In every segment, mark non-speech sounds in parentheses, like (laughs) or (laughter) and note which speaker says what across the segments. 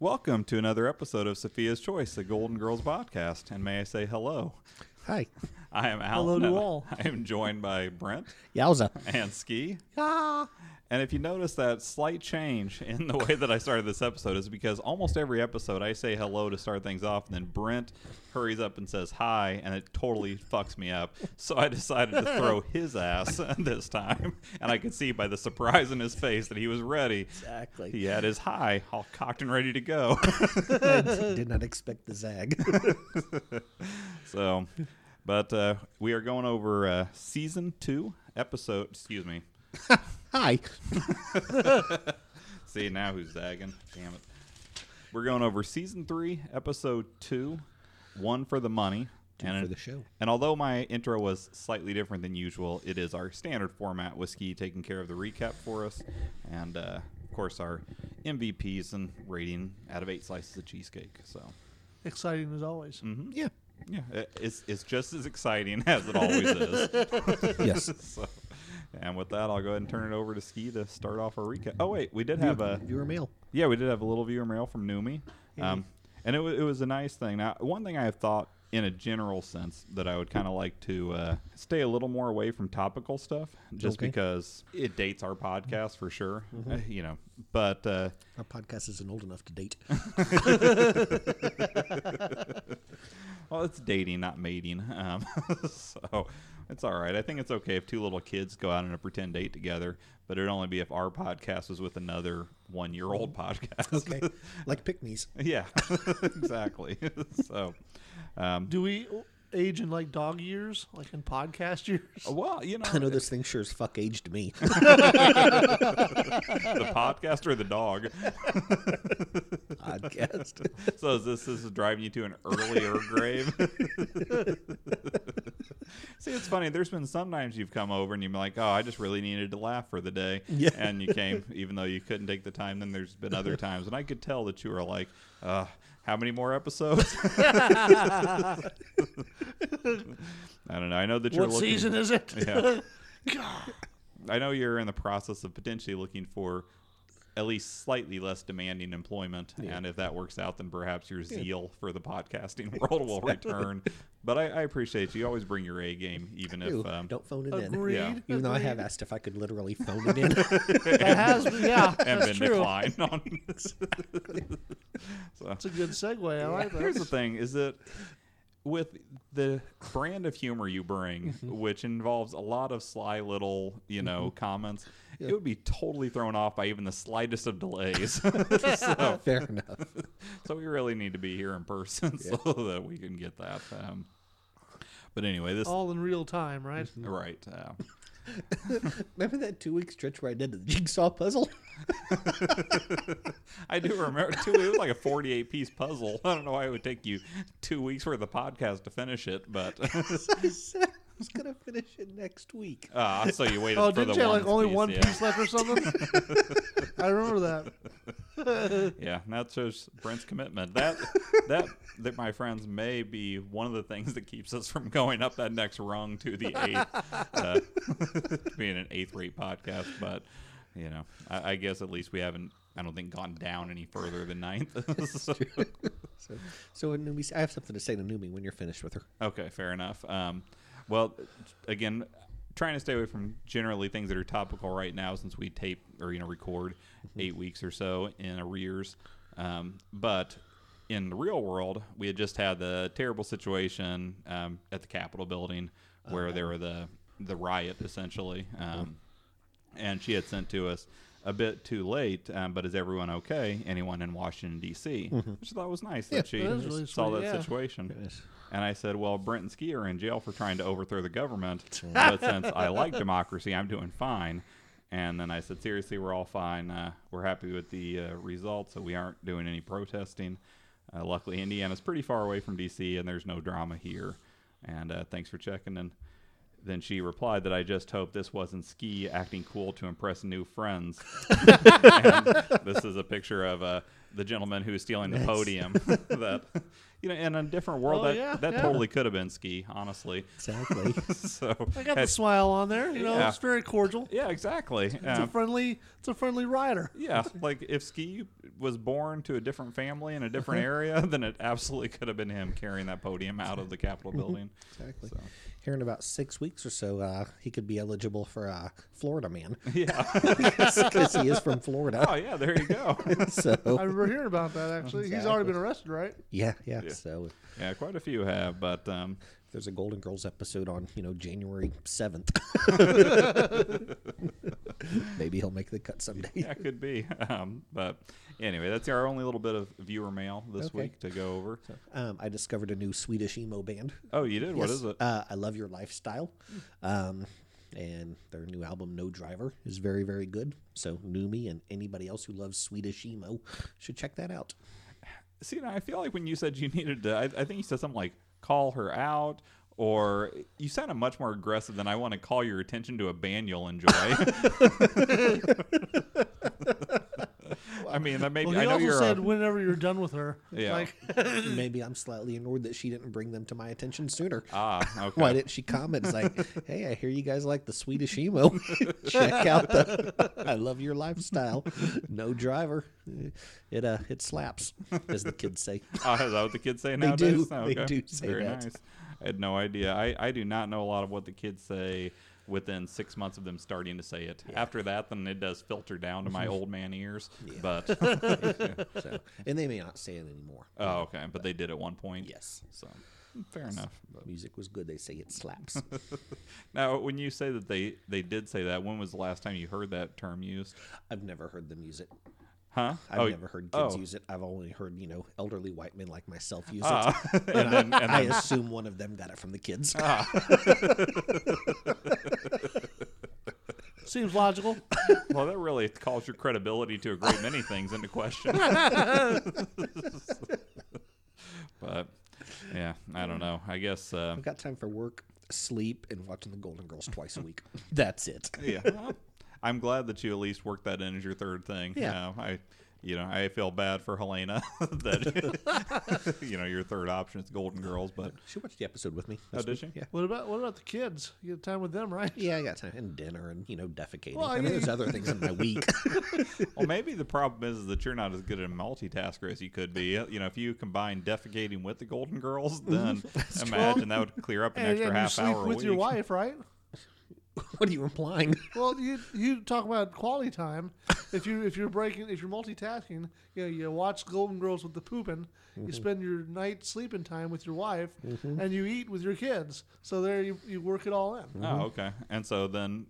Speaker 1: Welcome to another episode of Sophia's Choice, the Golden Girls podcast, and may I say hello.
Speaker 2: Hi.
Speaker 1: I am Alan.
Speaker 3: Hello
Speaker 1: (laughs)
Speaker 3: to
Speaker 1: and
Speaker 3: all.
Speaker 1: I am joined by Brent
Speaker 2: Yowza.
Speaker 1: and Ski.
Speaker 2: Ah.
Speaker 1: And if you notice that slight change in the way that I started this episode is because almost every episode I say hello to start things off, and then Brent hurries up and says hi, and it totally fucks me up. So I decided to
Speaker 3: (laughs)
Speaker 1: throw his ass (laughs) this time, and I could see by the surprise in his face that he was ready.
Speaker 2: Exactly.
Speaker 1: He had his hi all cocked and ready to go.
Speaker 2: I d- did not expect the zag. (laughs)
Speaker 1: So, but uh, we are going over uh, season two episode. Excuse me.
Speaker 2: Hi.
Speaker 1: See now who's zagging? Damn it. We're going over season three, episode two, one for the money,
Speaker 2: Two for the show.
Speaker 1: And although my intro was slightly different than usual, it is our standard format. Whiskey taking care of the recap for us, and uh, of course our MVPs and rating out of eight slices of cheesecake. So. mm-hmm.
Speaker 3: Exciting as always.
Speaker 2: Yeah.
Speaker 1: Yeah, it- it's, it's just as exciting (laughs) as it always is.
Speaker 2: Yes.
Speaker 1: (laughs) So, and with that, I'll go ahead and turn it over to Ski to start off our recap. Oh wait, we did have a
Speaker 2: Viewer mail.
Speaker 1: yeah, we did have a little viewer mail from Numi, um, and it, wa- it was a nice thing. Now, one thing I have thought in a general sense that I would kind of like to uh, stay a little more away from topical stuff, just
Speaker 2: Okay. Mm-hmm.
Speaker 1: because it dates our podcast for sure, Uh, you know. But uh,
Speaker 2: Our podcast isn't old enough
Speaker 1: (laughs)
Speaker 2: to date.
Speaker 1: Well, it's dating, not mating. (laughs) Um, so it's all right. I think it's okay if two little kids go out on a pretend date together, but it'd only be if our podcast was with another one year old podcast.
Speaker 2: Mm. Okay. like Pickneys.
Speaker 1: (laughs) yeah, (laughs) exactly. (laughs)
Speaker 2: (laughs)
Speaker 1: so, um,
Speaker 3: Do we age in like dog years, like in podcast
Speaker 2: (laughs)
Speaker 3: years?
Speaker 1: well, you know,
Speaker 2: I know this thing sure as fuck aged
Speaker 1: (laughs)
Speaker 2: me.
Speaker 1: the
Speaker 2: (laughs)
Speaker 1: podcast or the dog.
Speaker 2: Podcast.
Speaker 1: So is this, this is driving you to an
Speaker 3: (laughs)
Speaker 1: earlier grave. (laughs) See, it's funny. There's been sometimes you've come over and you've been like, "Oh, I just really needed to laugh for the day,"
Speaker 2: Yeah.
Speaker 1: and you came even though you couldn't take the time. Then there's been
Speaker 3: (laughs)
Speaker 1: other times, and I could tell that you were like, uh, "How many more episodes?" (laughs) I don't know. I know that you're
Speaker 3: What
Speaker 1: looking.
Speaker 3: season is it?
Speaker 1: Yeah. I know you're in the process of potentially looking for at least slightly less demanding employment, and if that works out, then perhaps your zeal for the podcasting world will return. But I, I appreciate you. you always bring your A game, even if
Speaker 2: Ew,
Speaker 1: um,
Speaker 2: don't phone it in.
Speaker 3: Agreed.
Speaker 1: Yeah.
Speaker 2: Even though I have
Speaker 3: agreed.
Speaker 2: asked if I could literally phone it
Speaker 1: (laughs)
Speaker 2: in. (laughs)
Speaker 3: That has been, yeah.
Speaker 1: (laughs) and
Speaker 3: that's
Speaker 1: been
Speaker 3: true.
Speaker 1: declined on. so
Speaker 3: It's a good segue. I
Speaker 1: (laughs)
Speaker 3: like
Speaker 1: here's the
Speaker 3: that.
Speaker 1: thing: is that with the brand of humor you bring, which involves a lot of sly little, you know, comments, it would be totally thrown off by even the slightest of delays. (laughs) so,
Speaker 2: Fair enough.
Speaker 1: so we really need to be here in person (laughs) so that we can get that. Um, but anyway, this
Speaker 3: All in real time, right?
Speaker 1: right. Uh,
Speaker 2: Remember that two week stretch where I did the jigsaw puzzle? (laughs)
Speaker 1: I do remember too. It was like a forty-eight piece puzzle. I don't know why it would take you two weeks worth of podcast to finish it, but
Speaker 2: I said I was going to finish it next week.
Speaker 1: uh, so you waited
Speaker 3: Oh,
Speaker 1: for
Speaker 3: didn't
Speaker 1: the
Speaker 3: you have like only
Speaker 1: piece,
Speaker 3: one
Speaker 1: yeah.
Speaker 3: piece left or something?
Speaker 1: (laughs)
Speaker 3: I remember that.
Speaker 1: Yeah, and that shows Brent's commitment. That that that my friends may be one of the things that keeps us from going up that next rung to the eighth, uh, (laughs) to being an eighth rate podcast. But you know, I, I guess at least we haven't. I don't think gone down any further than ninth. (laughs) So-
Speaker 2: (laughs) So, so when Numi, I have something to say to Numi when you're finished with her.
Speaker 1: Okay, fair enough. Um, well, again, trying to stay away from generally things that are topical right now, since we tape or you know record
Speaker 3: Mm-hmm.
Speaker 1: eight weeks or so in arrears. Um, but in the real world, we had just had the terrible situation um, at the Capitol building where there
Speaker 3: Uh-huh.
Speaker 1: were the the riot essentially. Um, and she had sent to us a bit too late. Um, but is everyone okay? Anyone in Washington D.C.? Which I thought was nice that she
Speaker 3: Mm-hmm. that is really
Speaker 1: saw
Speaker 3: sweet,
Speaker 1: that
Speaker 3: yeah.
Speaker 1: situation.
Speaker 2: Yes.
Speaker 1: And I said, "Well, Brent and Ski are in jail for trying to overthrow the government, but since I like democracy, I'm doing fine." And then I said, "Seriously, we're all fine. Uh, we're happy with the uh, results, so we aren't doing any protesting. Uh, luckily, Indiana's pretty far away from D.C., and there's no drama here. And uh, thanks for checking." And then she replied that I just hope this wasn't Ski acting cool to impress new friends. And this is a picture of a the gentleman who was stealing the
Speaker 2: Nice.
Speaker 3: (laughs)
Speaker 1: podium. that you know, in a different world,
Speaker 3: Oh,
Speaker 1: that
Speaker 3: yeah,
Speaker 1: that
Speaker 3: yeah.
Speaker 1: totally could have been ski, honestly. (laughs)
Speaker 2: Exactly.
Speaker 1: so
Speaker 3: I got the
Speaker 1: had-
Speaker 3: smile on there. You know,
Speaker 1: Yeah.
Speaker 3: it's very cordial.
Speaker 1: yeah, exactly.
Speaker 3: It's a
Speaker 1: Um,
Speaker 3: friendly. It's a friendly rider.
Speaker 1: yeah, like if Ski was born to a different family in a
Speaker 3: (laughs)
Speaker 1: different area, then it absolutely could have been him carrying that podium out of the
Speaker 3: (laughs)
Speaker 1: Capitol building.
Speaker 2: Exactly.
Speaker 1: So,
Speaker 2: (laughs)
Speaker 1: (laughs)
Speaker 2: Here in about six weeks or so, uh, he could be eligible for uh, Florida Man
Speaker 1: yeah.
Speaker 2: because he is from
Speaker 1: Oh (laughs)
Speaker 2: Florida.
Speaker 1: yeah, there you go.
Speaker 3: I
Speaker 2: So
Speaker 3: remember hearing about that actually. He's already
Speaker 2: Exactly.
Speaker 3: been arrested, right?
Speaker 2: yeah, yeah,
Speaker 1: Yeah.
Speaker 2: So if
Speaker 1: yeah, quite a few have, but um,
Speaker 2: there's a Golden Girls episode on you know January seventh. (laughs) Maybe he'll make the cut someday.
Speaker 1: yeah, could be. (laughs) Um, but anyway, that's our only little bit of viewer mail this
Speaker 2: Okay.
Speaker 1: week to go over.
Speaker 2: Um, I discovered a new Swedish emo band.
Speaker 1: Oh, you did. What
Speaker 2: Yes,
Speaker 1: is it?
Speaker 2: Uh, I love your lifestyle, um, and their new album No Driver is very very good. So Numi and anybody else who loves Swedish emo should check that
Speaker 1: (clears throat)
Speaker 2: out.
Speaker 1: See, now I feel like when you said you (laughs) needed to, I, I think you said something like "call her out." Or you sounded much more aggressive than I want to call your attention to a band you'll
Speaker 2: (laughs)
Speaker 1: enjoy. I mean, that may
Speaker 3: Well,
Speaker 1: I
Speaker 3: he
Speaker 1: know
Speaker 3: also
Speaker 1: you're.
Speaker 3: said
Speaker 1: a,
Speaker 3: whenever you're done with her.
Speaker 1: Yeah.
Speaker 3: Like, (laughs)
Speaker 2: Maybe I'm slightly annoyed that she didn't bring them to my attention sooner. (laughs)
Speaker 1: ah, okay.
Speaker 2: Why didn't she comment?
Speaker 1: (laughs)
Speaker 2: It's like, hey, I hear you guys like the Swedish emo. Check out the I love your lifestyle. No driver. It uh it slaps, as the kids say.
Speaker 1: Ah, is that what the kids say
Speaker 2: (laughs) They
Speaker 1: nowadays?
Speaker 2: do. They do say
Speaker 1: Very
Speaker 2: that.
Speaker 1: nice. I had no idea. I, I do not know a lot of what the kids say within six months of them starting to say it. After that, then it does filter down to
Speaker 2: (laughs)
Speaker 1: my old man ears. But
Speaker 2: So and they may not say it anymore.
Speaker 1: oh, okay. But they did at one point.
Speaker 2: Yes.
Speaker 1: So fair enough. But-
Speaker 2: Music was good, they say it slaps.
Speaker 1: Now, when you say that they they did say that, when was the last time you heard that term used?
Speaker 2: I've never heard them use it.
Speaker 1: Huh?
Speaker 2: I've
Speaker 1: Oh,
Speaker 2: never heard kids
Speaker 1: oh. (laughs)
Speaker 2: use it. I've only heard, you know, elderly white men like myself use it. (laughs)
Speaker 1: Ah, and
Speaker 2: And,
Speaker 1: then, and
Speaker 2: I,
Speaker 1: then Ah.
Speaker 2: I assume one of them got it from the kids.
Speaker 3: seems logical.
Speaker 1: well, that really calls your credibility to a great many things into
Speaker 2: (laughs)
Speaker 1: question. but yeah, I don't know. I guess uh,
Speaker 2: I've got time for work, sleep, and watching the Golden Girls twice a week. That's it.
Speaker 1: yeah. well, I'm glad that you at least worked that in as your third thing.
Speaker 2: Yeah.
Speaker 1: Uh, I, you know, I feel bad for Helena (laughs) that
Speaker 2: (laughs)
Speaker 1: you know your third option is Golden Girls, but
Speaker 2: She watched the episode with me.
Speaker 1: Oh,
Speaker 2: this
Speaker 1: did
Speaker 2: week.
Speaker 1: she?
Speaker 2: Yeah.
Speaker 3: What about what about the kids? You had time with them, right?
Speaker 2: Yeah, I got time. And dinner and, you know, defecating.
Speaker 3: Well, I
Speaker 2: I mean,
Speaker 3: mean-
Speaker 2: there's other things in
Speaker 1: (laughs)
Speaker 2: my week. (laughs)
Speaker 1: well, maybe the problem is that you're not as good a multitasker as you could be. You know, if you combine defecating with the Golden Girls,
Speaker 3: (laughs)
Speaker 1: then imagine that would clear up an
Speaker 3: (laughs) Mm-hmm. And,
Speaker 1: extra
Speaker 3: and you
Speaker 1: half
Speaker 3: sleep
Speaker 1: hour
Speaker 3: with
Speaker 1: a week. (laughs)
Speaker 3: your wife, right?
Speaker 2: what are you implying?
Speaker 3: Well, you you talk about quality time. If you if you're breaking if you're multitasking, you know, you watch Golden Girls with the pooping.
Speaker 1: Mm-hmm.
Speaker 3: You spend your night sleeping time with your wife, and you eat with your kids. So there you, you work it all in.
Speaker 1: Oh, okay. And so then,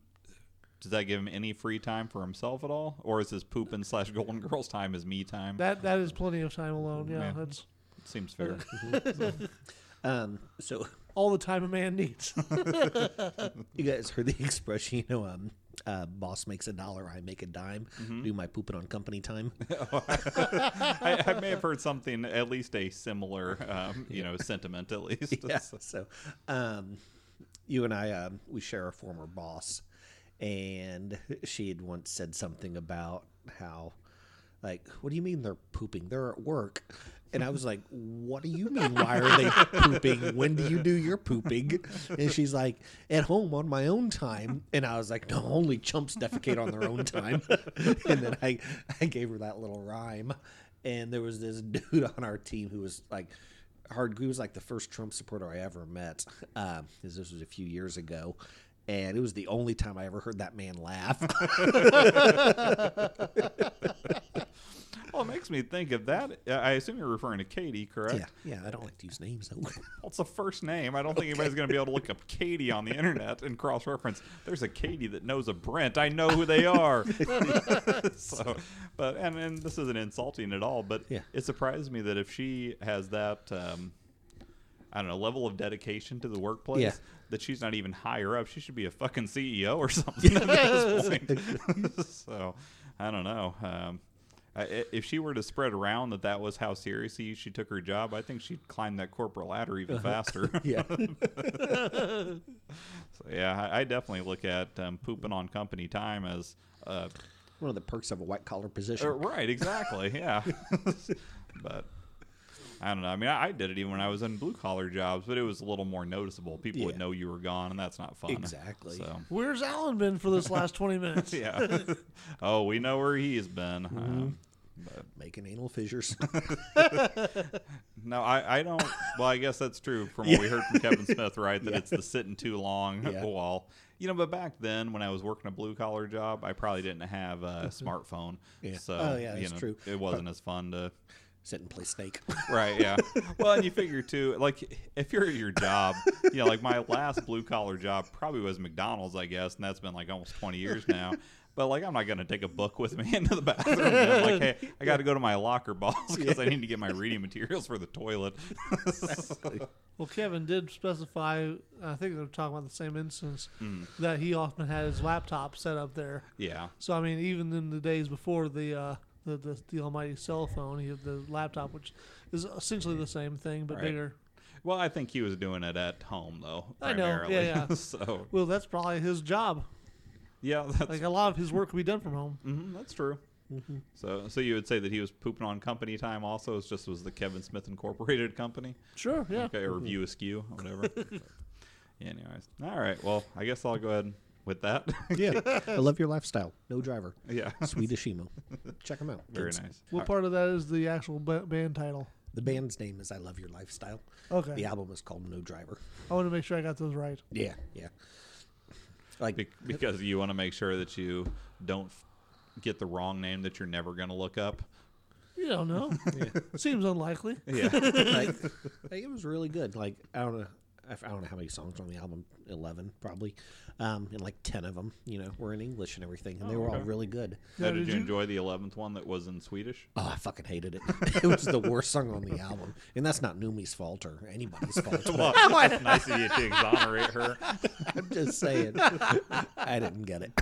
Speaker 1: does that give him any free time for himself at all, or is his pooping slash Golden Girls time his me time? That
Speaker 3: That that is plenty of time alone. Yeah,
Speaker 1: Yeah.
Speaker 3: that's
Speaker 1: seems
Speaker 3: (laughs)
Speaker 1: fair.
Speaker 2: Um, so
Speaker 3: all the time a man
Speaker 1: (laughs)
Speaker 3: needs.
Speaker 2: you guys heard the (laughs) expression, you know, um, uh, boss makes a dollar, I make a dime.
Speaker 1: Mm-hmm.
Speaker 2: Do my pooping on company time.
Speaker 1: I, I may have heard something, at least a similar, um, you know, sentiment
Speaker 3: (laughs)
Speaker 1: at least.
Speaker 2: (laughs) yeah.
Speaker 1: So-
Speaker 2: So, um, you and I, um, we share a former boss, and she had once said something about how, like, what do you mean they're pooping? They're at work. And I was like, what do you mean? Why are they pooping? When do you do your pooping? And she's like, at home on my own time. And I was like, no, only chumps defecate on their own time. (laughs) and then I, I gave her that little rhyme. And there was this dude (laughs) on our team who was like, hard he was like the first trump supporter i ever met um 'cause this was a few years ago and it was the only time i ever heard that man
Speaker 1: (laughs)
Speaker 2: laugh
Speaker 1: Well, it makes me think of that. uh, I assume you're referring to Katie, correct?
Speaker 2: yeah yeah i don't like to use names though (laughs)
Speaker 1: Well, it's a first name. I don't think anybody's going to be able to look up Katie on the internet and cross reference. There's a Katie that knows a Brent. I know who they
Speaker 2: (laughs)
Speaker 1: are. (laughs) so, but and, and this isn't insulting at all, but
Speaker 2: Yeah.
Speaker 1: it surprised me that if she has that, um, I don't know, level of dedication to the workplace,
Speaker 2: Yeah.
Speaker 1: that she's not even higher up. She should be a fucking CEO or (laughs) something at this point. (laughs) so, I don't know. Um, I- i- if she were to spread around that that was how seriously she took her job, I think she'd climb that corporate ladder even
Speaker 2: Uh-huh.
Speaker 1: faster. (laughs)
Speaker 2: yeah
Speaker 1: So, yeah, I, I definitely look at um, pooping on company time as uh,
Speaker 2: one of the perks of a white collar position.
Speaker 1: Uh, right, exactly.
Speaker 2: (laughs)
Speaker 1: Yeah. (laughs) but I don't know. I mean, I, I did it even when I was in blue collar jobs, but it was a little more noticeable. People would
Speaker 2: Yeah.
Speaker 1: know you were gone, and that's not fun.
Speaker 2: Exactly.
Speaker 1: So.
Speaker 3: Where's Alan been for this last
Speaker 1: (laughs)
Speaker 2: (laughs)
Speaker 3: 20 minutes?
Speaker 1: Yeah. oh, we know where he's been.
Speaker 2: Mm-hmm.
Speaker 1: Um, but
Speaker 2: Making
Speaker 1: (laughs)
Speaker 2: anal fissures.
Speaker 1: no, I, I don't. Well, I guess that's true from what we heard from Kevin Smith,
Speaker 2: (laughs)
Speaker 1: right? That it's the sitting too long (laughs)
Speaker 2: Yeah.
Speaker 1: wall. You know, but back then when I was working a blue collar job, I probably didn't have
Speaker 2: (laughs)
Speaker 1: a smartphone.
Speaker 2: Yeah.
Speaker 1: So,
Speaker 2: Oh, yeah,
Speaker 1: you
Speaker 2: that's
Speaker 1: know,
Speaker 2: true.
Speaker 1: it wasn't as fun to
Speaker 2: Sit and play snake.
Speaker 1: (laughs) Right, yeah. Well, and you figure too, like if you're at your job, you know, like my last blue collar job probably was McDonald's, I guess, and that's been like almost 20 years now. But like, I'm not gonna take a book with me (laughs) into the bathroom. I'm like, hey, I got to go to my locker, boss, (laughs) because I need to get my reading materials for the toilet.
Speaker 3: Well, Kevin did specify, I think they're talking about the same instance,
Speaker 1: Hmm.
Speaker 3: that he often had his laptop set up there.
Speaker 1: yeah,
Speaker 3: So, I mean, even in the days before the. Uh, the, the, the almighty cell phone, he had the laptop, which is essentially the same thing but
Speaker 1: Right.
Speaker 3: bigger.
Speaker 1: well, I think he was doing it at home though.
Speaker 3: I know, yeah,
Speaker 1: Primarily. (laughs)
Speaker 3: yeah.
Speaker 1: so
Speaker 3: Well, that's probably his job.
Speaker 1: yeah, that's
Speaker 3: Like uh, mm-hmm. a lot of his work can be done from home.
Speaker 1: mhm, that's true. So, so you would say that he was pooping on company time. Also, it just was the Kevin Smith Incorporated company.
Speaker 3: Sure, yeah.
Speaker 1: Okay, or view askew, or whatever. Anyways, all right. Well, I guess I'll go ahead with that. (laughs)
Speaker 2: yeah. (laughs) I love your lifestyle. No driver.
Speaker 1: yeah,
Speaker 2: Swedish emo. Check them out.
Speaker 1: very
Speaker 2: kids.
Speaker 1: nice.
Speaker 3: What part of that is the actual ba- band title?
Speaker 2: The band's name is I Love Your Lifestyle.
Speaker 3: Okay.
Speaker 2: The album is called No Driver.
Speaker 3: I want to make sure I got those right.
Speaker 2: Yeah. Yeah. Like
Speaker 1: Be- because you want to make sure that you don't f- get the wrong name that you're never going to look up.
Speaker 3: You
Speaker 1: (laughs)
Speaker 3: don't know. Seems unlikely.
Speaker 1: Yeah,
Speaker 2: like,
Speaker 1: (laughs)
Speaker 2: like, it was really good. Like I don't know, I f- I don't know how many songs on the album, eleven probably, um, and like ten of them, you know, were in English and everything, and they were all
Speaker 1: Oh, okay.
Speaker 2: really good.
Speaker 1: Now,
Speaker 3: did
Speaker 1: did you
Speaker 3: you-
Speaker 1: enjoy the eleventh one that was in Swedish?
Speaker 2: Oh, I fucking hated it. (laughs) it was the worst song on the album, and that's not Numi's fault or anybody's fault. (laughs) but
Speaker 1: Well, that's nice of you to exonerate her.
Speaker 2: I'm just saying, I didn't get it.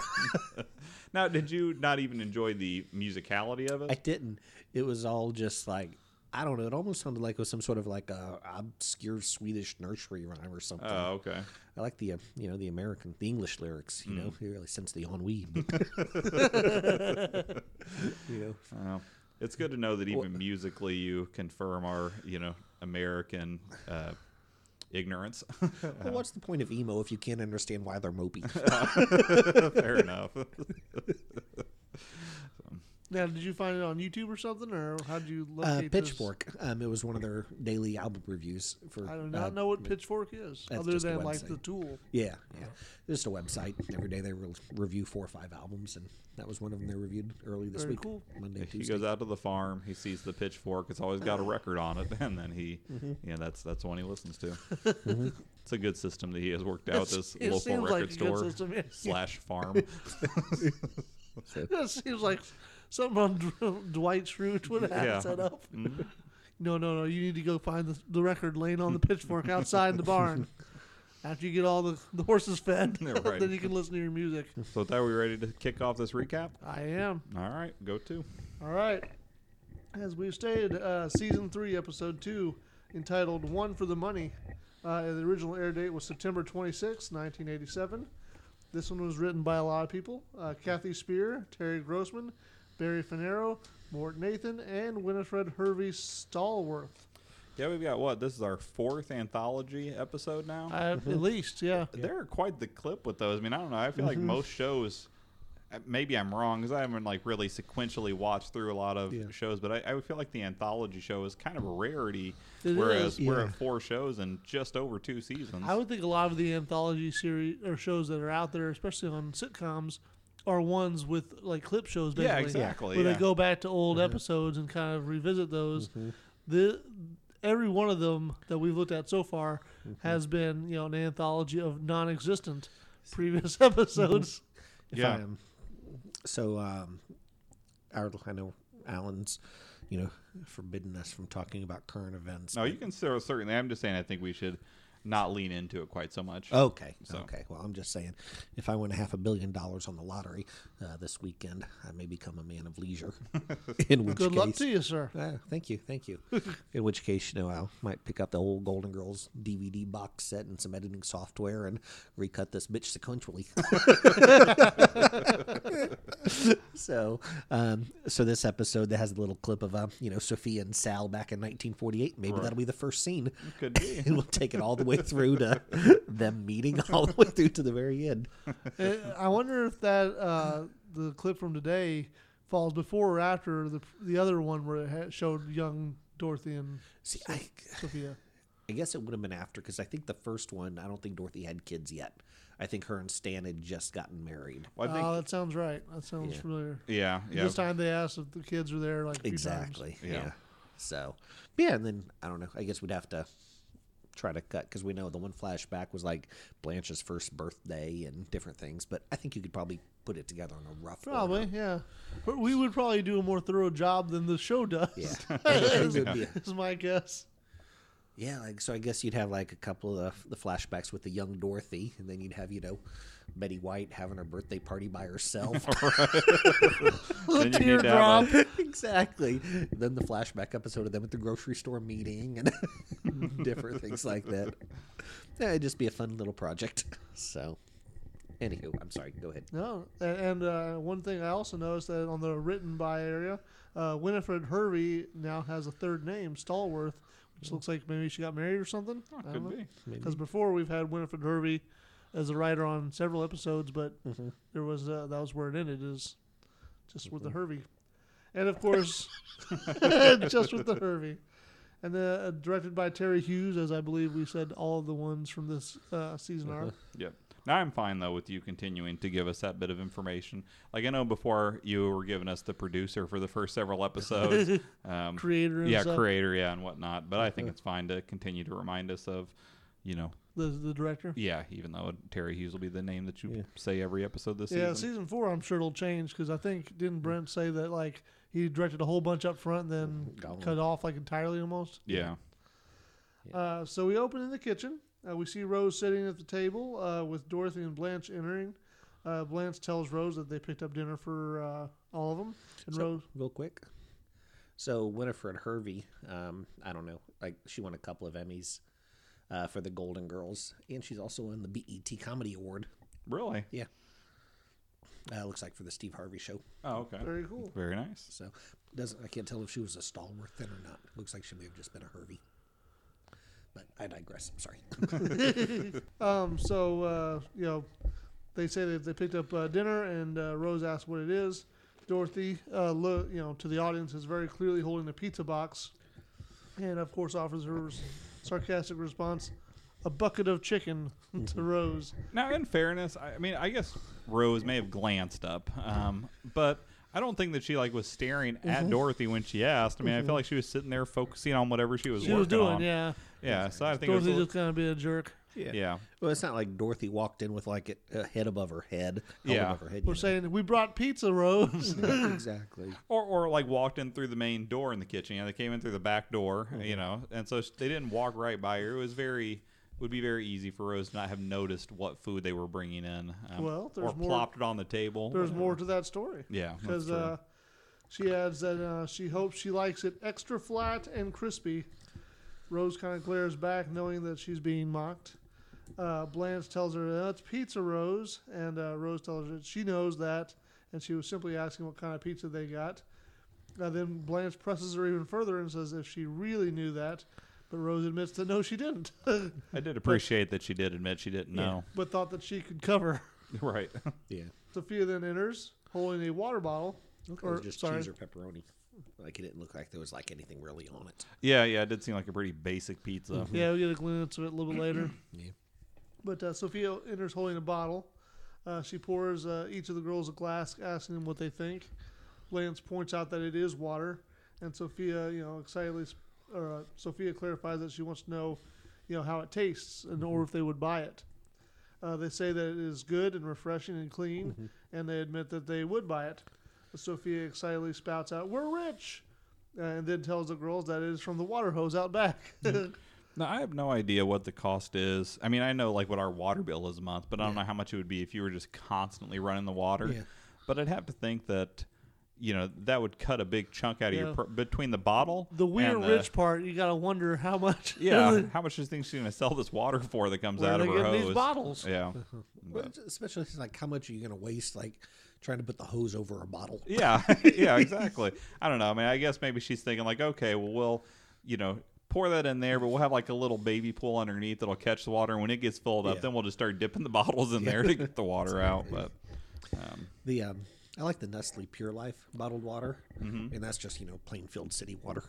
Speaker 1: Now, did you not even enjoy the musicality of
Speaker 2: I
Speaker 1: it?
Speaker 2: didn't. It was all just like. I don't know. It almost sounded like it was some sort of like a obscure Swedish nursery rhyme or something.
Speaker 1: Oh, okay.
Speaker 2: I like the uh, you know the American the English lyrics. You know, you really sense the ennui. (laughs) you know,
Speaker 1: Well, it's good to know that even musically you confirm our, you know, American uh, ignorance. (laughs)
Speaker 2: Well, what's the point of emo if you can't understand why they're mopey?
Speaker 1: Fair
Speaker 3: (laughs)
Speaker 1: enough.
Speaker 3: Now, did you find it on YouTube or something, or how did you
Speaker 2: uh,
Speaker 3: locate this?
Speaker 2: Pitchfork. Um, it was one of their daily album reviews for.
Speaker 3: I do
Speaker 2: uh,
Speaker 3: not know what Pitchfork is,
Speaker 2: that's
Speaker 3: other
Speaker 2: just a
Speaker 3: than like
Speaker 2: website.
Speaker 3: the tool.
Speaker 2: Yeah, yeah. Just a website. Every day they re- review four or five albums, and that was one of them they reviewed early this
Speaker 3: Very
Speaker 2: week,
Speaker 3: cool.
Speaker 2: Monday,
Speaker 1: He
Speaker 2: Tuesday.
Speaker 1: goes out to the farm. He sees the pitchfork. It's always got a record on it, (laughs) and then he,
Speaker 3: Mm-hmm.
Speaker 1: you know, that's that's the one he listens to. It's a good system that he has worked out. This
Speaker 3: It
Speaker 1: local
Speaker 3: seems
Speaker 1: record
Speaker 3: like a good
Speaker 1: store (laughs)
Speaker 3: system, yeah.
Speaker 1: slash
Speaker 3: (laughs)
Speaker 1: farm.
Speaker 3: That seems like something on Dw- (laughs) Dwight Schrute would have
Speaker 1: Yeah. Mm-hmm.
Speaker 3: set up. No, no, no. You need to go find the, the record
Speaker 1: (laughs)
Speaker 3: laying on the pitchfork outside the barn. After you get all the, the horses fed,
Speaker 1: Yeah, right.
Speaker 3: (laughs) then you can listen to your music.
Speaker 1: so, with that, we ready to kick off this recap?
Speaker 3: I am.
Speaker 1: All right, go to.
Speaker 3: All right. As we've stated, uh, season three, episode two, entitled "One for the Money." Uh, the original air date was September 26, 1987. This one was written by a lot of people: uh, Kathy Spear, Terry Grossman, Barry Finero, Mort Nathan, and Winifred Hervey Stallworth.
Speaker 1: Yeah, we've got what? This is our fourth anthology episode now.
Speaker 3: Uh, At least, yeah. Mm-hmm.
Speaker 1: They're quite the clip with those. I mean, I don't know. I feel like most shows. uh, Maybe I'm wrong because I haven't like really sequentially watched through a lot of
Speaker 2: Yeah.
Speaker 1: shows, but I, I would feel like the anthology show is kind of a rarity.
Speaker 3: It
Speaker 1: whereas
Speaker 3: is,
Speaker 1: we're
Speaker 2: yeah.
Speaker 1: at four shows and just over two seasons.
Speaker 3: I would think a lot of the anthology series or shows that are out there, especially on sitcoms, are ones with like clip shows. Basically,
Speaker 1: Yeah, exactly,
Speaker 3: Where
Speaker 1: yeah. Mm-hmm.
Speaker 3: they go back to old episodes and kind of revisit those. The every one of them that we've looked at so far
Speaker 1: Mm-hmm.
Speaker 3: has been you know an anthology of non-existent previous (laughs) episodes.
Speaker 1: mm-hmm.
Speaker 2: If
Speaker 1: Yeah.
Speaker 2: I am- so, um, our, I know Alan's, you know, forbidden us from talking about current events.
Speaker 1: no,
Speaker 2: but
Speaker 1: you can cer- certainly. I'm just saying. I think we should not lean into it quite so much.
Speaker 3: Uh,
Speaker 2: Okay.
Speaker 1: So-
Speaker 2: Okay. Well, I'm just saying, if I win a half a billion dollars on the lottery uh, this weekend, I may become a man of
Speaker 3: (laughs)
Speaker 2: leisure. In which
Speaker 3: Good
Speaker 2: case,
Speaker 3: luck to
Speaker 1: (laughs)
Speaker 3: you, sir.
Speaker 2: Ah, thank you, thank you. In which case, you know, I might pick up the old Golden Girls DVD box set and some editing software and recut this bitch sequentially. (laughs) so, um, so this episode that has a little clip of, uh, you know, Sophia and Sal back in 1948. Maybe
Speaker 1: Right.
Speaker 2: that'll be the first scene.
Speaker 1: Could be.
Speaker 2: and (laughs) we'll take it all the way
Speaker 1: (laughs)
Speaker 2: through to them meeting all the way through to the very end.
Speaker 3: Uh, I wonder if that uh, the clip from today falls before or after the the other one where it had showed young Dorothy and
Speaker 2: See, I,
Speaker 3: Sophia.
Speaker 2: I guess it would have been after because I think the first one, I don't think Dorothy had kids yet. I think her and Stan had just gotten married.
Speaker 1: Well, I think.
Speaker 3: oh, that sounds right. That sounds
Speaker 2: Yeah.
Speaker 3: familiar.
Speaker 1: yeah, yeah.
Speaker 3: This time they asked if the kids were there, like a few times.
Speaker 2: Exactly.
Speaker 1: Yeah.
Speaker 2: Yeah. So, yeah, and then I don't know. I guess we'd have to try to cut because we know the one flashback was like Blanche's first birthday and different things. But I think you could probably put it together on a rough.
Speaker 3: Probably,
Speaker 2: order.
Speaker 3: yeah. But we would probably do a more thorough job than the show does.
Speaker 2: Yeah. (laughs) It would be-
Speaker 3: (laughs) is my guess.
Speaker 2: Yeah, like so. I guess you'd have like a couple of the, the flashbacks with the young Dorothy, and then you'd have you know Betty White having her birthday party by herself.
Speaker 3: (laughs)
Speaker 1: Then (laughs) you need to have a-
Speaker 2: (laughs) exactly. Then the flashback episode of them at the grocery store meeting and (laughs) different things like that. Yeah, it'd just be a fun little project. (laughs) So, anywho, I'm sorry. Go ahead.
Speaker 3: No, and, and uh, one thing I also noticed that on the written by area, uh, Winifred Hervey now has a third name, Stallworth, which looks like maybe she got married or something. I don't
Speaker 1: Hmm. Oh, could be.
Speaker 3: Because before we've had Winifred Hervey as a writer on several episodes, but there was uh, that was where it ended is just with the Hervey, and of course, (laughs) just with the Hervey, and the, uh, directed by Terry Hughes, as I believe we said all of the ones from this uh, season are.
Speaker 1: Yep. Now I'm fine though with you continuing to give us that bit of information. Like I know before you were giving us the producer for the first several episodes, um,
Speaker 3: (laughs) Creator and
Speaker 1: yeah,
Speaker 3: stuff.
Speaker 1: creator, yeah, and whatnot. But I think it's fine to continue to remind us of, you know,
Speaker 3: The, the director.
Speaker 1: yeah, even though Terry Hughes will be the name that you
Speaker 2: Yeah.
Speaker 1: say every episode this season.
Speaker 3: Yeah,
Speaker 1: Mm.
Speaker 3: season four, I'm sure it'll change because I think didn't Brent say that like he directed a whole bunch up front, then
Speaker 2: Gone.
Speaker 3: cut off like entirely almost.
Speaker 1: yeah,
Speaker 3: Uh, so we open in the kitchen. Uh, we see Rose sitting at the table uh, with Dorothy and Blanche entering. Uh, Blanche tells Rose that they picked up dinner for uh, all of them, and
Speaker 2: So,
Speaker 3: Rose
Speaker 2: real quick. So Winifred Hervey, um, I don't know, like she won a couple of Emmys uh, for the Golden Girls, and she's also won the BET Comedy Award.
Speaker 1: really.
Speaker 2: Yeah, uh, looks like for the Steve Harvey Show.
Speaker 1: Oh, okay.
Speaker 3: very cool.
Speaker 1: Very nice.
Speaker 2: So doesn't I can't tell if she was a Stallworth then or not. Looks like she may have just been a Hervey. But I digress. I'm sorry. (laughs)
Speaker 3: Um, so uh, you know, they say that they picked up uh, dinner, and uh, Rose asks what it is. Dorothy, uh, look, you know, to the audience is very clearly holding a pizza box, and of course offers her sarcastic response, a bucket of chicken (laughs)
Speaker 1: Mm-hmm.
Speaker 3: to Rose.
Speaker 1: Now, in fairness, I, I mean, I guess Rose may have glanced up, um, but I don't think that she like was staring at
Speaker 3: Mm-hmm.
Speaker 1: Dorothy when she asked. I mean, I feel like she was sitting there focusing on whatever she was
Speaker 3: She
Speaker 1: working
Speaker 3: was doing,
Speaker 1: on.
Speaker 3: yeah.
Speaker 1: Yeah, so I think it was
Speaker 3: Dorothy
Speaker 1: a
Speaker 3: just kind of being a jerk.
Speaker 1: little- yeah.
Speaker 2: Well, it's not like Dorothy walked in with like a- a head above her head. held
Speaker 1: Yeah.
Speaker 2: above her head.
Speaker 3: We're
Speaker 2: you
Speaker 3: saying we brought
Speaker 1: (laughs)
Speaker 3: pizza, Rose.
Speaker 2: know. (coughs) exactly.
Speaker 1: Or, or like walked in through the main door in the kitchen. Yeah, they came in through the back door, you
Speaker 3: Mm-hmm.
Speaker 1: know, and so sh- they didn't walk right by her. It was very, would be very easy for Rose to not have noticed what food they were bringing in. Um,
Speaker 3: Well,
Speaker 1: or
Speaker 3: there's more-
Speaker 1: plopped it on the table.
Speaker 3: There's more to that story.
Speaker 1: Yeah, that's
Speaker 3: because
Speaker 1: true.
Speaker 3: uh, she adds that uh, she hopes she likes it extra flat and crispy. Rose kind of glares back, knowing that she's being mocked. Uh, Blanche tells her that's pizza, Rose, and uh, Rose tells her that she knows that, and she was simply asking what kind of pizza they got. Uh, then Blanche presses her even further and says if she really knew that, but Rose admits that no, she didn't, (laughs)
Speaker 1: I did appreciate that she did admit she didn't know. (laughs)
Speaker 3: but thought that she could cover.
Speaker 1: Right.
Speaker 2: Yeah.
Speaker 3: Sophia then enters holding a water bottle.
Speaker 2: Okay. it was just cheese or pepperoni. Like it didn't look like there was like anything really on it.
Speaker 1: yeah, yeah, it did seem like a pretty basic pizza.
Speaker 3: Yeah, we get a glimpse of it a little bit later.
Speaker 2: Yeah.
Speaker 3: But uh, Sophia enters holding a bottle. Uh, she pours uh, each of the girls a glass, asking them what they think. Lance points out that it is water, and Sophia, you know, excitedly, s- or uh, Sophia clarifies that she wants to know, you know, how it tastes and or if they would buy it. Uh, they say that it is good and refreshing and clean, and they admit that they would buy it. Sophia excitedly (laughs) spouts out, "We're rich," uh, and then tells the girls that it is from the water hose out back.
Speaker 1: No, I have no idea what the cost is. I mean, I know like what our water bill is a month, but I don't know how much it would be if you were just constantly running the water.
Speaker 2: Yeah.
Speaker 1: But I'd have to think that, you know, that would cut a big chunk out of
Speaker 3: Yeah.
Speaker 1: your pr- between the bottle.
Speaker 3: The we're
Speaker 1: and uh,
Speaker 3: rich part, you gotta wonder how much. (laughs)
Speaker 1: Yeah, how much do you think she's gonna sell this water for that comes
Speaker 3: Where
Speaker 1: out
Speaker 3: they
Speaker 1: of her
Speaker 3: getting
Speaker 1: hose?
Speaker 3: these bottles? (laughs)
Speaker 1: Yeah,
Speaker 2: Well, it's- especially it's like how much are you going to waste like trying to put the hose over a bottle? (laughs)
Speaker 1: yeah, yeah, exactly. I don't know. I mean, I guess maybe she's thinking like, okay, well, we'll, you know, pour that in there, but we'll have like a little baby pool underneath that'll catch the water, and when it gets filled up,
Speaker 2: Yeah.
Speaker 1: then we'll just start dipping the (laughs) bottles in there to get the water out. But
Speaker 2: The um, I like the Nestle Pure Life bottled water, and that's just you know Plainfield City water.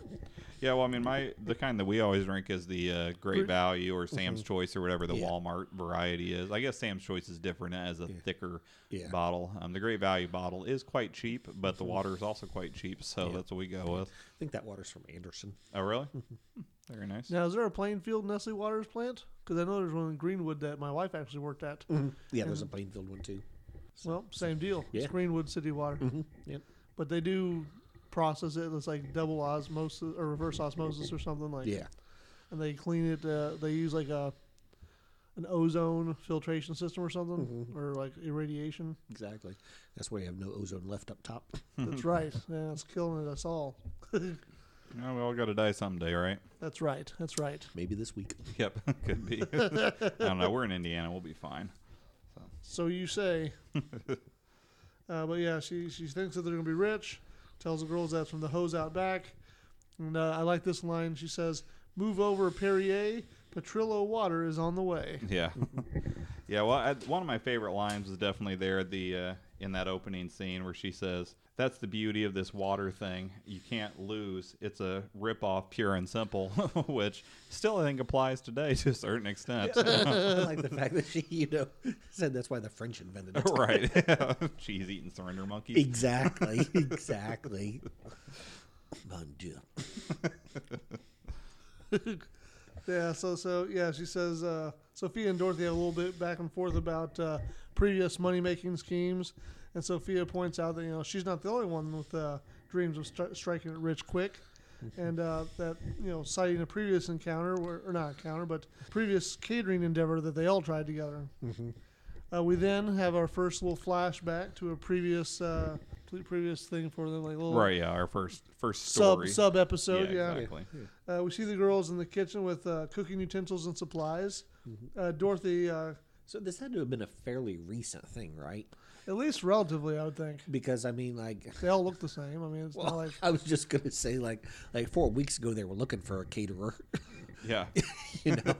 Speaker 1: Yeah, well, I mean, my the kind that we always drink is the uh, Great Value or Sam's Choice or whatever the
Speaker 2: Mm-hmm. Yeah.
Speaker 1: Walmart variety is. I guess Sam's Choice is different as a thicker
Speaker 2: Yeah. Mm-hmm.
Speaker 1: bottle. Um, the Great Value bottle is quite cheap, but the water is also quite cheap, so that's what we go with.
Speaker 2: I think that water's from Anderson.
Speaker 1: Oh, really?
Speaker 2: Mm-hmm.
Speaker 1: Hmm, Very nice.
Speaker 3: Now, is there a Plainfield Nestle Waters plant? Because I know there's one in Greenwood that my wife actually worked at.
Speaker 2: Yeah, there's a Plainfield one too.
Speaker 3: Well, same deal.
Speaker 2: Yeah.
Speaker 3: It's Greenwood City Water,
Speaker 2: Yep.
Speaker 3: but they do process it. It's like double osmosis or reverse osmosis or something like.
Speaker 2: Yeah,
Speaker 3: And they clean it. Uh, they use like a an ozone filtration system or something, or like irradiation.
Speaker 2: exactly. That's why you have no ozone left up top.
Speaker 3: That's right. Yeah, it's killing us all.
Speaker 1: Yeah, we all got to die someday, right?
Speaker 3: That's right. That's right.
Speaker 2: Maybe this week. (laughs)
Speaker 1: (laughs) Yep, could be. I don't know. We're in Indiana. We'll be fine.
Speaker 3: So you say. uh, but yeah, she she thinks that they're gonna be rich. Tells the girls that's from the hose out back. And uh, I like this line. She says, "Move over, Perrier. Patrillo water is on the way."
Speaker 1: Yeah, (laughs) yeah. Well, I, one of my favorite lines is definitely there the uh, in that opening scene where she says, "That's the beauty of this water thing. You can't lose. It's a ripoff, pure and simple," (laughs) which still I think applies today to a certain extent.
Speaker 2: I like the fact that she, you know, said that's why the French invented it.
Speaker 1: (laughs) right? (laughs) Cheese eating surrender monkeys.
Speaker 2: Exactly. Exactly. Mon Dieu.
Speaker 3: (laughs) Yeah. So so yeah, she says uh, Sophia and Dorothy have a little bit back and forth about uh, previous money making schemes, and Sophia points out that you know she's not the only one with uh, dreams of stri- striking it rich quick, and uh, that you know citing a previous encounter where, or not encounter but previous catering endeavor that they all tried together. Uh, we then have our first little flashback to a previous uh, pre- previous thing for them, like a little
Speaker 1: Right. Yeah. Our first first
Speaker 3: sub
Speaker 1: story.
Speaker 3: sub episode.
Speaker 1: yeah,
Speaker 3: yeah.
Speaker 1: Exactly.
Speaker 3: Uh, we see the girls in the kitchen with uh, cooking utensils and supplies.
Speaker 2: Mm-hmm.
Speaker 3: Uh, Dorothy, uh,
Speaker 2: So this had to have been a fairly recent thing, right?
Speaker 3: at least relatively, I would think.
Speaker 2: Because I mean, like,
Speaker 3: They all look the same. I mean, it's not
Speaker 2: well,
Speaker 3: like.
Speaker 2: (laughs) I was just gonna say, like, like four weeks ago they were looking for a caterer. (laughs)
Speaker 1: Yeah.
Speaker 2: you know,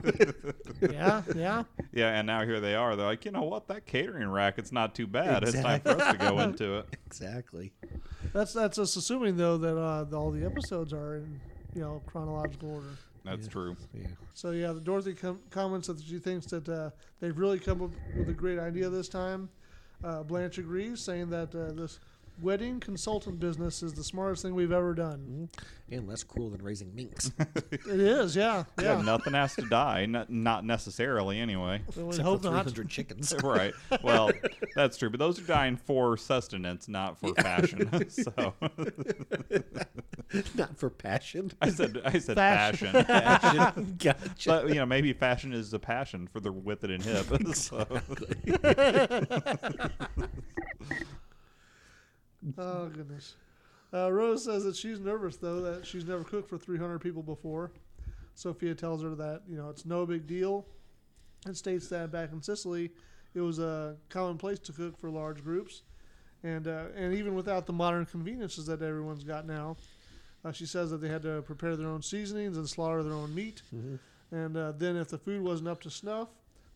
Speaker 3: Yeah, yeah.
Speaker 1: Yeah. And now here they are. They're like, you know what? That catering rack. It's not too bad. It's time for us to go into (laughs) it.
Speaker 2: exactly.
Speaker 3: That's that's us assuming, though, that uh, all the episodes are in you know chronological order.
Speaker 1: That's true.
Speaker 2: Yeah.
Speaker 3: So, yeah, the Dorothy com- comments that she thinks that uh, they've really come up with a great idea this time. Uh, Blanche agrees, saying that uh, this wedding consultant business is the smartest thing we've ever done.
Speaker 2: And less cruel than raising minks. Mm-hmm.
Speaker 3: It
Speaker 2: (laughs)
Speaker 3: is, yeah.
Speaker 1: Yeah,
Speaker 3: Yeah.
Speaker 1: nothing has to die. Not, not necessarily, (laughs) anyway.
Speaker 3: We would
Speaker 2: Except
Speaker 3: hope
Speaker 2: for
Speaker 3: not.
Speaker 2: 300 chickens.
Speaker 1: right. Well, that's true. But those are dying for sustenance, not for fashion. (laughs) so
Speaker 2: (laughs) not for passion. (laughs)
Speaker 1: I said, I said
Speaker 3: Fashion.
Speaker 1: fashion.
Speaker 2: gotcha.
Speaker 1: (laughs) But you know, maybe fashion is a passion for the with it and hip. (laughs) so,
Speaker 3: Oh goodness. Uh, Rose says that she's nervous though that she's never cooked for 300 people before. Sophia tells her that you know it's no big deal, and states that back in Sicily, it was a commonplace to cook for large groups, and uh, and even without the modern conveniences that everyone's got now, uh, she says that they had to prepare their own seasonings and slaughter their own meat, and uh, then if the food wasn't up to snuff,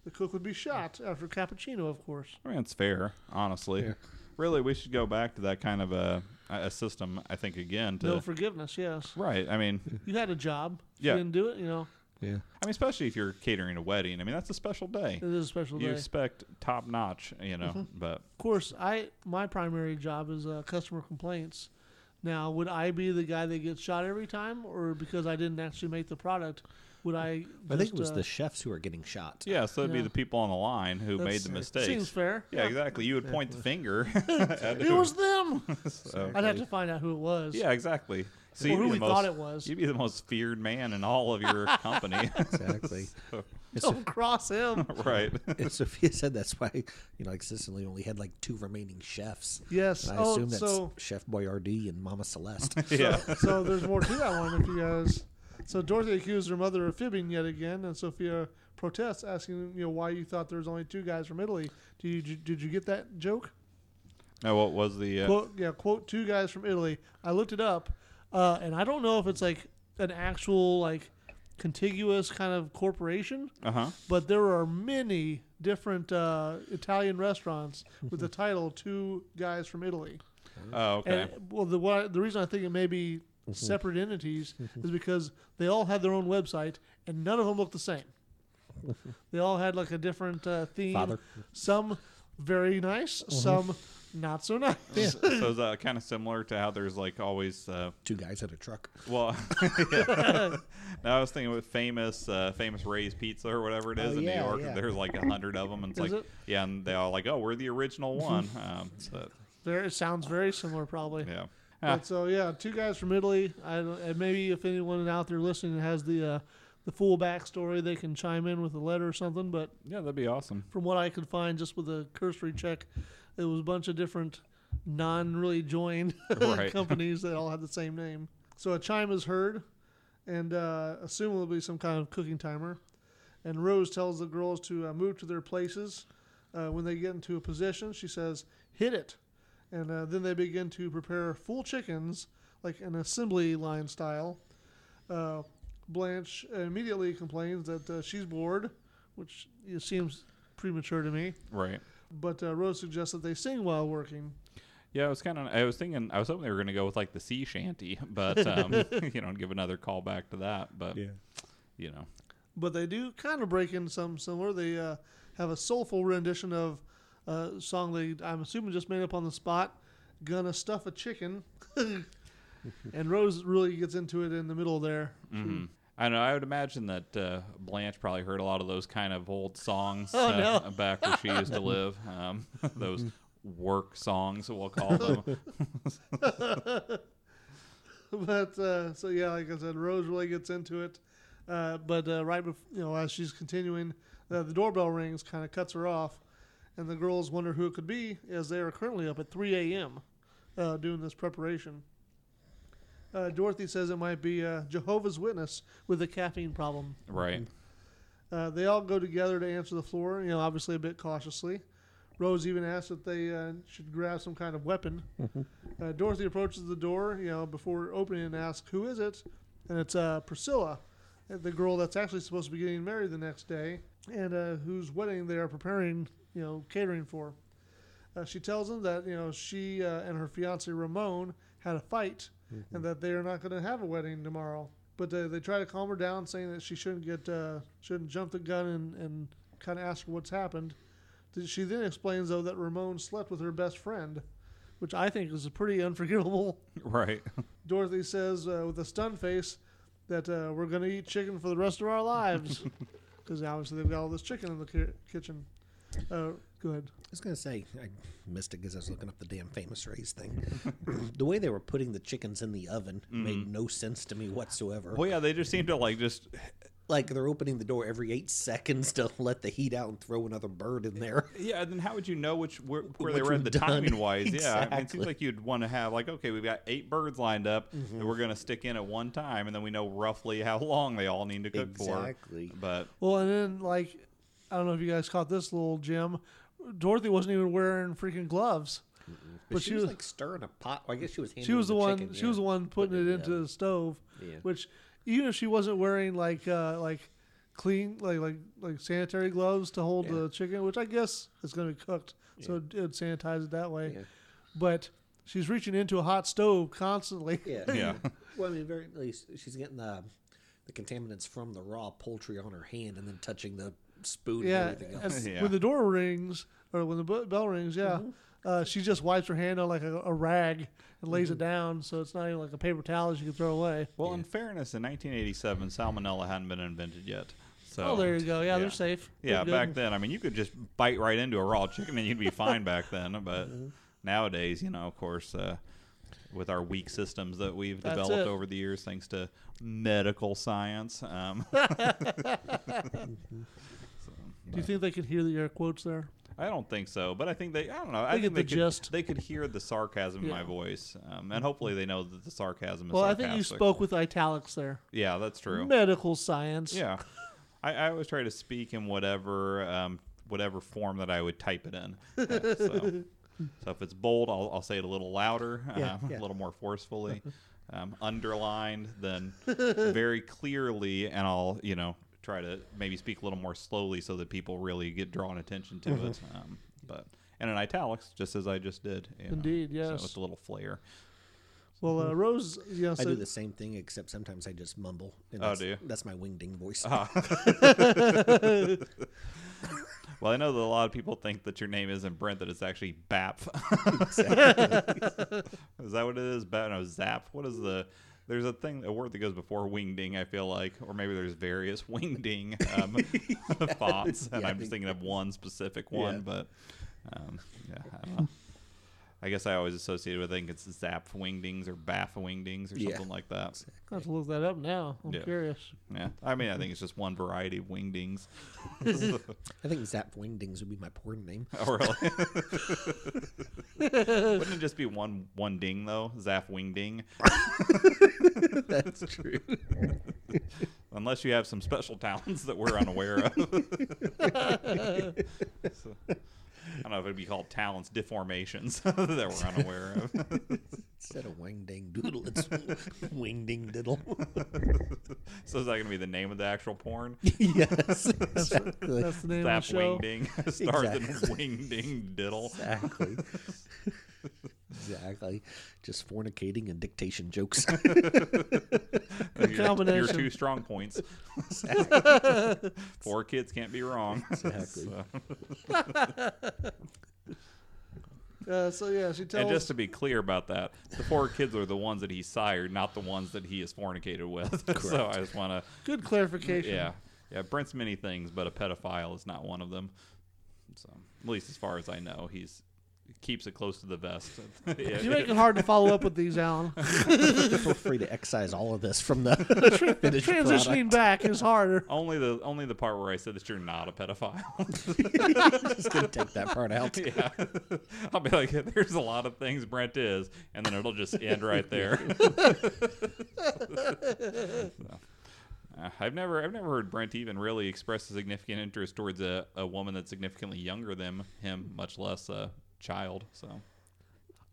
Speaker 3: the cook would be shot after cappuccino, of course.
Speaker 1: I mean, it's fair, honestly.
Speaker 2: Yeah.
Speaker 1: Really, we should go back to that kind of a, a system. I think again to
Speaker 3: No forgiveness, yes.
Speaker 1: right. I mean,
Speaker 3: (laughs) You had a job.
Speaker 1: Yeah.
Speaker 3: You didn't do it, you know.
Speaker 2: yeah.
Speaker 1: I mean, especially if you're catering a wedding. I mean, that's a special day.
Speaker 3: It is a special
Speaker 1: You
Speaker 3: day.
Speaker 1: expect top notch, you
Speaker 3: Mm-hmm.
Speaker 1: know. But
Speaker 3: of course, I my primary job is uh, customer complaints. Now, would I be the guy that gets shot every time, or because I didn't actually make the product, would I? Just,
Speaker 2: I think it was
Speaker 3: uh,
Speaker 2: the chefs who were getting shot.
Speaker 1: yeah, so it'd
Speaker 3: Yeah.
Speaker 1: be the people on the line who made
Speaker 3: that's-
Speaker 1: the mistakes.
Speaker 3: Seems fair.
Speaker 1: Yeah, exactly. You would point the finger. (laughs)
Speaker 3: It was them.
Speaker 1: So- (laughs)
Speaker 3: I'd have to find out who it was.
Speaker 1: yeah, exactly. So
Speaker 3: Or
Speaker 1: you'd
Speaker 3: who
Speaker 1: be
Speaker 3: we
Speaker 1: the
Speaker 3: thought
Speaker 1: most-
Speaker 3: it was.
Speaker 1: You'd be the most feared man in all of
Speaker 3: (laughs)
Speaker 1: your company. (laughs)
Speaker 2: Exactly.
Speaker 3: (laughs) Don't cross him.
Speaker 1: right.
Speaker 2: And Sophia said that's why, you know, like Sicily only had like two remaining chefs.
Speaker 3: Yes.
Speaker 2: And I
Speaker 3: oh,
Speaker 2: assume that's
Speaker 3: so
Speaker 2: Chef Boyardee and Mama
Speaker 3: (laughs)
Speaker 2: Celeste.
Speaker 1: (laughs) yeah.
Speaker 3: so there's more to that one if you guys. So Dorothy accused her mother of fibbing yet again, and Sophia protests, asking, "You know, why you thought there was only two guys from Italy? Did you did you get that joke?
Speaker 1: Now, what was the? Uh,
Speaker 3: Quote, yeah, quote two guys from Italy. I looked it up, uh, and I don't know if it's like an actual like contiguous kind of corporation,
Speaker 1: uh huh.
Speaker 3: but there are many different uh, Italian restaurants with the title Two Guys from Italy.
Speaker 1: Oh, okay.
Speaker 3: And, well, the why, the reason I think it may be separate entities is because they all had their own website and none of them looked the same. they all had like a different uh, theme.
Speaker 2: Father.
Speaker 3: Some very nice, some not so nice. (laughs)
Speaker 1: So is that kind of similar to how there's like always? Uh,
Speaker 2: two guys in a truck.
Speaker 1: well, (laughs) yeah. now I was thinking with famous, uh, famous Ray's Pizza or whatever it is
Speaker 2: Oh,
Speaker 1: in
Speaker 2: yeah,
Speaker 1: New York.
Speaker 2: yeah.
Speaker 1: There's like a hundred of them, and it's
Speaker 3: Is
Speaker 1: like,
Speaker 3: it?
Speaker 1: yeah, and they all like, oh, we're the (laughs) original one. Um, but
Speaker 3: There, it sounds very similar, probably.
Speaker 1: yeah, Ah,
Speaker 3: But so yeah, two guys from Italy. I, don't- and maybe if anyone out there listening has the uh, the full backstory, they can chime in with a letter or something. But
Speaker 1: yeah, that'd be awesome.
Speaker 3: from what I could find, just with a cursory check, it was a bunch of different non really joined (laughs)
Speaker 1: Right.
Speaker 3: companies that all had the same name. So a chime is heard, and uh, assumably some kind of cooking timer. And Rose tells the girls to uh, move to their places. Uh, when they get into a position, she says, "Hit it," and uh, then they begin to prepare full chickens, like an assembly line style. Uh, Blanche immediately complains that uh, she's bored, which it seems premature to me.
Speaker 1: Right.
Speaker 3: But uh, Rose suggests that they sing while working.
Speaker 1: Yeah, I was kind of. I was thinking. I was hoping they were going to go with like the sea shanty, but
Speaker 3: (laughs)
Speaker 1: um, (laughs) you know, give another call back to that. But you know,
Speaker 3: But they do kind of break into something similar. They uh, have a soulful rendition of uh, a song they, I'm assuming, just made up on the spot. Gonna stuff a chicken. (laughs) and Rose really gets into it in the middle there.
Speaker 1: Mhm. I know. I would imagine that uh, Blanche probably heard a lot of those kind of old songs
Speaker 3: (laughs) Oh,
Speaker 1: uh,
Speaker 3: no.
Speaker 1: back where she used to live. Um, (laughs) those
Speaker 3: Mm-hmm.
Speaker 1: work songs, we'll call
Speaker 3: (laughs)
Speaker 1: them.
Speaker 3: but uh, so yeah, like I said, Rose really gets into it. Uh, but uh, right, bef- you know, as she's continuing, uh, the doorbell rings, kind of cuts her off, and the girls wonder who it could be, as they are currently up at 3 a.m. Uh, doing this preparation. Uh, Dorothy says it might be uh, Jehovah's Witness with a caffeine problem.
Speaker 1: right.
Speaker 3: Uh, they all go together to answer the floor, you know, obviously a bit cautiously. Rose even asks if they uh, should grab some kind of weapon. Uh, Dorothy approaches the door, you know, before opening and asks, Who is it? And it's uh, Priscilla, uh, the girl that's actually supposed to be getting married the next day and uh, whose wedding they are preparing, you know, catering for. Uh, she tells them that, you know, she uh, and her fiance Ramon had a fight and that they are not going to have a wedding tomorrow. But uh, they try to calm her down, saying that she shouldn't get, uh, shouldn't jump the gun and, and kind of ask her what's happened. Th- She then explains, though, that Ramon slept with her best friend, which I think is a pretty unforgivable. (laughs)
Speaker 1: Right.
Speaker 3: Dorothy says, uh, with a stunned face, that uh, we're going to eat chicken for the rest of our (laughs) lives. Because obviously they've got all this chicken in the ki- kitchen. Uh, go ahead.
Speaker 2: I was gonna say I missed it because I was looking up the damn famous rays
Speaker 3: (laughs)
Speaker 2: thing. the way they were putting the chickens in the oven
Speaker 3: Mm.
Speaker 2: made no sense to me whatsoever.
Speaker 1: Well, yeah, they just seem to like just.
Speaker 2: Like they're opening the door every eight seconds to (laughs) let the heat out and throw another bird in there.
Speaker 1: Yeah, and then how would you know which where, where they
Speaker 2: Which
Speaker 1: were at
Speaker 2: we've
Speaker 1: the
Speaker 2: done.
Speaker 1: timing
Speaker 3: (laughs)
Speaker 1: wise? Yeah, I mean, it
Speaker 2: Exactly.
Speaker 1: seems like you'd want to have like, okay, we've got eight birds lined up
Speaker 3: Mm-hmm.
Speaker 1: that we're going to stick in at one time, and then we know roughly how long they all need to cook
Speaker 2: Exactly.
Speaker 1: for. But
Speaker 3: Well, and then like I don't know if you guys caught this little gem. Dorothy wasn't even wearing freaking gloves.
Speaker 2: But she, was, like stirring a pot. Well, I guess she was.
Speaker 3: she was the, one
Speaker 2: Chicken,
Speaker 3: she was the one putting it into the stove.
Speaker 2: Yeah.
Speaker 3: Which even if she wasn't wearing like uh like clean like like like sanitary gloves to hold the chicken, which I guess is gonna be cooked. So it, it sanitize it that way.
Speaker 2: Yeah.
Speaker 3: But she's reaching into a hot stove constantly. (laughs)
Speaker 2: Yeah.
Speaker 1: yeah,
Speaker 2: Well, I mean, very least she's getting the the contaminants from the raw poultry on her hand and then touching the spoon
Speaker 3: Yeah,
Speaker 2: and everything
Speaker 1: (laughs)
Speaker 2: else.
Speaker 3: as-
Speaker 1: Yeah.
Speaker 3: When the door rings or when the bu- bell rings, yeah,
Speaker 2: Mm-hmm.
Speaker 3: uh, she just wipes her hand on like a, a rag and lays
Speaker 2: Mm-hmm.
Speaker 3: it down, so it's not even like a paper towel she can throw away.
Speaker 1: well, in fairness, in 1987, salmonella hadn't been invented yet. So
Speaker 3: Oh, there you go. Yeah,
Speaker 1: yeah.
Speaker 3: they're safe.
Speaker 1: Yeah,
Speaker 3: They're
Speaker 1: back
Speaker 3: good.
Speaker 1: then, I mean, you could just bite right
Speaker 3: Mm-hmm.
Speaker 1: into a raw chicken and you'd be fine back then. But nowadays, you know, of course, uh, with our weak systems that we've
Speaker 3: That's
Speaker 1: developed
Speaker 3: it.
Speaker 1: over the years, thanks to medical science. Um,
Speaker 3: (laughs) Do you think they can hear the air quotes there?
Speaker 1: I don't think so, but I think they. I don't know. I
Speaker 3: They
Speaker 1: think
Speaker 3: get
Speaker 1: they
Speaker 3: the
Speaker 1: could.
Speaker 3: gist.
Speaker 1: They could hear the sarcasm in my
Speaker 3: Yeah.
Speaker 1: voice, um, and hopefully they know that the sarcasm is.
Speaker 3: Well, I
Speaker 1: sarcastic.
Speaker 3: think you spoke with italics there.
Speaker 1: Yeah, that's true.
Speaker 3: Medical science.
Speaker 1: Yeah, I, I always try to speak in whatever um, whatever form that I would type it in. Uh, so, so if it's bold, I'll, I'll say it a little louder,
Speaker 2: Yeah,
Speaker 1: um,
Speaker 2: yeah.
Speaker 1: a little more forcefully, um, underlined, then very clearly, and I'll you know try to maybe speak a little more slowly so that people really get drawn attention to it. Um, but and in italics, just as I just did. you know,
Speaker 3: Indeed,
Speaker 1: So
Speaker 3: yes.
Speaker 1: it's a little flair.
Speaker 3: Well, uh, Rose, yeah,
Speaker 2: Mm-hmm. I
Speaker 3: so
Speaker 2: do the same thing, except sometimes I just mumble. And
Speaker 1: Oh,
Speaker 2: that's,
Speaker 1: do you? Ah.
Speaker 2: That's my wingding voice.
Speaker 1: Well, I know that a lot of people think that your name isn't Brent; that it's actually Bap. (laughs) is that what it is? Bap? No, Zap. What is the? There's a thing, a word that goes before wingding. I feel like, or maybe there's various (laughs) wingding
Speaker 2: (laughs)
Speaker 1: um, fonts, and
Speaker 2: Yeah, I
Speaker 1: I'm just
Speaker 2: think-
Speaker 1: thinking of one specific one.
Speaker 2: Yeah.
Speaker 1: But um, yeah, I don't know. I guess I always associate it with I think it's Zap wingdings or Baff wingdings or
Speaker 2: Yeah.
Speaker 1: something like that.
Speaker 3: I'll have to look that up now. I'm
Speaker 1: Yeah.
Speaker 3: curious.
Speaker 1: Yeah, I mean, I think it's just one variety of (laughs)
Speaker 2: (laughs)
Speaker 1: wingdings.
Speaker 2: I think Zap Wingdings would be my porn name.
Speaker 1: (laughs) Oh, really? Wouldn't it just be one one ding though? Zaf wing ding.
Speaker 2: (laughs) That's true.
Speaker 1: (laughs) Unless you have some special talents that we're unaware
Speaker 2: (laughs)
Speaker 1: of. So, I don't know if it'd be called talents deformations (laughs) that we're unaware of. (laughs)
Speaker 2: Instead of Wingding Doodle, it's (laughs) Wingding Diddle. (laughs)
Speaker 1: so is that gonna be the name of the actual porn?
Speaker 3: (laughs)
Speaker 2: yes, exactly.
Speaker 3: That's the name
Speaker 1: Zap
Speaker 3: of the show.
Speaker 1: wing ding (laughs) stars
Speaker 2: Exactly.
Speaker 1: in wing ding diddle.
Speaker 2: Exactly. exactly. Just fornicating and dictation jokes.
Speaker 3: (laughs)
Speaker 1: Your, your
Speaker 3: combination.
Speaker 1: two strong
Speaker 3: (laughs)
Speaker 1: points. Four kids can't be wrong.
Speaker 2: Exactly.
Speaker 3: Uh, so yeah, she tells.
Speaker 1: And just to be clear about that, the four kids are the ones that he sired, not the ones that he is fornicated with. (laughs) so I just want
Speaker 3: good
Speaker 1: to,
Speaker 3: clarification.
Speaker 1: yeah, yeah. Brent's many things, but a pedophile is not one of them. So at least as far as I know, he's keeps it close to the vest. Yeah. (laughs)
Speaker 3: You make it hard to follow up with these, Alan.
Speaker 2: Feel free to excise all of this from (laughs) the (laughs) finished
Speaker 3: Transitioning back is harder.
Speaker 1: only the only the part where I said that you're not a pedophile.
Speaker 2: product. Just gonna take that part
Speaker 1: (laughs)
Speaker 2: out.
Speaker 1: yeah, I'll be like, there's a lot of things Brent is, and then it'll just end
Speaker 3: (laughs)
Speaker 1: right there. (laughs) So, uh, I've never, I've never heard Brent even really express a significant interest towards a, a woman that's significantly younger than him, much less a child. So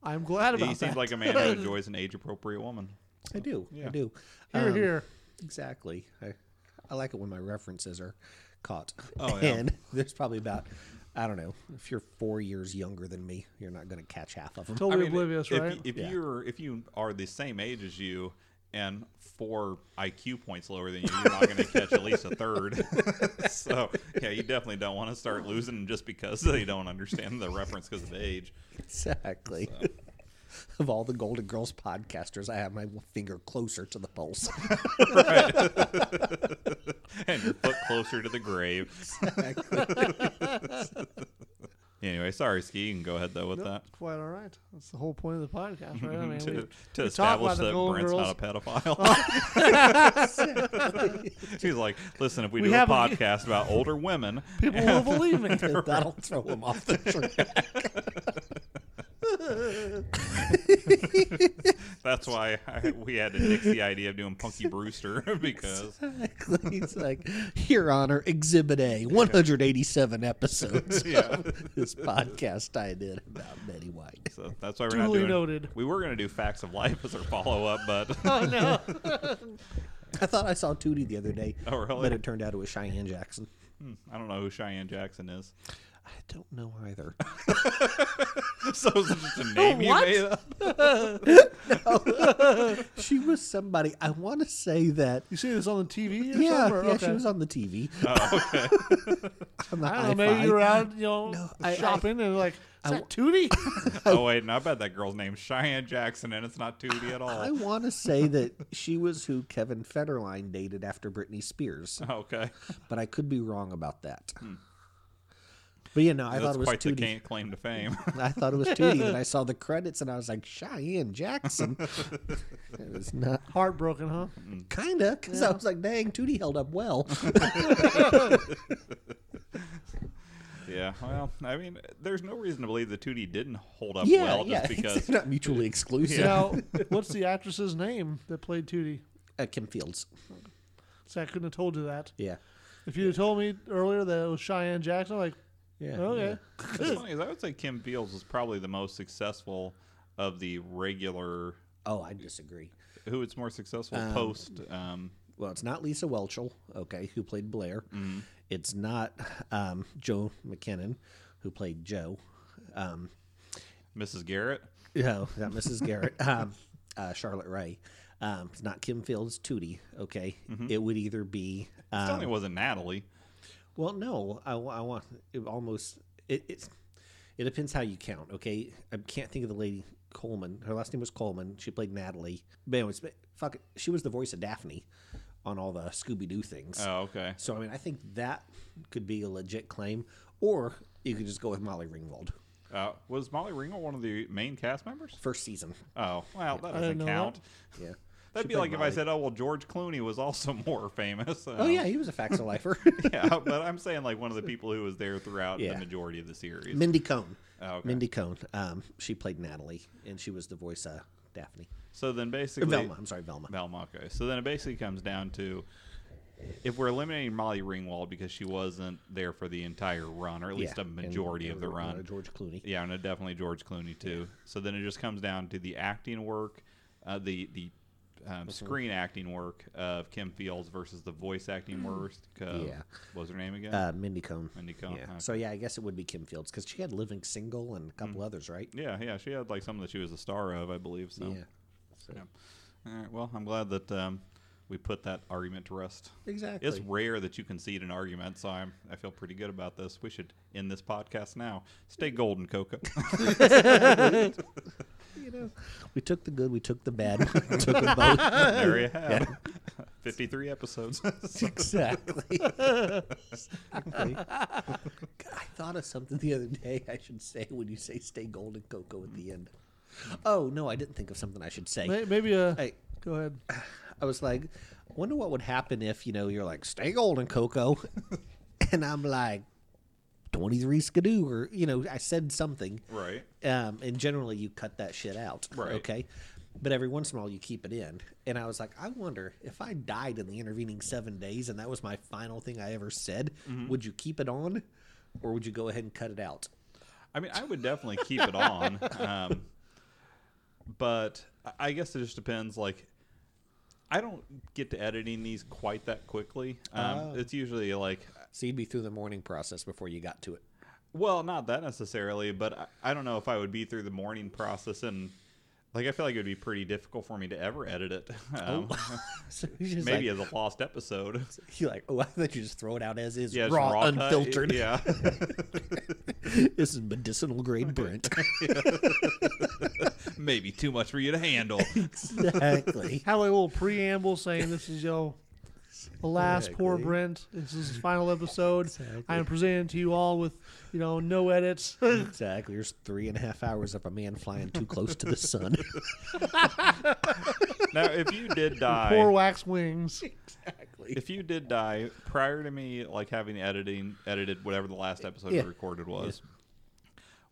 Speaker 3: I'm glad about
Speaker 1: he seems
Speaker 3: that.
Speaker 1: like a man who enjoys an age-appropriate woman.
Speaker 2: I do.
Speaker 1: Yeah.
Speaker 2: I do.
Speaker 3: (laughs) here,
Speaker 2: Um,
Speaker 3: here.
Speaker 2: Exactly. I, I like it when my references are caught.
Speaker 1: Oh, yeah.
Speaker 2: (laughs) And there's probably about, I don't know, if you're four years younger than me, you're not going to catch half of them.
Speaker 3: Totally
Speaker 1: I mean,
Speaker 3: oblivious,
Speaker 1: if,
Speaker 3: right?
Speaker 1: If
Speaker 2: Yeah.
Speaker 1: you're if you are the same age as you and four IQ points lower than you, you're not going to catch at least a third. (laughs) so yeah, you definitely don't want to start losing just because they don't understand the reference because of age.
Speaker 2: Exactly. (laughs) Of all the Golden Girls podcasters, I have my finger closer to the pulse.
Speaker 1: and your foot closer to the grave. anyway, sorry, Ski. You can go ahead though with that.
Speaker 3: Quite all right. That's the whole point of the podcast, right?
Speaker 1: (laughs)
Speaker 3: I mean, we-
Speaker 1: to to
Speaker 3: we talk about
Speaker 1: establish
Speaker 3: the
Speaker 1: that
Speaker 3: Golden
Speaker 1: Brent's
Speaker 3: Girls. Oh.
Speaker 1: not a pedophile. (laughs) He's like, listen, if we,
Speaker 3: We
Speaker 1: do a
Speaker 3: have a-
Speaker 1: podcast about older women,
Speaker 3: people will believe
Speaker 2: (laughs)
Speaker 3: me.
Speaker 2: That'll throw them off the track.
Speaker 1: That's why I, we had to nix the idea of doing Punky Brewster (laughs) because
Speaker 2: Exactly. It's like, Your Honor, Exhibit A, 187 episodes
Speaker 1: yeah,
Speaker 2: of this podcast I did about Betty White.
Speaker 1: so that's why we're not
Speaker 3: Duly
Speaker 1: doing.
Speaker 3: noted.
Speaker 1: We were gonna do Facts of Life as our follow up, but
Speaker 3: Oh no.
Speaker 2: I thought I saw Tootie the other day.
Speaker 1: Oh, really?
Speaker 2: But it turned out it was Cheyenne Jackson.
Speaker 1: I don't know who Cheyenne Jackson is. (laughs)
Speaker 2: I don't know either.
Speaker 1: So is it just a name
Speaker 3: What?
Speaker 1: you made up?
Speaker 2: she was somebody. I want to say that.
Speaker 3: You see this on the TV? Or
Speaker 2: Yeah,
Speaker 3: somewhere?
Speaker 2: yeah,
Speaker 3: okay. Oh,
Speaker 2: she was on the TV. (laughs) on the
Speaker 3: I don't know.
Speaker 2: hi-fi.
Speaker 3: Maybe you were out, you know,
Speaker 2: No, I-
Speaker 3: shopping and like,
Speaker 2: I-
Speaker 3: is that Tootie?
Speaker 1: (laughs) Oh wait, no, I bet that girl's name's Cheyenne Jackson, and it's not Tootie at
Speaker 2: I
Speaker 1: all.
Speaker 2: want to say that she was who Kevin Federline dated after Britney Spears,
Speaker 1: (laughs) Okay,
Speaker 3: Hmm.
Speaker 2: but I could be wrong about that. But you know, I thought
Speaker 1: That's
Speaker 2: it was
Speaker 1: quite the
Speaker 2: Tootie.
Speaker 1: ca- claim to fame. (laughs)
Speaker 2: I thought it was Tootie,
Speaker 3: (laughs)
Speaker 2: and I saw the credits, and I was like, Cheyenne Jackson. it was not
Speaker 3: Heartbroken, huh?
Speaker 2: kinda, because I was like, dang, Tootie held up well.
Speaker 1: yeah. Well, I mean, there's no reason to believe the 2D didn't hold up
Speaker 2: yeah,
Speaker 1: well
Speaker 2: yeah, (laughs)
Speaker 1: just because.
Speaker 2: they're not mutually
Speaker 1: (laughs)
Speaker 2: exclusive.
Speaker 3: Now, what's the actress's name that played Tootie?
Speaker 2: Uh, Kim Fields.
Speaker 3: See, I couldn't have told you that.
Speaker 2: Yeah.
Speaker 3: If you had told me earlier that it was Cheyenne Jackson, I'm like,
Speaker 2: Yeah.
Speaker 3: okay.
Speaker 1: What's funny is I would say Kim Fields was probably the most successful of the regular.
Speaker 2: Oh, I disagree.
Speaker 1: Who was more successful post? Um,
Speaker 2: Well, it's not Lisa Welchel, okay, who played Blair. It's not um, Joe McKinnon, who played Joe. Um,
Speaker 1: Mrs. Garrett.
Speaker 2: No, not Mrs. Garrett. Um, uh, Charlotte Ray. Um, it's not Kim Fields. Tootie. Okay, it would either be.
Speaker 1: It
Speaker 2: Um,
Speaker 1: certainly wasn't Natalie.
Speaker 2: well, no, I, wa- I want it almost. It, it's. It depends how you count. Okay, I can't think of the lady Coleman. Her last name was Coleman. She played Natalie. But anyways, but fuck it, she was the voice of Daphne on all the Scooby Doo things.
Speaker 1: Oh, okay.
Speaker 2: So I mean, I think that could be a legit claim, or you could just go with Molly Ringwald.
Speaker 1: Uh, was Molly Ringwald one of the main cast members?
Speaker 2: First season.
Speaker 1: Oh, well, that
Speaker 3: I
Speaker 1: doesn't
Speaker 3: didn't know that.
Speaker 1: count.
Speaker 2: Yeah.
Speaker 1: That'd
Speaker 2: She
Speaker 1: be
Speaker 2: played
Speaker 1: like if I
Speaker 2: Molly.
Speaker 1: said, "Oh well, George Clooney was also (laughs) more famous."
Speaker 2: Oh
Speaker 1: Um,
Speaker 2: yeah, he was a facts of
Speaker 1: (laughs)
Speaker 2: lifer.
Speaker 1: yeah. But I'm saying like one of the people who was there throughout
Speaker 2: Yeah.
Speaker 1: the majority of the series.
Speaker 2: (laughs) Mindy Cohn.
Speaker 1: Oh, okay.
Speaker 2: Mindy Cohn. Um, she played Natalie, and she was the voice of Daphne.
Speaker 1: so then
Speaker 2: Or
Speaker 1: basically,
Speaker 2: Velma. I'm sorry, Velma.
Speaker 1: Velma, okay. So then it basically comes down to if we're eliminating Molly Ringwald because she wasn't there for the entire run, or at least
Speaker 2: Yeah,
Speaker 1: a
Speaker 2: and-
Speaker 1: majority of the
Speaker 2: and, uh,
Speaker 1: run.
Speaker 2: George Clooney.
Speaker 1: Yeah, and uh, definitely George Clooney too. So then it just comes down to the acting work, uh, the the
Speaker 2: Mm-hmm.
Speaker 1: um, screen acting work of Kim Fields versus the voice acting work. Of,
Speaker 2: Mm-hmm. Yeah.
Speaker 1: what was her name again?
Speaker 2: Uh, Mindy Cohn.
Speaker 1: Mindy Cohn,
Speaker 2: Yeah.
Speaker 1: okay.
Speaker 2: So yeah, I guess it would be Kim Fields because she had Living Single and a couple others, right?
Speaker 1: Mm. yeah, yeah, she had like something that she was a star of, I believe. So
Speaker 2: Yeah. So-
Speaker 1: yeah. All right. Well, I'm glad that um, we put that argument to rest.
Speaker 2: Exactly.
Speaker 1: It's rare that you concede an argument, so I'm I feel pretty good about this. We should end this podcast now. Stay golden,
Speaker 2: (laughs)
Speaker 1: Coco.
Speaker 2: you know, we took the good, we took
Speaker 1: (laughs)
Speaker 2: the bad, we took them both. (laughs)
Speaker 1: there you have. it. (laughs) 53 episodes. (laughs) So-
Speaker 2: exactly. Exactly. I thought of something the other day I should say when you say stay golden cocoa at the end. Oh, no, I didn't think of something I should say.
Speaker 3: May- Maybe a.
Speaker 2: Hey.
Speaker 3: Go ahead.
Speaker 2: I was like, I wonder what would happen if, you know, you're like, stay golden cocoa. (laughs) and I'm like, 23 skidoo, or, you know, I said something.
Speaker 1: (laughs) right.
Speaker 2: Um, and generally, you cut that shit out.
Speaker 1: Right.
Speaker 2: Okay. But every once in a while, you keep it in. And I was like, I wonder if I died in the intervening seven days and that was my final thing I ever said,
Speaker 1: Mm-hmm.
Speaker 2: would you keep it on or would you go ahead and cut it out?
Speaker 1: I mean, I would definitely keep it on, um, but I- I guess it just depends. Like, I don't get to editing these quite that quickly. Um,
Speaker 2: Oh.
Speaker 1: It's usually like,
Speaker 2: So you'd be through the morning process before you
Speaker 1: (laughs)
Speaker 2: got to it. (laughs)
Speaker 1: well, not that necessarily, but I, I don't know if I would be through the morning process and. Like I feel like it would be pretty difficult for me to ever edit it. (laughs)
Speaker 2: (laughs)
Speaker 1: Um,
Speaker 2: So you're just
Speaker 1: maybe
Speaker 2: Oh, like,
Speaker 1: as a lost episode.
Speaker 2: you're like, oh, I thought you just throw it out as
Speaker 1: (laughs)
Speaker 2: is,
Speaker 1: Yeah, just
Speaker 2: raw,
Speaker 1: raw cut.
Speaker 2: unfiltered. (laughs)
Speaker 1: Yeah, (laughs)
Speaker 2: this is medicinal grade Brent. (laughs)
Speaker 1: maybe too much for you to
Speaker 2: (laughs)
Speaker 1: handle.
Speaker 2: exactly.
Speaker 3: Have a little preamble saying this
Speaker 1: (laughs)
Speaker 3: is yo. The last poor
Speaker 2: Exactly.
Speaker 3: Brent. This is his final episode.
Speaker 2: Exactly.
Speaker 3: I am presenting to you all with, you know,
Speaker 1: (laughs)
Speaker 3: no edits.
Speaker 2: Exactly. There's three and a half hours of a man flying too close to the sun. (laughs)
Speaker 1: now, if you did die,
Speaker 3: Poor wax wings.
Speaker 2: exactly.
Speaker 1: if you did die prior to me like having editing edited whatever the last episode
Speaker 2: Yeah.
Speaker 1: we recorded was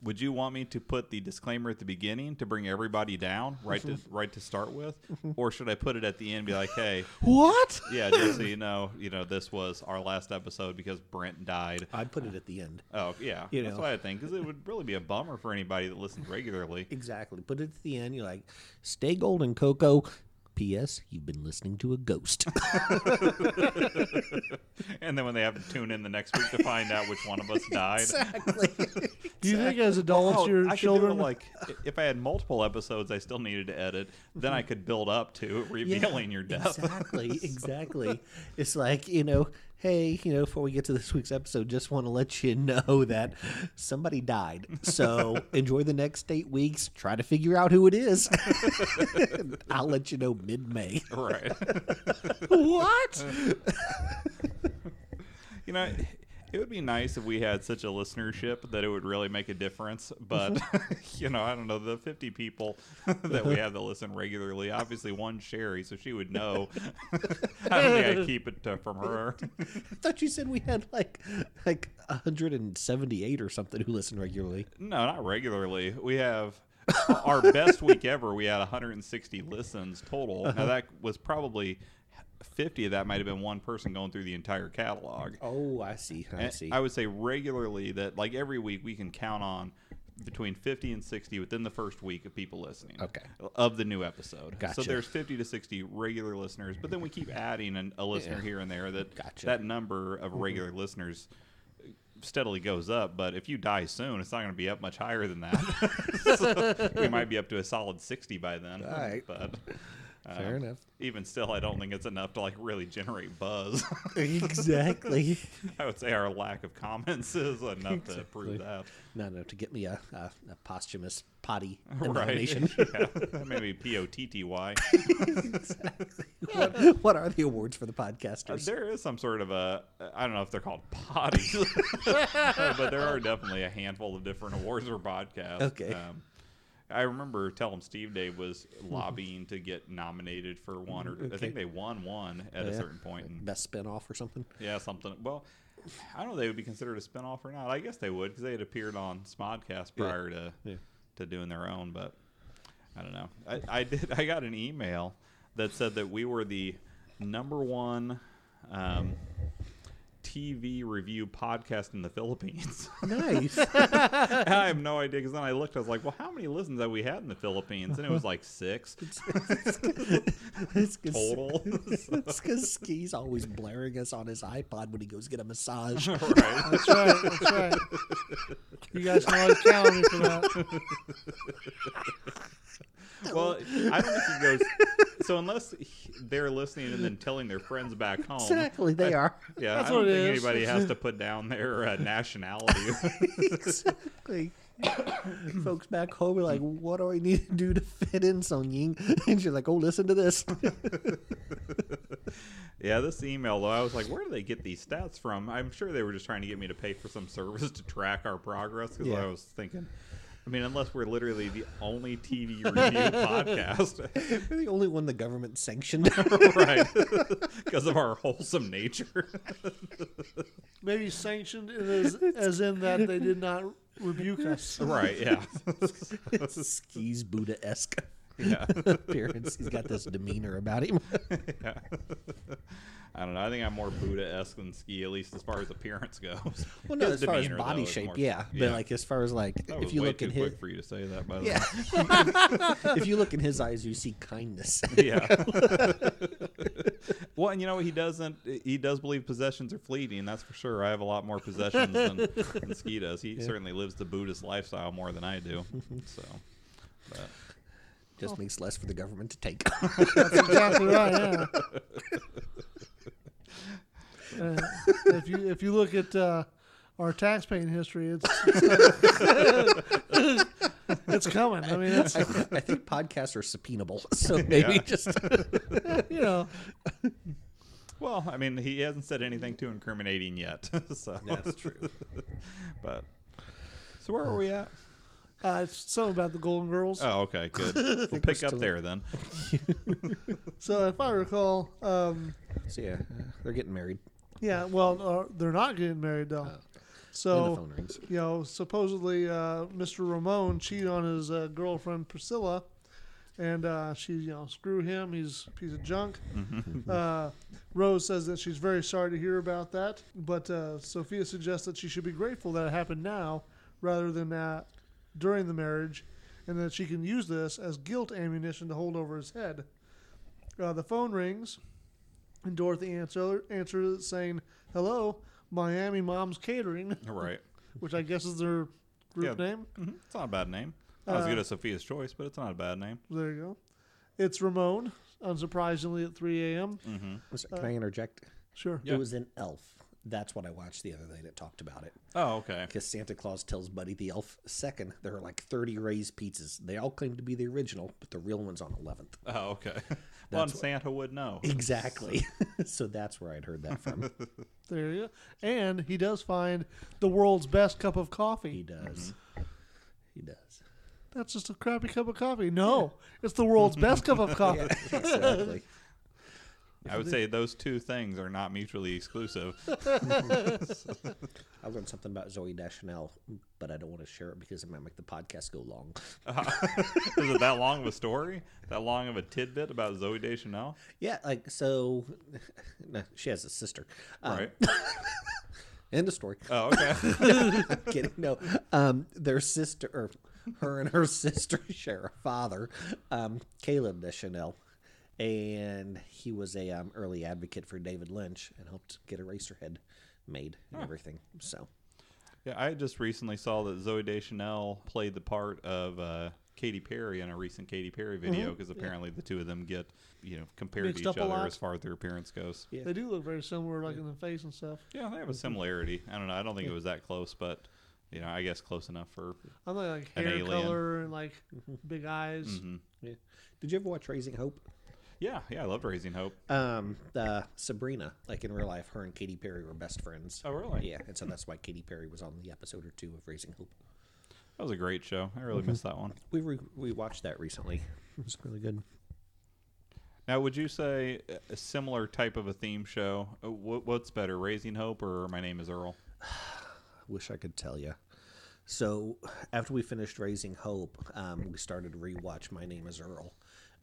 Speaker 1: would you want me to put the disclaimer at the beginning to bring everybody down right to
Speaker 2: Mm-hmm.
Speaker 1: right to start with or should i put it at the end and be like hey
Speaker 3: What?
Speaker 1: yeah just so you know you know this was our last episode because brent died
Speaker 2: I'd put it at the end.
Speaker 1: oh yeah
Speaker 2: You
Speaker 1: that's
Speaker 2: know.
Speaker 1: what i think because it would really be a bummer for anybody that listens regularly
Speaker 2: Exactly. Put it at the end. You're like, stay golden, Coco. P.S. You've been listening to a ghost.
Speaker 1: and then when they have to tune in the next week to find out which one of us died
Speaker 2: (laughs) exactly. (laughs)
Speaker 3: Do you think as adults
Speaker 1: Oh,
Speaker 3: your
Speaker 1: I could do it
Speaker 3: children
Speaker 1: like i- if I had multiple episodes, I still needed to edit. Then I could build up to revealing your death.
Speaker 2: (laughs) Exactly. Exactly. it's like, you know, hey, you know, before we get to this week's episode, just want to let you know (laughs) that somebody died. (laughs) So enjoy the next eight weeks. Try to figure out who it is. (laughs) I'll let you know mid May.
Speaker 1: (laughs) right.
Speaker 2: what?
Speaker 1: You know, It would be nice if we had such a listenership that it would really make a difference. But, (laughs) you know, I don't know. The 50 people (laughs) that we have that listen regularly, obviously one Sherry, so she would know. (laughs) I don't think I keep it uh, from her.
Speaker 2: (laughs) I thought you said we had like like 178 or something who listen regularly.
Speaker 1: No, not regularly. We have our best week ever. We had 160 listens total. Now that was probably 50 of that might have been one person going through the entire catalog.
Speaker 2: Oh, I see. I (laughs)
Speaker 1: And
Speaker 2: see.
Speaker 1: I would say regularly that like every week we can count on between 50 and 60 within the first week of people listening
Speaker 2: Okay.
Speaker 1: of the new episode
Speaker 2: Gotcha.
Speaker 1: so there's 50 to 60 regular listeners but then we keep adding an, a listener
Speaker 2: Yeah.
Speaker 1: here and there that
Speaker 2: Gotcha. Mm-hmm.
Speaker 1: that number of regular listeners steadily goes up but if you die soon it's not going to be up much higher than that (laughs) so we might be up to a solid 60 by then
Speaker 2: All right.
Speaker 1: but uh,
Speaker 2: Fair enough.
Speaker 1: even still i don't think it's enough to like really generate buzz (laughs)
Speaker 2: exactly.
Speaker 1: I would say our lack of comments is enough to prove that.
Speaker 2: Not enough to get me a, a, a posthumous potty
Speaker 1: Right.
Speaker 2: nomination.
Speaker 1: (laughs) yeah. Maybe P O T T
Speaker 2: (laughs)
Speaker 1: Y.
Speaker 2: what, what are the awards for the
Speaker 1: Uh,
Speaker 2: podcasters?
Speaker 1: There is some sort of a, I don't know if they're called potties, (laughs) Uh, but there are definitely a handful of different awards or podcasts.
Speaker 2: Okay.
Speaker 1: Um, I remember Tell 'em Steve Day was lobbying to get nominated for one, or I
Speaker 2: Okay.
Speaker 1: think they won one at a
Speaker 2: Yeah.
Speaker 1: certain point. And
Speaker 2: Best spinoff or something?
Speaker 1: Yeah, something. Well, I don't know if they would be considered a spinoff or not. I guess they would because they had appeared on Smodcast
Speaker 2: Yeah.
Speaker 1: prior to
Speaker 2: Yeah.
Speaker 1: to doing their own. But I don't know. I, I did. (laughs) I got an email that said that we were the number one um, TV review podcast in the Philippines. (laughs)
Speaker 2: (laughs) Nice.
Speaker 1: I have no idea because then I looked. I was like, well, how many listens have we had in the Philippines? And it was like
Speaker 2: (laughs)
Speaker 1: six
Speaker 2: It's 'cause- (laughs)
Speaker 1: total. (laughs) So,
Speaker 2: It's because Ski's always blaring us on his iPod when he goes get
Speaker 1: (laughs)
Speaker 2: a massage.
Speaker 1: Oh. right.
Speaker 3: That's right. That's right. You guys can always count on me for that.
Speaker 2: (laughs)
Speaker 1: Well, I don't think he goes. So unless he- they're listening and then telling their friends back home,
Speaker 2: exactly, they are. (laughs)
Speaker 1: yeah, I
Speaker 3: That's
Speaker 1: don't
Speaker 3: what it
Speaker 1: think
Speaker 3: is.
Speaker 1: anybody
Speaker 3: (laughs)
Speaker 1: has to put down their uh, nationality. (laughs)
Speaker 2: exactly. Folks back home are like, what do I need to do to fit in, Song Ying? (laughs) And you're like, oh, listen to this. (laughs)
Speaker 1: yeah, this email though, I was like, where do they get these stats from? I'm sure they were just trying to get me to pay for some service to track our progress because
Speaker 2: Yeah.
Speaker 1: I was thinking. I mean, unless we're literally the only TV review
Speaker 2: (laughs)
Speaker 1: podcast, (laughs)
Speaker 2: We're the only one the government sanctioned. (laughs)
Speaker 1: right? (laughs) Because of our wholesome nature. (laughs)
Speaker 3: Maybe sanctioned it as, as in that they did not rebuke us.
Speaker 1: right, yeah. (laughs)
Speaker 2: it's Ski's Buddha esque
Speaker 1: yeah.
Speaker 2: (laughs) appearance. He's got this demeanor about him.
Speaker 1: yeah. (laughs) I don't know. I think I'm more Buddha esque than ski, at least as far as appearance goes.
Speaker 2: Well, no,
Speaker 1: (laughs) His
Speaker 2: as far as
Speaker 1: demeanor, though,
Speaker 2: body
Speaker 1: is
Speaker 2: shape,
Speaker 1: more-
Speaker 2: yeah. But like, as far as like,
Speaker 1: That
Speaker 2: if
Speaker 1: was
Speaker 2: you
Speaker 1: way
Speaker 2: look
Speaker 1: too
Speaker 2: in
Speaker 1: quick
Speaker 2: his,
Speaker 1: for you to say that, by the
Speaker 2: yeah,
Speaker 1: way. (laughs)
Speaker 2: if you look in his eyes, you see kindness. (laughs)
Speaker 1: Yeah. well, and you know what? He doesn't. He does believe possessions are fleeting. That's for sure. I have a lot more possessions than, than Ski does.
Speaker 2: (laughs)
Speaker 1: He certainly lives the Buddhist lifestyle more than I do. So, but,
Speaker 2: Just makes less for the government to
Speaker 1: (laughs)
Speaker 2: take.
Speaker 3: That's exactly right. Yeah. Uh, if you if you look at uh, our tax paying history, it's (laughs) it's, it's coming. I mean, it's
Speaker 2: I, I think podcasts are subpoenable, (laughs) so maybe
Speaker 1: Yeah.
Speaker 2: just
Speaker 3: you know,
Speaker 1: well, I mean, he hasn't said anything too incriminating yet. (laughs) so
Speaker 2: true.
Speaker 1: (laughs) But so where are we at?
Speaker 3: uh, it's something about the Golden Girls.
Speaker 1: Oh, okay,
Speaker 3: (laughs)
Speaker 1: good. We'll pick up
Speaker 2: still-
Speaker 1: there then.
Speaker 3: So if I recall, um,
Speaker 2: So yeah, uh, they're getting married.
Speaker 3: yeah, well, uh, they're not getting married though.
Speaker 2: and the
Speaker 3: So
Speaker 2: phone rings.
Speaker 3: you know, supposedly uh, Mr. Ramon cheated on his uh, girlfriend Priscilla, and uh, she, you know, screw him. He's a piece of junk. uh, Rose says that she's very sorry to hear about that, but uh, Sophia suggests that she should be grateful that it happened now rather than uh, during the marriage, and that she can use this as guilt ammunition to hold over his head. Uh, the phone rings, and Dorothy answer, answers it saying, "Hello, Miami Mom's Catering." (laughs)
Speaker 1: All right.
Speaker 3: which I guess is their group
Speaker 1: Yeah.
Speaker 3: name.
Speaker 1: Mhm. It's not a bad name. Not as
Speaker 3: Uh,
Speaker 1: good as Sophia's Choice, but it's not a bad name.
Speaker 3: There you go. It's Ramon, unsurprisingly at 3 a.m.
Speaker 1: Mm-hmm.
Speaker 2: I'm sorry, Can I interject?
Speaker 3: Sure.
Speaker 1: Yeah.
Speaker 2: It was an elf. That's what I watched the other day that talked about it.
Speaker 1: Oh, okay.
Speaker 2: Because Santa Claus tells Buddy the elf, second, there are like 30 raised pizzas. They all claim to be the original, but the real one's on 11th.
Speaker 1: (laughs) Oh, (laughs)
Speaker 3: (laughs)
Speaker 1: okay. well, and Santa would know.
Speaker 2: (laughs) Exactly. so that's where I'd heard that from.
Speaker 3: the area, and he does find the world's best cup of coffee.
Speaker 2: He does. He does.
Speaker 3: That's just a crappy cup of coffee. No, it's the world's best cup
Speaker 1: (laughs)
Speaker 3: of coffee.
Speaker 2: Exactly.
Speaker 1: I would say those two things are not mutually
Speaker 3: (laughs)
Speaker 1: exclusive.
Speaker 2: I learned something about Zoe Deschanel, but I don't want to share it because it might make the podcast go long.
Speaker 1: Is it that long of a story? That long of a tidbit about Zoe Deschanel?
Speaker 2: Yeah, like so. (laughs) No, she has a sister.
Speaker 3: Uh.
Speaker 2: Um,
Speaker 1: Right.
Speaker 2: End of story. (laughs)
Speaker 1: Oh, okay. (laughs)
Speaker 2: I'm kidding. No, um, their sister, or her and her (laughs) sister share a father, um, Caleb Deschanel, and he was a um, early advocate for David Lynch and helped get Eraserhead made and everything. So
Speaker 1: Yeah, I just recently saw that Zoe Deschanel played the part of uh, Katy Perry in a recent Katy Perry video because apparently the two of them get you know compared
Speaker 3: Mm-hmm. Mixed
Speaker 1: to
Speaker 3: up
Speaker 1: each
Speaker 3: a
Speaker 1: other
Speaker 3: lot.
Speaker 1: as far as their appearance goes.
Speaker 2: Yeah.
Speaker 3: They do look very similar, like in the face and stuff.
Speaker 1: Yeah, they have
Speaker 2: Mm-hmm.
Speaker 1: a similarity. I don't know. I don't think it was that close, but you know, I guess close enough for.
Speaker 3: I think like
Speaker 1: An
Speaker 3: hair
Speaker 1: alien. Mm-hmm.
Speaker 3: color
Speaker 1: (laughs)
Speaker 3: and like big eyes.
Speaker 2: yeah. Did you ever watch Raising Hope?
Speaker 1: Yeah, yeah, I loved Raising Hope.
Speaker 2: Um, uh, Sabrina, like in real life, her and Katy Perry were best friends.
Speaker 1: Oh, really?
Speaker 2: Yeah, and so that's why Katy Perry was on the episode or two of Raising Hope.
Speaker 1: That was a great show. I really
Speaker 2: Mm-hmm.
Speaker 1: missed that one.
Speaker 2: We re- we watched that recently. It was really good.
Speaker 1: Now, would you say a- a similar type of a theme show? uh, wh- What's better, Raising Hope or My Name Is Earl?
Speaker 2: Wish I could tell you. So after we finished Raising Hope, um, we started to rewatch My Name Is Earl,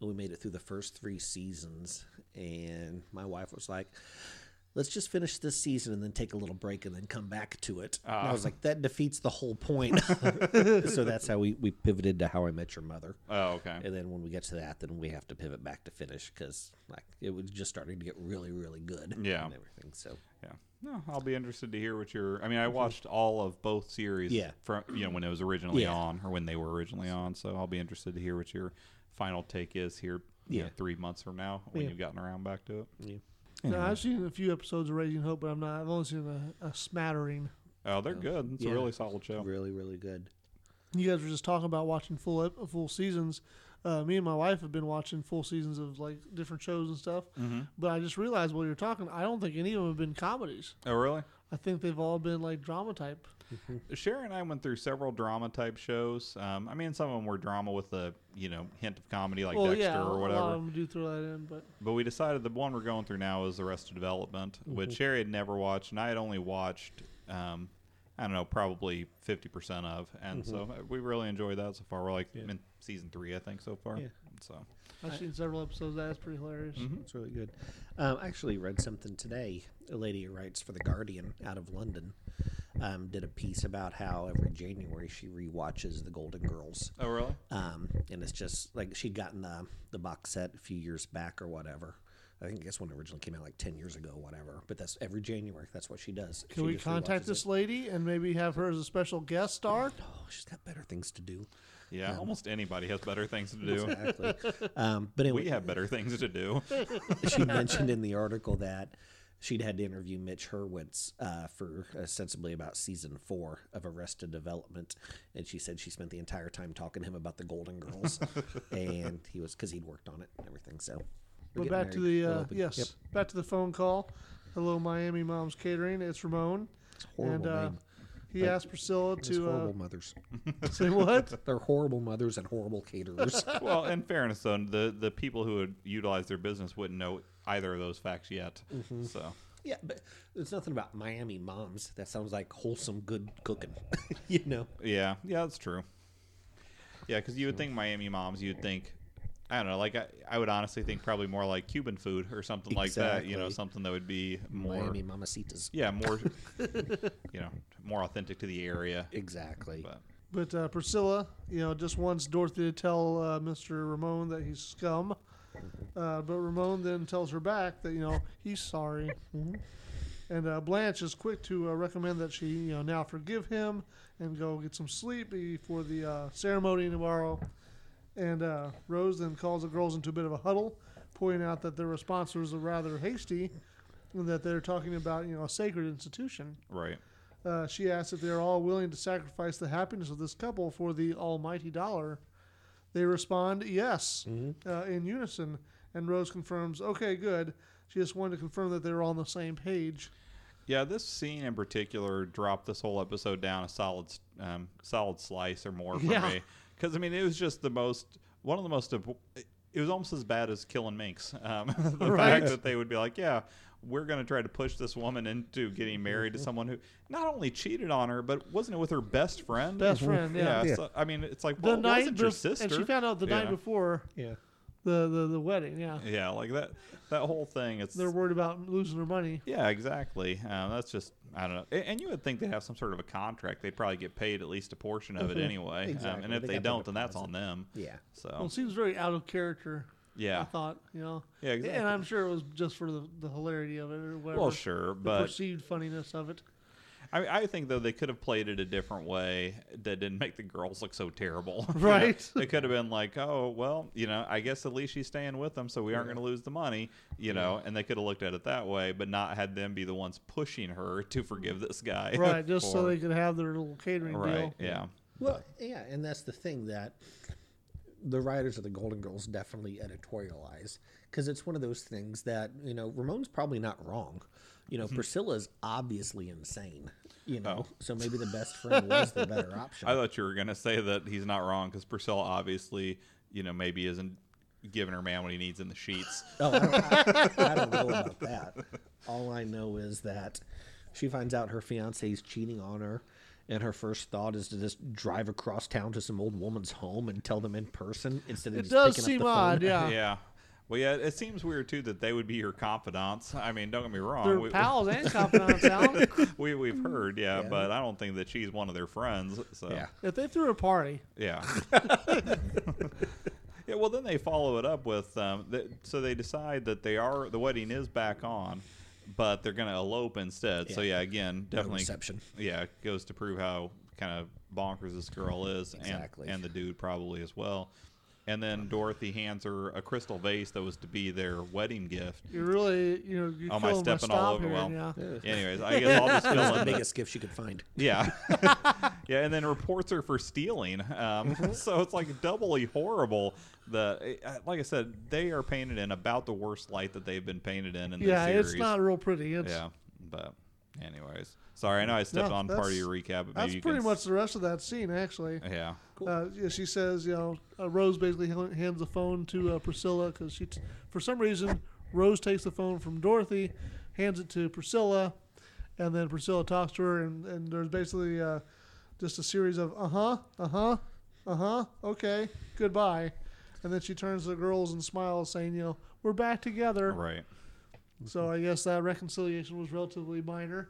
Speaker 2: and we made it through the first three seasons. And my wife was like, "Let's just finish this season and then take a little break and then come back to it." And I was like, "That defeats the whole point." so that's how we we pivoted to How I Met Your Mother.
Speaker 1: Oh, okay.
Speaker 2: And then when we get to that, then we have to pivot back to finish because like it was just starting to get really, really good.
Speaker 1: Yeah.
Speaker 2: and everything. So
Speaker 1: Yeah. No, I'll be interested to hear what your. I mean, I watched all of both series.
Speaker 2: Mm-hmm. Yeah.
Speaker 1: From you know when it was originally
Speaker 2: Yeah.
Speaker 1: on or when they were originally on, so I'll be interested to hear what your final take is here. you know,
Speaker 2: Yeah.
Speaker 1: three months from now when
Speaker 2: Yeah. Mm-hmm.
Speaker 1: you've gotten around back to it.
Speaker 3: Now, I've seen a few episodes of Raising Hope, but I'm not. I've only seen a, a smattering.
Speaker 1: Oh, they're good. It's
Speaker 2: yeah.
Speaker 1: a really solid show.
Speaker 2: really, really good.
Speaker 3: You guys were just talking about watching full ep- full seasons. Uh, me and my wife have been watching full seasons of like different shows and stuff. But I just realized while you're talking, I don't think any of them have been comedies.
Speaker 1: Oh, really?
Speaker 3: I think they've all been like drama type.
Speaker 1: Sharon and I went through several drama type shows. Um, I mean, some of them were drama with a you know hint of comedy, like
Speaker 3: well,
Speaker 1: Dexter
Speaker 3: yeah, um,
Speaker 1: or
Speaker 3: a lot
Speaker 1: whatever.
Speaker 3: of them do throw that in, but
Speaker 1: But we decided the one we're going through now is Arrested Development, which Sherry had never watched, and I had only watched, um, I don't know, probably 50% of. And so uh, we really enjoyed that so far. We're like in season three, I think, so far.
Speaker 2: Yeah.
Speaker 1: So,
Speaker 3: I've seen several episodes. That's pretty hilarious.
Speaker 2: It's really good. Um, I actually read something today. A lady who writes for The Guardian out of London um, did a piece about how every January she rewatches The Golden Girls.
Speaker 1: oh, really?
Speaker 2: Um, and it's just like she'd gotten the, the box set a few years back or whatever. I think this one originally came out like 10 years ago, whatever. But that's every January. That's what she does.
Speaker 3: Can
Speaker 2: She
Speaker 3: we
Speaker 2: just
Speaker 3: contact
Speaker 2: rewatches
Speaker 3: this
Speaker 2: it.
Speaker 3: lady and maybe have her as a special guest star?
Speaker 2: Oh, she's got better things to
Speaker 3: (laughs)
Speaker 2: do.
Speaker 1: Yeah, almost anybody has better things to
Speaker 2: (laughs)
Speaker 1: do.
Speaker 2: Exactly. um, but anyway,
Speaker 1: we have better things to do.
Speaker 2: she mentioned in the article that she'd had to interview Mitch Hurwitz uh, for ostensibly about season four of Arrested Development, and she said she spent the entire time talking to him about the Golden
Speaker 3: (laughs)
Speaker 2: Girls, and he was because he'd worked on it and everything. So, we're
Speaker 3: But
Speaker 2: getting
Speaker 3: back to
Speaker 2: married.
Speaker 3: the
Speaker 2: We're
Speaker 3: uh,
Speaker 2: hoping.
Speaker 3: yes,
Speaker 2: Yep.
Speaker 3: back to the phone call. Hello, Miami Moms Catering. It's Ramon,
Speaker 2: it's a horrible
Speaker 3: and uh,
Speaker 2: name.
Speaker 3: he
Speaker 2: Like,
Speaker 3: asked Priscilla
Speaker 2: It's
Speaker 3: to
Speaker 2: horrible
Speaker 3: uh,
Speaker 2: mothers.
Speaker 3: (laughs) say (laughs) what?
Speaker 2: They're horrible mothers and horrible
Speaker 3: (laughs)
Speaker 2: caterers. (laughs)
Speaker 1: well, in fairness, though, the, the people who would utilize their business wouldn't know either of those facts yet.
Speaker 2: Mm-hmm.
Speaker 1: So,
Speaker 2: yeah, but there's nothing about Miami moms that sounds like wholesome, good cooking. (laughs) you know.
Speaker 1: Yeah, yeah, that's true. Yeah, because you would think Miami moms, you'd think, I don't know, like I, I would honestly think probably more like Cuban food or something like that. You know,
Speaker 2: Exactly.
Speaker 1: something that would be more,
Speaker 2: Miami mamacitas.
Speaker 1: yeah,
Speaker 2: (laughs)
Speaker 1: more, you know, more authentic to the area.
Speaker 2: Exactly.
Speaker 1: But
Speaker 3: But uh, Priscilla, you know, just wants Dorothy to tell uh, Mr. Ramon that he's scum. Uh, but Ramon then tells her back that you know he's sorry, and uh, Blanche is quick to uh, recommend that she you know now forgive him and go get some sleep before the uh, ceremony tomorrow. And uh, Rose then calls the girls into a bit of a huddle, pointing out that their responses are rather hasty, and that they're talking about you know a sacred institution.
Speaker 1: right,
Speaker 3: Uh, she asks if they are all willing to sacrifice the happiness of this couple for the almighty dollar. They respond yes uh, in unison, and Rose confirms, "Okay, good." She just wanted to confirm that they were all on the same page.
Speaker 1: Yeah, this scene in particular dropped this whole episode down a solid, s- um, solid slice or more for
Speaker 3: Yeah.
Speaker 1: me. Because I mean, it was just the most one of the most. ab- It was almost as bad as killing minks. (laughs) Um, the
Speaker 3: Right.
Speaker 1: fact that they would be like, "Yeah, we're going to try to push this woman into getting married
Speaker 3: Mm-hmm.
Speaker 1: to someone who not only cheated on her, but wasn't it with her best friend? Mm-hmm.
Speaker 3: Best friend, yeah.
Speaker 2: Yeah.
Speaker 1: so- I mean, it's like
Speaker 3: the
Speaker 1: well, it
Speaker 3: night
Speaker 1: wasn't your
Speaker 3: bef-
Speaker 1: sister,
Speaker 3: and she found out the night
Speaker 1: Yeah.
Speaker 3: before
Speaker 2: Yeah.
Speaker 3: the, the, the wedding. Yeah,
Speaker 1: Yeah, like that. That whole thing. It's
Speaker 3: they're worried about losing their money.
Speaker 1: Yeah, exactly. Um, that's just I don't know. A- And you would think they have some sort of a contract. They'd probably get paid at least a portion of it anyway. Um,
Speaker 2: Mm-hmm. Exactly.
Speaker 1: and if
Speaker 2: They
Speaker 1: they
Speaker 2: got their
Speaker 1: don't, then that's
Speaker 2: deposit.
Speaker 1: on them.
Speaker 2: Yeah.
Speaker 3: Well,
Speaker 1: So
Speaker 3: it seems very out of character. I
Speaker 1: yeah,
Speaker 3: thought you know.
Speaker 1: yeah, exactly.
Speaker 3: And I'm sure it was just for the, the hilarity of it or whatever.
Speaker 1: well, sure,
Speaker 3: The
Speaker 1: but
Speaker 3: perceived funniness of it.
Speaker 1: I, I think though they could have played it a different way that didn't make the girls look so terrible. (laughs) You know,
Speaker 3: Right.
Speaker 1: It could have been like, oh well, you know, I guess at least she's staying with them, so we aren't going to lose the money, you know. And they could have looked at it that way, but not had them be the ones pushing her to forgive this guy. (laughs)
Speaker 3: Mm. Right, just so
Speaker 1: for-
Speaker 3: they could have their little catering
Speaker 1: right,
Speaker 3: deal.
Speaker 1: yeah.
Speaker 2: Well, yeah, and that's the thing that the writers of the Golden Girls definitely editorialize because it's one of those things that you know Ramon's probably not wrong. You know,
Speaker 3: Mm-hmm.
Speaker 2: Priscilla's obviously insane. You know,
Speaker 3: Oh.
Speaker 2: so maybe the best friend was the
Speaker 3: (laughs)
Speaker 2: better option.
Speaker 1: I thought you were gonna say that he's not wrong because Priscilla obviously, you know, maybe isn't giving her man what he needs in the sheets.
Speaker 2: Oh, I, don't- I, I don't know about that. All I know is that she finds out her fiance's cheating on her, and her first thought is to just drive across town to some old woman's home and tell them in person instead of
Speaker 3: It
Speaker 2: just
Speaker 3: does
Speaker 2: picking up
Speaker 3: seem
Speaker 2: the phone.
Speaker 3: odd, yeah.
Speaker 1: yeah. Well, yeah, it seems weird too that they would be your confidants. I mean, don't get me wrong,
Speaker 3: They're
Speaker 1: Oh, we, (laughs)
Speaker 3: pals and confidants, Alan.
Speaker 1: we we've heard, yeah, but I don't think that she's one of their friends. So
Speaker 2: Yeah.
Speaker 3: If they threw a party,
Speaker 1: Yeah. yeah. Well, then they follow it up with um, th- so they decide that they are the wedding is back on, but they're going to elope instead. So yeah, again, definitely
Speaker 2: reception.
Speaker 1: Yeah, it goes to prove how kind of bonkers this girl is, and-
Speaker 2: Exactly.
Speaker 1: and, the dude probably as well. And then Dorothy hands her a crystal vase that was to be their wedding gift.
Speaker 3: you really, you know, you're
Speaker 1: Oh, am I
Speaker 3: killing my
Speaker 1: stepping all
Speaker 3: stop
Speaker 1: over?
Speaker 3: here.
Speaker 1: well,
Speaker 3: yeah.
Speaker 1: anyways, I guess I'll just fill in
Speaker 2: (laughs) the
Speaker 1: the-
Speaker 2: biggest gift she could find.
Speaker 3: (laughs)
Speaker 1: yeah. (laughs) yeah, and then reports her for stealing. Um, (laughs)
Speaker 3: Mm-hmm.
Speaker 1: so it's like doubly horrible. The uh, like I said, they are painted in about the worst light that they've been painted in in
Speaker 3: Yeah,
Speaker 1: the series.
Speaker 3: it's not real pretty. It's,
Speaker 1: Yeah, but anyways, sorry. I know I stepped
Speaker 3: No,
Speaker 1: on part of
Speaker 3: that's-
Speaker 1: your recap, but maybe
Speaker 3: That's
Speaker 1: you
Speaker 3: pretty
Speaker 1: can,
Speaker 3: much the rest of that scene, actually.
Speaker 1: Yeah,
Speaker 3: Uh, yeah, she says, you know, uh, Rose basically hand- hands the phone to uh, Priscilla because she, t- for some reason, Rose takes the phone from Dorothy, hands it to Priscilla, and then Priscilla talks to her, and, and there's basically uh, just a series of uh huh, uh huh, uh huh, okay, goodbye, and then she turns to the girls and smiles, saying, you know, we're back together.
Speaker 1: right.
Speaker 3: So I guess that reconciliation was relatively minor.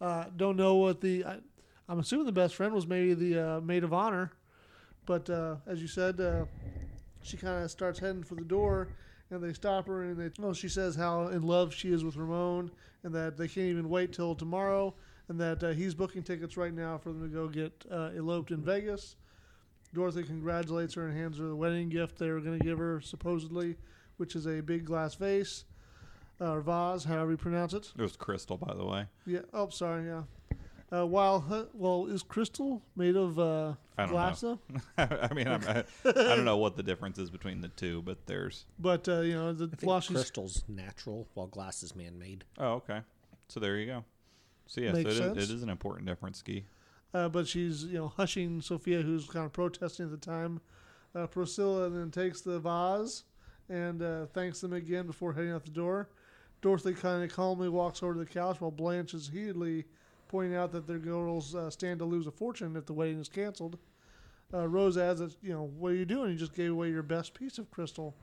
Speaker 3: Uh, don't know what the. I, I'm assuming the best friend was maybe the uh, maid of honor, but uh, as you said, uh, she kind of starts heading for the door, and they stop her, and they. Oh, she says how in love she is with Ramon, and that they can't even wait till tomorrow, and that uh, he's booking tickets right now for them to go get uh, eloped in Vegas. Dorothy congratulates her and hands her the wedding gift they were going to give her, supposedly, which is a big glass vase or vase, Uh, however you pronounce it.
Speaker 1: It was crystal, by the way. (laughs)
Speaker 3: Yeah. Oh, sorry. Yeah. Uh, while huh, well, is crystal made of uh,
Speaker 1: I don't
Speaker 3: glass
Speaker 1: know.
Speaker 3: though?
Speaker 1: I mean, I'm,
Speaker 3: (laughs)
Speaker 1: I, I don't know what the difference is between the two, but there's
Speaker 3: But uh, you know, the
Speaker 2: I think
Speaker 3: while she's
Speaker 2: crystal's natural, while glass is man-made.
Speaker 1: oh okay. So there you go. So yeah, so it
Speaker 3: Makes
Speaker 1: is,
Speaker 3: sense.
Speaker 1: it is an important difference, Ski.
Speaker 3: uh, but she's you know hushing Sophia, who's kind of protesting at the time. Uh, Priscilla then takes the vase and uh, thanks them again before heading out the door. Dorothy kind of calmly walks over to the couch while Blanche is heatedly pointing out that their girls uh, stand to lose a fortune if the wedding is canceled. Uh, Rose adds that, you know, what are you doing? You just gave away your best piece of crystal.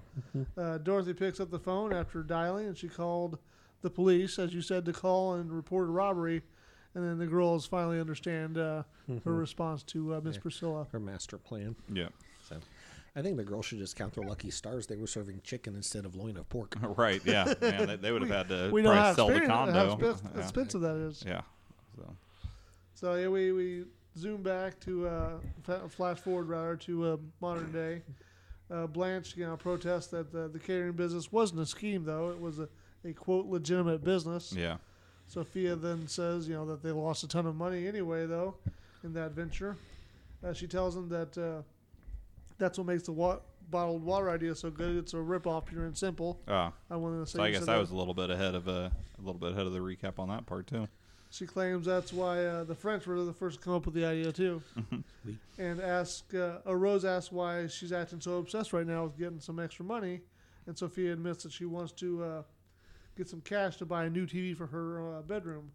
Speaker 3: Uh, Dorothy picks up the phone after dialing and she called the police, as you said, to call and report a robbery. And then the girls finally understand uh, her response to uh, Miss Priscilla.
Speaker 2: Her master plan.
Speaker 1: Yeah.
Speaker 2: So, I think the girls should just count their lucky stars. They were serving chicken instead of loin of pork.
Speaker 1: (laughs) Right. Yeah. Man, they, they would have had to
Speaker 3: We know how,
Speaker 1: Uh, probably sell the
Speaker 3: expen- how
Speaker 1: condo.
Speaker 3: expen-
Speaker 1: Yeah.
Speaker 3: expensive that is.
Speaker 1: (laughs) Yeah. So
Speaker 3: So yeah, we, we zoom back to uh, fa- flash forward rather to uh, modern day. Uh, Blanche, you know, protests that the, the catering business wasn't a scheme though; it was a, a quote legitimate business.
Speaker 1: yeah,
Speaker 3: Sophia then says, you know, that they lost a ton of money anyway though, in that venture. Uh, she tells them that uh, that's what makes the wa- bottled water idea so good. It's a rip off, pure and simple.
Speaker 1: oh,
Speaker 3: I wanted to say.
Speaker 1: so I
Speaker 3: you
Speaker 1: guess
Speaker 3: said
Speaker 1: I
Speaker 3: that-
Speaker 1: was a little bit ahead of uh, a little bit ahead of the recap on that part too.
Speaker 3: She claims that's why uh, the French were the first to come up with the idea too.
Speaker 2: We-
Speaker 3: and ask uh, uh, Rose asks why she's acting so obsessed right now with getting some extra money, and Sophia admits that she wants to uh, get some cash to buy a new TV for her uh, bedroom.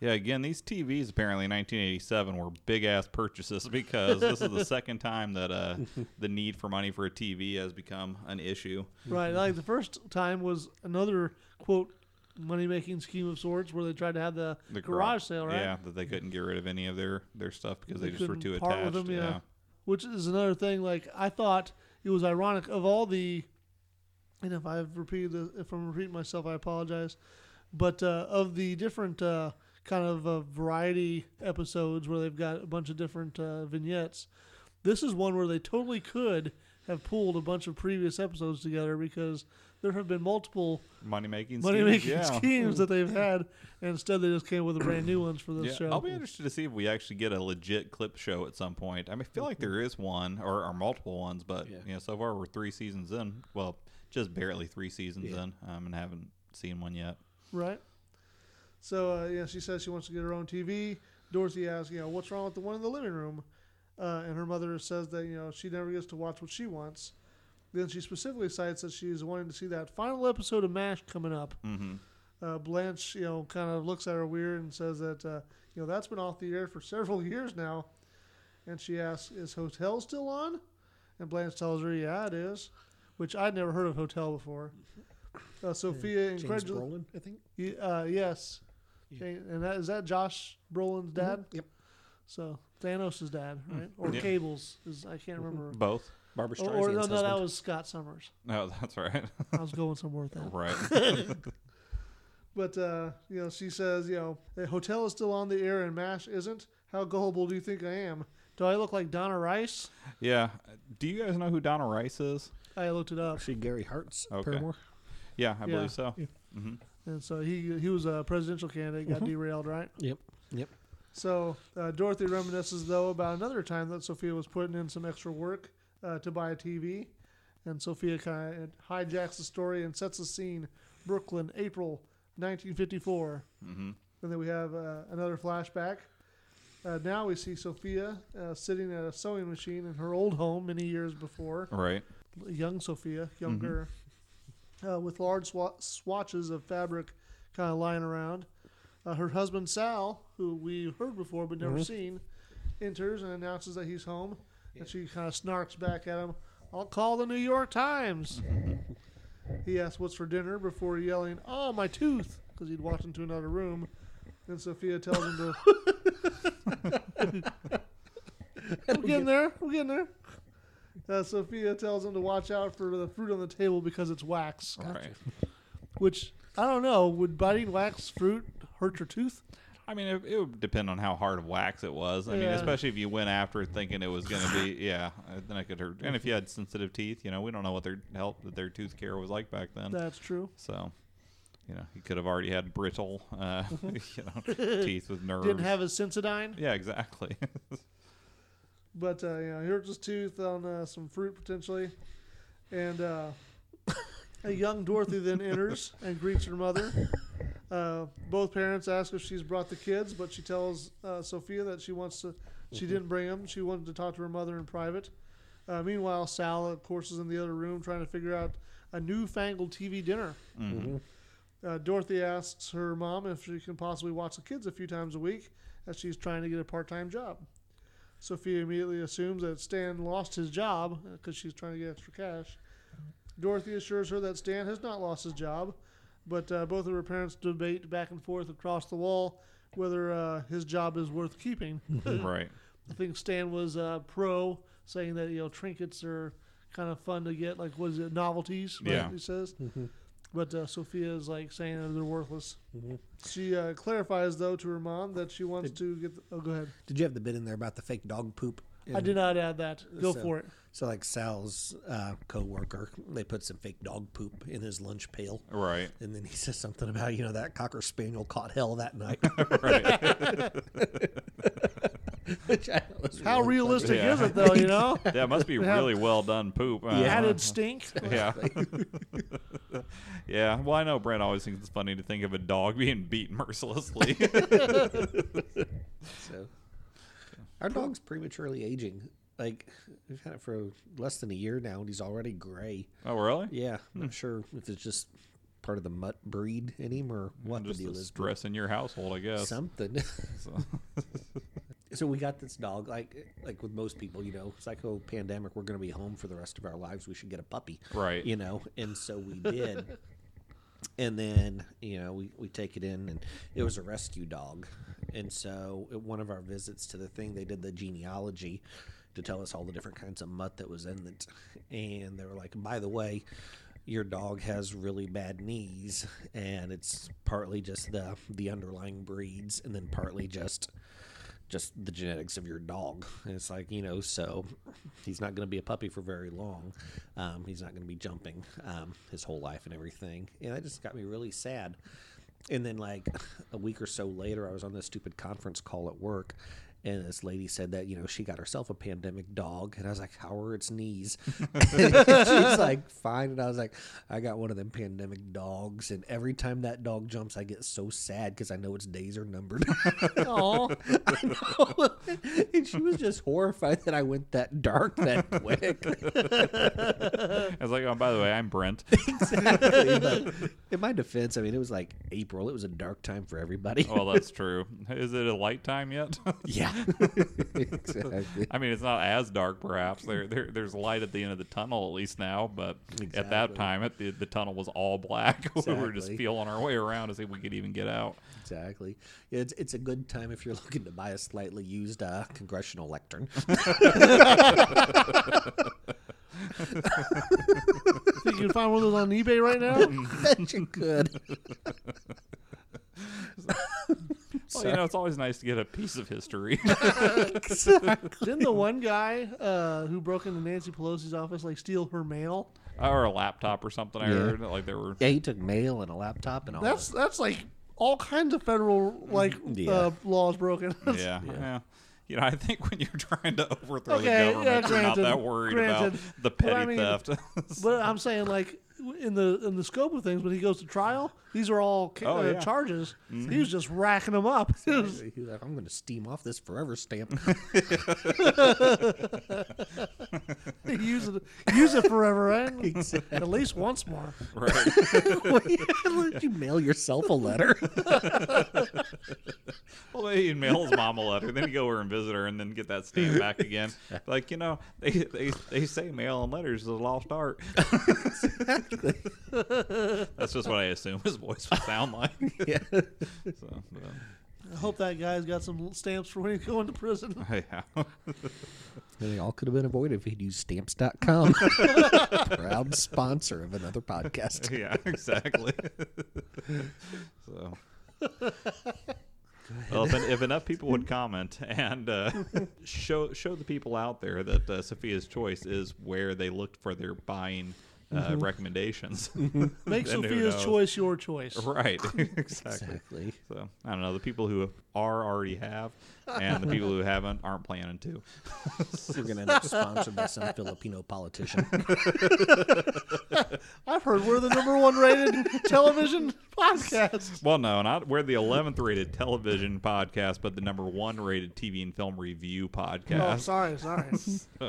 Speaker 1: Yeah, again, these TVs apparently in 1987 were big ass purchases (laughs) because this is the second time that
Speaker 3: (laughs)
Speaker 1: uh, the need for money for a TV has become an issue.
Speaker 3: Right, like the first time was another quote money making scheme of sorts where they tried to have the,
Speaker 1: The
Speaker 3: garage, sale, right?
Speaker 1: Yeah, that they couldn't get rid of any of their their stuff because they,
Speaker 3: They
Speaker 1: just were
Speaker 3: couldn't
Speaker 1: too
Speaker 3: part
Speaker 1: attached.
Speaker 3: with them, yeah.
Speaker 1: yeah.
Speaker 3: Which is another thing. Like I thought it was ironic of all the, and if I've repeated this, if I'm repeating myself, I apologize. But uh, of the different uh, kind of uh, variety episodes where they've got a bunch of different uh, vignettes, this is one where they totally could have pulled a bunch of previous episodes together because there have been multiple
Speaker 1: Money making
Speaker 3: money making
Speaker 1: yeah. (laughs)
Speaker 3: schemes that they've had, and instead they just came with the brand new ones for this
Speaker 1: Yeah,
Speaker 3: show.
Speaker 1: I'll be interested to see if we actually get a legit clip show at some point. I mean, I feel like there is one or, or multiple ones, but
Speaker 2: Yeah.
Speaker 1: you know, so far we're three seasons in. Well, just barely three seasons in, um, and haven't seen one yet.
Speaker 3: Right. So uh, yeah, she says she wants to get her own TV. Dorothy asks, you know, what's wrong with the one in the living room? Uh, and her mother says that you know she never gets to watch what she wants. Then she specifically cites that she's wanting to see that final episode of Mash coming up.
Speaker 1: hmm
Speaker 3: Uh, Blanche, you know, kind of looks at her weird and says that uh, you know that's been off the air for (laughs) several years now. And she asks, "Is Hotel still on?" And Blanche tells her, "Yeah, it is," which I'd never heard of Hotel before. Uh, Sophia
Speaker 2: James
Speaker 3: incredul-
Speaker 2: Brolin, I think.
Speaker 3: Ye- uh, yes.
Speaker 2: Yeah. Mm-hmm.
Speaker 3: Okay, And that, is that Josh Brolin's dad?
Speaker 2: Yep. Hmm.
Speaker 3: So Thanos' dad, right? Or
Speaker 1: Yeah.
Speaker 3: Cable's is I can't remember.
Speaker 1: Both.
Speaker 2: Barbara
Speaker 3: or,
Speaker 2: Streisand's
Speaker 3: or no, Oh, no,
Speaker 2: Mm-hmm. husband.
Speaker 3: that was Scott Summers.
Speaker 1: No, (laughs) that's right.
Speaker 3: I was going somewhere with
Speaker 2: (laughs)
Speaker 3: that.
Speaker 1: right.
Speaker 3: But uh, you know, she says, you know, the hotel is still on the air and Mash isn't. How gullible do you think I am? Do I look like Donna Rice?
Speaker 1: Yeah. Do you guys know who Donna Rice is?
Speaker 3: I looked it up,
Speaker 2: She Gary Hart's
Speaker 1: Okay.
Speaker 2: paramour.
Speaker 1: Yeah, I
Speaker 3: Yeah.
Speaker 1: believe so.
Speaker 2: Yeah.
Speaker 1: hmm
Speaker 3: and so he he was a presidential candidate,
Speaker 2: Mm-hmm.
Speaker 3: got derailed, right?
Speaker 2: Yep. Yep.
Speaker 3: So uh, Dorothy reminisces though about another time that Sophia was putting in some extra work uh, to buy a TV, and Sophia kind of hijacks the story and sets the scene: Brooklyn, April 1954.
Speaker 1: hmm
Speaker 3: And then we have uh, another flashback. Uh, now we see Sophia uh, sitting at a sewing machine in her old home many years before.
Speaker 1: Right.
Speaker 3: Young Sophia, younger, uh, with large swa- swatches of fabric kind of lying around. Uh, her husband Sal, who we heard before but never seen, enters and announces that he's home, and she kind of snarks back at him, "I'll call the New York Times." he asks what's for dinner before yelling, "Oh, my tooth!" because he'd walked into another room. Then Sophia tells him to. We're getting there. We're getting there. Uh, Sophia tells him to watch out for the fruit on the table because it's wax.
Speaker 1: Right.
Speaker 3: Which I don't know. Would biting wax fruit hurt your tooth?
Speaker 1: I mean, it, it would depend on how hard of wax it was. I mean,
Speaker 3: Yeah.
Speaker 1: especially if you went after it thinking it was going to
Speaker 3: (laughs)
Speaker 1: be, yeah, uh, then it could hurt. And if you had sensitive teeth, you know, we don't know what their health, their tooth care was like back then.
Speaker 3: That's true.
Speaker 1: So, you know, he could have already had brittle, uh, (laughs)
Speaker 3: (laughs)
Speaker 1: you know, teeth with nerves.
Speaker 3: Didn't have a Sensodyne,
Speaker 1: yeah,
Speaker 3: (laughs)
Speaker 1: exactly. (laughs)
Speaker 3: but uh, you know, he hurt his tooth on uh, some fruit potentially, and uh, a young Dorothy then enters and greets her mother. Uh, both parents ask if she's brought the kids, but she tells uh, Sophia that she wants to. She didn't bring them. She wanted to talk to her mother in private. Uh, meanwhile, Sal, of course, is in the other room trying to figure out a newfangled TV dinner.
Speaker 1: Mhm.
Speaker 3: Uh, Dorothy asks her mom if she can possibly watch the kids a few times a week as she's trying to get a part time job. Sophia immediately assumes that Stan lost his job because she's trying to get extra cash. Dorothy assures her that Stan has not lost his job, but uh, both of her parents debate back and forth across the wall whether uh, his job is worth keeping.
Speaker 1: right.
Speaker 3: I think Stan was uh, pro, saying that you know trinkets are kind of fun to get, like what is it, novelties? Right,
Speaker 1: Yeah.
Speaker 3: he says. But uh, Sophia is like saying that they're worthless. She uh, clarifies though to her mom that she wants to get. The, oh, go ahead.
Speaker 2: Did you have the bit in there about the fake dog poop?
Speaker 3: I
Speaker 2: in-
Speaker 3: did not add that. Go
Speaker 2: So-
Speaker 3: for it.
Speaker 2: So like Sal's uh, coworker, they put some fake dog poop in his lunch pail,
Speaker 3: (laughs)
Speaker 1: Right. (laughs)
Speaker 2: and then he says something about you know that cocker spaniel caught hell that night. (laughs)
Speaker 1: Right.
Speaker 2: Which I thought was
Speaker 3: How
Speaker 2: really
Speaker 1: (laughs)
Speaker 2: funny.
Speaker 3: realistic
Speaker 1: Yeah.
Speaker 3: is it though? You know,
Speaker 1: that must be (laughs)
Speaker 3: Yeah. (laughs)
Speaker 1: really well done poop. Uh,
Speaker 3: added stink.
Speaker 1: Yeah. (laughs) yeah. Well, I know Brent always thinks it's funny to think of a dog (laughs) being beat
Speaker 3: (laughs)
Speaker 1: mercilessly.
Speaker 2: So our dog's prematurely aging. Like we've had it for less than a year now, and he's already gray.
Speaker 1: oh, really?
Speaker 2: Yeah, I'm not sure if it's just part of the mutt breed in him or what the
Speaker 1: Just
Speaker 2: deal
Speaker 1: the
Speaker 2: is.
Speaker 1: stress in your household, I guess.
Speaker 2: Something. (laughs)
Speaker 3: (laughs)
Speaker 1: So- (laughs)
Speaker 2: so we got this dog. Like like with most people, you know, psycho pandemic. We're going to be home for the rest of our lives. We should get a puppy,
Speaker 1: Right.
Speaker 2: You know, and so we did. and then you know we, we take it in and it was a rescue dog and so at one of our visits to the thing they did the genealogy to tell us all the different kinds of mutt that was in it and they were like by the way your dog has really bad knees and it's partly just the the underlying breeds and then partly just just the genetics of your dog. And it's like, you know, so he's not going to be a puppy for very long. Um, he's not going to be jumping um, his whole life and everything. And that just got me really sad. And then, like, a week or so later, I was on this stupid conference call at work. And this lady said that, you know, she got herself a pandemic dog. And I was like, how are its knees? (laughs) And she's like, fine. And I was like, I got one of them pandemic dogs. And every time that dog jumps, I get so sad because I know its days are numbered. (laughs)
Speaker 3: Oh,
Speaker 2: I know. and she was just horrified that I went that dark that quick. (laughs)
Speaker 1: I was like, oh, by the way, I'm Brent.
Speaker 2: exactly. But in my defense, I mean, it was like April. It was a dark time for everybody.
Speaker 1: well, that's true. Is it a light time yet? (laughs)
Speaker 2: Yeah. (laughs) exactly.
Speaker 1: I mean, it's not as dark, perhaps. There, there, there's light at the end of the tunnel, at least now. But at that
Speaker 2: Exactly.
Speaker 1: time, it, the, the tunnel was all black. (laughs) we were just
Speaker 2: Exactly.
Speaker 1: feeling our way around to see if we could even get out.
Speaker 2: Exactly. Yeah, It's, it's a good time if you're (laughs) looking to buy a slightly used uh, congressional lectern. (laughs)
Speaker 3: think you can find one of those on eBay
Speaker 1: (laughs)
Speaker 3: right now?
Speaker 2: Bet you could. (laughs)
Speaker 1: Well, you know, it's always nice to get a piece of history. (laughs)
Speaker 3: Didn't the one guy uh, who broke into Nancy Pelosi's office like steal her mail?
Speaker 1: or a laptop or something. I
Speaker 2: Yeah.
Speaker 1: heard like there were.
Speaker 2: Yeah, he took mail and a laptop and all
Speaker 3: That's
Speaker 2: that.
Speaker 3: that's like all kinds of federal like
Speaker 2: Yeah.
Speaker 3: uh, laws broken.
Speaker 1: Mm-hmm.
Speaker 3: (laughs)
Speaker 1: Yeah, yeah. You know, I think when you're trying to overthrow
Speaker 3: Okay, yeah,
Speaker 1: the government, you're not
Speaker 3: granted,
Speaker 1: that worried
Speaker 3: granted.
Speaker 1: about the
Speaker 3: But
Speaker 1: petty
Speaker 3: I mean-
Speaker 1: theft. (laughs)
Speaker 3: But I'm saying like in the in the scope of things, when he goes to trial, these are all ca-
Speaker 1: Oh,
Speaker 3: uh,
Speaker 1: yeah. Mm-hmm.
Speaker 3: charges. He was just racking them up. (laughs) It was-
Speaker 2: He was like, I'm going to steam off this forever stamp. (laughs)
Speaker 3: use it, use it forever, right?
Speaker 1: (laughs)
Speaker 2: (laughs)
Speaker 3: At least once more.
Speaker 1: right.
Speaker 2: Did you mail yourself a letter? (laughs)
Speaker 1: Well, he'd mail his mom a letter, then he'd go over and visit her, and then get that stamp back again. Like you know, they they, they say mail and letters is a lost art. (laughs) That's just what I assume his voice would sound like.
Speaker 2: yeah.
Speaker 1: So, but,
Speaker 3: I hope that guy's got some stamps for when he's going to prison.
Speaker 1: yeah. (laughs)
Speaker 2: They all could have been avoided if he'd used stamps.com. (laughs) Proud sponsor of another podcast.
Speaker 1: yeah, exactly. (laughs) so. Well, if, en- if enough people would comment and uh, show show the people out there that uh, Sophia's Choice is where they looked for their buying uh, recommendations, (laughs)
Speaker 3: Make
Speaker 1: Then who
Speaker 3: Sophia's
Speaker 1: knows?
Speaker 3: choice your choice.
Speaker 2: (laughs)
Speaker 1: right? (laughs) exactly.
Speaker 2: Exactly.
Speaker 1: So I don't know. The people who are already have, and the people who haven't aren't planning to.
Speaker 2: We're going to end up sponsored by some Filipino politician. (laughs)
Speaker 3: I've heard we're the number
Speaker 1: (laughs)
Speaker 3: one rated television podcast.
Speaker 1: Well, no, not we're the eleventh rated television podcast, but the number one rated TV and film review
Speaker 3: Oh,
Speaker 1: podcast. (laughs)
Speaker 3: sorry, sorry.
Speaker 2: Oh.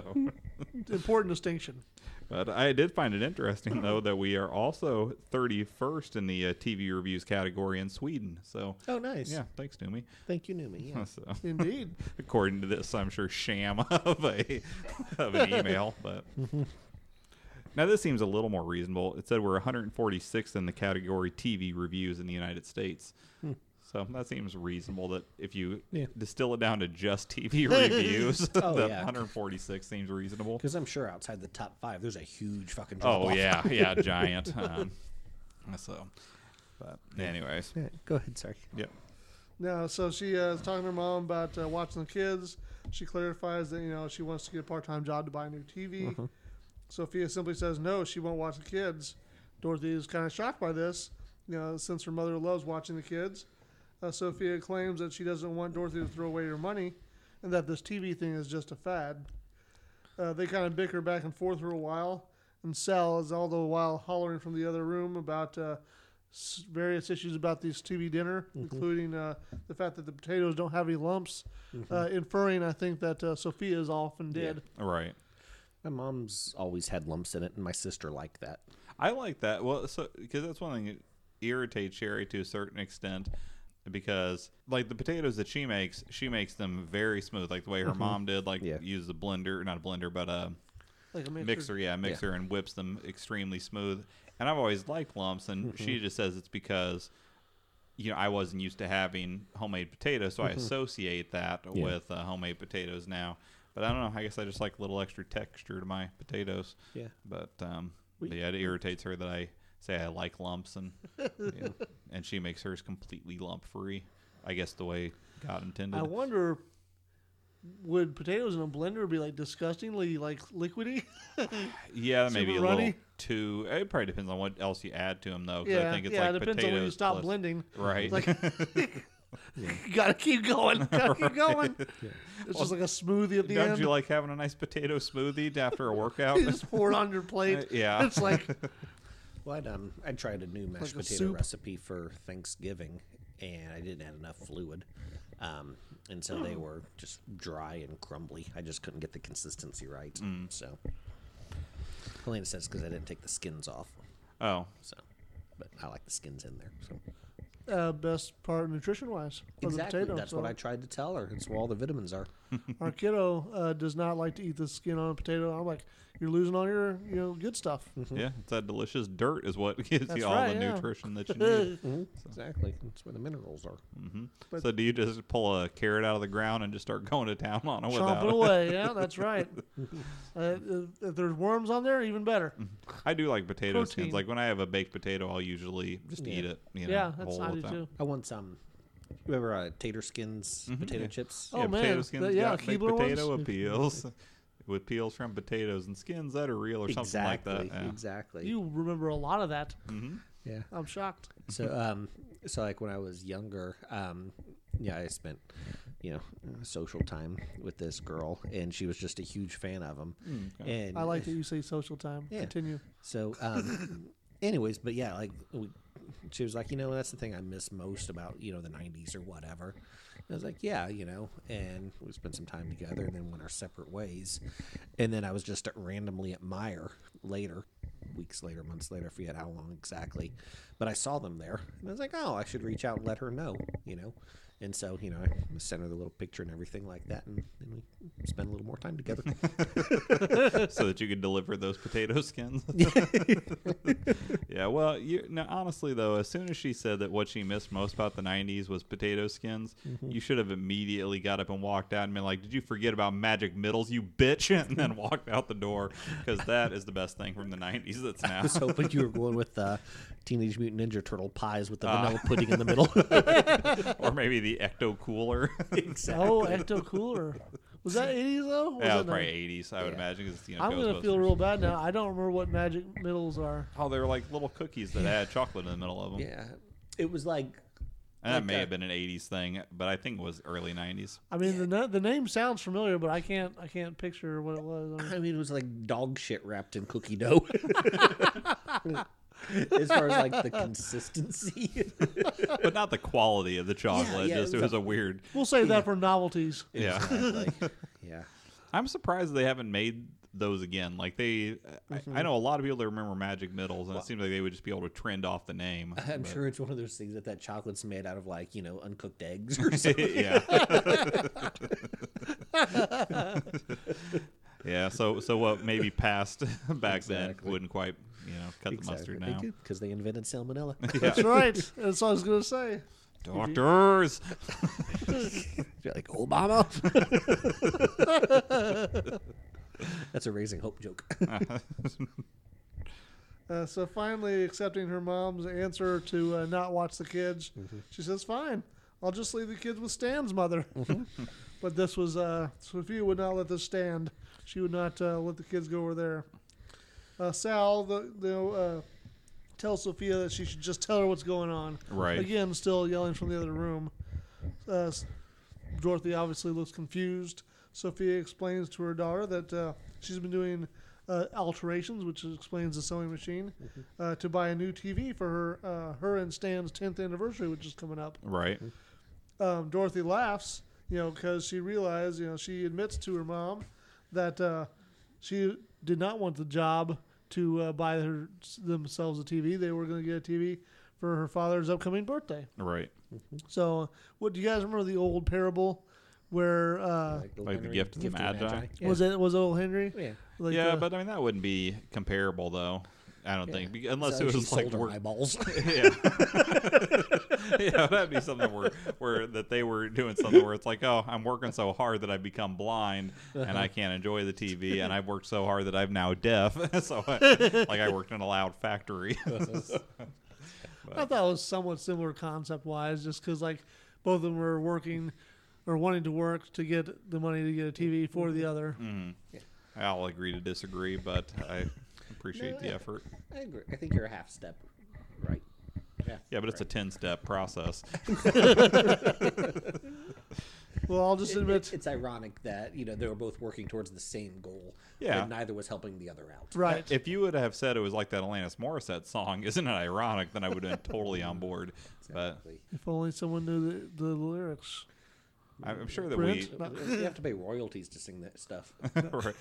Speaker 1: So-
Speaker 3: Important distinction.
Speaker 1: But I did find it interesting, though, that we are also 31st in the uh, TV reviews category in Sweden. So,
Speaker 2: Oh, nice.
Speaker 1: yeah, thanks, Numi.
Speaker 2: Thank you, Numi. Yeah.
Speaker 1: (laughs) So,
Speaker 3: Indeed.
Speaker 1: according to this, I'm sure sham (laughs) of a of an email.
Speaker 2: (laughs)
Speaker 1: But now this seems a little more reasonable. It said we're 146th in the category TV reviews in the United States. So that seems reasonable. That if you
Speaker 2: Hmm. Yeah.
Speaker 1: distill it down to just
Speaker 2: (laughs)
Speaker 1: TV reviews, (laughs)
Speaker 2: Oh,
Speaker 1: the
Speaker 2: yeah.
Speaker 1: 146 seems reasonable.
Speaker 2: Because I'm sure outside the top five, there's a huge fucking drop
Speaker 1: Oh yeah,
Speaker 2: (laughs)
Speaker 1: yeah, giant. Um, so, but anyways,
Speaker 2: yeah. Go ahead. Sorry.
Speaker 1: yep.
Speaker 3: No, so she uh, is talking to her mom about uh, watching the kids. She clarifies that you know she wants to get a part-time job to buy a new TV. Sophia simply says no, she won't watch the kids. Dorothy is kind of shocked by this, you know, since her mother loves watching the kids. Uh, Sophia claims that she doesn't want Dorothy to throw away her money, and that this TV thing is just a fad. Uh, they kind of bicker back and forth for a while, and Sal is all the while hollering from the other room about uh, s- various issues about these TV dinner,
Speaker 2: Mm-hmm.
Speaker 3: including uh, the fact that the potatoes don't have any lumps,
Speaker 2: Mm-hmm.
Speaker 3: uh, inferring, I think, that uh, Sophia is often dead.
Speaker 1: All right.
Speaker 2: My mom's always had lumps in it, and my sister liked that.
Speaker 1: I like that. Well, so because that's one thing that irritates Sherry to a certain extent, because like the potatoes that she makes, she makes them very smooth, like the way her mom did. Like
Speaker 2: Yeah.
Speaker 1: use the blender, not a blender, but uh, a
Speaker 3: Like a mixture.
Speaker 1: mixer. Yeah, mixer, and whips them extremely smooth. And I've always liked lumps, and she just says it's because. You know, I wasn't used to having homemade potatoes, so I associate that with uh, homemade potatoes now. But I don't know. I guess I just like a little extra texture to my potatoes.
Speaker 2: Yeah.
Speaker 1: But um, yeah, it irritates her that I say I like lumps, and you know, and she makes hers completely lump free. I guess the way God intended.
Speaker 3: I wonder, would potatoes in a blender be like disgustingly like liquidy?
Speaker 1: yeah, that may be a
Speaker 3: super
Speaker 1: little
Speaker 3: runny?
Speaker 1: too. It probably depends on what else you add to them, though. 'cause
Speaker 3: yeah,
Speaker 1: I think it's
Speaker 3: yeah.
Speaker 1: like
Speaker 3: it depends on
Speaker 1: potatoes
Speaker 3: when you stop
Speaker 1: plus-
Speaker 3: blending.
Speaker 1: Right.
Speaker 3: It's
Speaker 1: (laughs)
Speaker 3: like, (laughs) gotta keep going, (laughs) gotta keep
Speaker 1: (laughs)
Speaker 3: going. It's just like a smoothie at the
Speaker 1: Don't
Speaker 3: end.
Speaker 1: you like having a nice potato smoothie after a workout? (laughs)
Speaker 3: (laughs) you just pour it on your plate.
Speaker 1: yeah.
Speaker 3: It's like
Speaker 2: Well, I'd, um, I tried a new mashed
Speaker 3: Like a
Speaker 2: potato
Speaker 3: soup.
Speaker 2: recipe for Thanksgiving, and I didn't add enough fluid. Um, and so they were just dry and crumbly. I just couldn't get the consistency right. So Helena says because I didn't take the skins off.
Speaker 1: Oh,
Speaker 2: So, but I like the skins in there. So
Speaker 3: uh, best part nutrition wise for
Speaker 2: exactly,
Speaker 3: the potato.
Speaker 2: that's
Speaker 3: so
Speaker 2: what I tried to tell her. It's where all the vitamins are.
Speaker 3: Our kiddo uh, does not like to eat the skin on a potato. I'm like, you're losing all your you know good stuff.
Speaker 1: yeah. It's that delicious dirt is what (laughs) gives
Speaker 3: That's
Speaker 1: you all
Speaker 3: right,
Speaker 1: the
Speaker 3: yeah.
Speaker 1: nutrition
Speaker 3: (laughs)
Speaker 1: that you need.
Speaker 2: Exactly, that's where the minerals are.
Speaker 3: But-
Speaker 1: so do you just pull a carrot out of the ground and just start (laughs) going to town on it without
Speaker 3: Chomping
Speaker 1: (laughs)
Speaker 3: away. Yeah, that's right. Uh, if- if there's worms on there, even better.
Speaker 1: I do like potato skins.
Speaker 3: Protein.
Speaker 1: Like when I have a baked potato, I'll usually just eat it. You know,
Speaker 3: yeah, that's
Speaker 1: whole
Speaker 3: I do
Speaker 1: without-
Speaker 3: too.
Speaker 2: I want some. Remember uh, tater skins, potato
Speaker 1: yeah.
Speaker 2: chips.
Speaker 3: Oh,
Speaker 1: yeah,
Speaker 3: man,
Speaker 1: potato
Speaker 3: the-
Speaker 1: skins.
Speaker 3: yeah,
Speaker 1: got baked
Speaker 3: Keebler ones.
Speaker 1: potato peels (laughs) with peels from potatoes and skins that are real or something like
Speaker 2: exactly,
Speaker 1: that. Yeah.
Speaker 2: exactly.
Speaker 3: You remember a lot of that.
Speaker 1: Mm-hmm.
Speaker 2: yeah.
Speaker 3: I'm shocked.
Speaker 2: So um so like when I was younger, um yeah, I spent you know social time with this girl and she was just a huge fan of him. And
Speaker 3: Hmm, I like that you say social time.
Speaker 2: Yeah.
Speaker 3: Continue.
Speaker 2: so um anyways, but yeah, like we, she was like, you know, that's the thing I miss most about, you know, the 90s or whatever. And I was like, yeah, you know, and we spent some time together and then went our separate ways. And then I was just at randomly at Meyer later, weeks later, months later, I forget how long exactly. But I saw them there and I was like, oh, I should reach out and let her know, you know. And so, you know, I sent her the little picture and everything like that. And then we spent a little more time together.
Speaker 1: (laughs) so that you could deliver those potato (laughs) skins. yeah, well, you now honestly though, as soon as she said that what she missed most about the '90s was potato skins, you should have immediately got up and walked out and been like, "Did you forget about magic middles, you bitch?" (laughs) and then walked out the door because that is the best thing from the '90s that's now.
Speaker 2: (laughs) was hoping you were going with uh, Teenage Mutant Ninja Turtle pies with the
Speaker 1: Ah.
Speaker 2: vanilla pudding in the
Speaker 1: (laughs)
Speaker 2: middle.
Speaker 1: or maybe the ecto cooler. yeah, (laughs)
Speaker 3: Oh, Ecto Cooler. Was that 80s though? Or was
Speaker 1: it was
Speaker 3: that 90s?
Speaker 1: probably eighties, I would
Speaker 2: Yeah.
Speaker 1: imagine. Cause, you know,
Speaker 3: I'm gonna feel
Speaker 1: Ghostbusters.
Speaker 3: real bad now. I don't remember what magic middles are.
Speaker 1: Oh, they were like little cookies that had chocolate in the middle of them.
Speaker 2: yeah, (laughs) it was like
Speaker 1: and that
Speaker 2: like
Speaker 1: may
Speaker 2: a-
Speaker 1: have been an '80s thing, but I think it was early '90s.
Speaker 3: I mean, the na- the name sounds familiar, but I can't I can't picture what it was. I mean,
Speaker 2: I mean it was like dog shit wrapped in cookie dough. (laughs) as far as like the consistency, (laughs)
Speaker 1: but not the quality of the chocolate.
Speaker 2: yeah,
Speaker 1: just it was a weird. (laughs)
Speaker 3: we'll save that for novelties.
Speaker 1: Yeah,
Speaker 2: Exactly.
Speaker 1: (laughs)
Speaker 2: yeah.
Speaker 1: I'm surprised they haven't made those again. Like they, I-
Speaker 2: Mm-hmm.
Speaker 1: I, know a lot of people that remember Magic Middles, and it seems like they would just be able to trend off the
Speaker 2: (laughs)
Speaker 1: name.
Speaker 2: I'm
Speaker 1: but-
Speaker 2: sure it's one of those things that that chocolate's made out of like you know uncooked
Speaker 1: (laughs)
Speaker 2: eggs or something. (laughs)
Speaker 1: yeah. yeah. So, so what maybe passed (laughs) back
Speaker 2: Exactly.
Speaker 1: then wouldn't quite, you know, cut the mustard now.
Speaker 2: because they
Speaker 1: (laughs)
Speaker 2: invented salmonella.
Speaker 3: That's right. That's what I was gonna say.
Speaker 1: Doctors.
Speaker 2: You're
Speaker 1: (laughs)
Speaker 2: like Obama. (laughs) That's a raising hope joke.
Speaker 3: Uh, so finally, accepting her mom's answer to uh, not watch the kids, she says, "Fine, I'll just leave the kids with Stan's mother." but this was uh, Sophia would not let this stand. She would not uh, let the kids go over there. Uh, Sal, the, the uh, tells Sophia that she should just tell her what's going on.
Speaker 1: Right.
Speaker 3: Again, still yelling from the other room. Uh, s- Dorothy obviously looks confused. Sophia explains to her daughter that uh, she's been doing uh, alterations, which explains the sewing machine, uh, to buy a new TV for her uh, her and Stan's tenth anniversary, which is coming up.
Speaker 1: Right.
Speaker 3: Um, Dorothy laughs, you know, because she realized, you know, she admits to her mom that uh, she did not want the job to uh, buy her themselves a TV. They were going to get a TV for her father's upcoming birthday.
Speaker 1: Right.
Speaker 3: So, what do you guys remember the old parable where uh,
Speaker 1: Like the gift of the Magi?
Speaker 2: Yeah.
Speaker 3: was it was it old Henry?
Speaker 2: Yeah.
Speaker 3: Like,
Speaker 1: yeah,
Speaker 3: uh,
Speaker 1: but I mean that wouldn't be comparable though. I don't think be- unless
Speaker 2: So
Speaker 1: it
Speaker 2: she
Speaker 1: was like
Speaker 2: sold her
Speaker 1: work.
Speaker 2: eyeballs.
Speaker 1: Yeah. (laughs) yeah, that'd be something where where that they were doing something where it's like, oh, I'm working so hard that I've become blind and I can't enjoy the TV, and I've worked so hard that I'm now deaf. (laughs) so, I, like, I worked in a loud factory.
Speaker 3: I thought it was somewhat similar concept wise, just because like both of them were working or wanting to work to get the money to get a TV for
Speaker 2: Mm-hmm.
Speaker 3: the other.
Speaker 1: (laughs)
Speaker 2: Mm.
Speaker 1: I'll agree to disagree, but I appreciate
Speaker 2: No,
Speaker 1: the
Speaker 2: yeah.
Speaker 1: effort.
Speaker 2: (laughs) I agree. I think you're a half step, right? Yeah.
Speaker 1: Yeah, but it's a ten-step process.
Speaker 3: Well, I'll just
Speaker 2: It-
Speaker 3: admit,
Speaker 2: it's- it's ironic that you know they were both working towards the same goal,
Speaker 1: Yeah.
Speaker 2: but neither was helping the other out.
Speaker 3: right?
Speaker 1: If you would have said it was like that Alanis Morissette song, (laughs) isn't it ironic? Then I would have been totally on board. But
Speaker 2: Exactly.
Speaker 3: If only someone knew the, the lyrics.
Speaker 1: I'm sure that we, uh,
Speaker 3: Brent?
Speaker 2: you have to pay royalties to sing that stuff.
Speaker 3: (laughs)
Speaker 1: Right.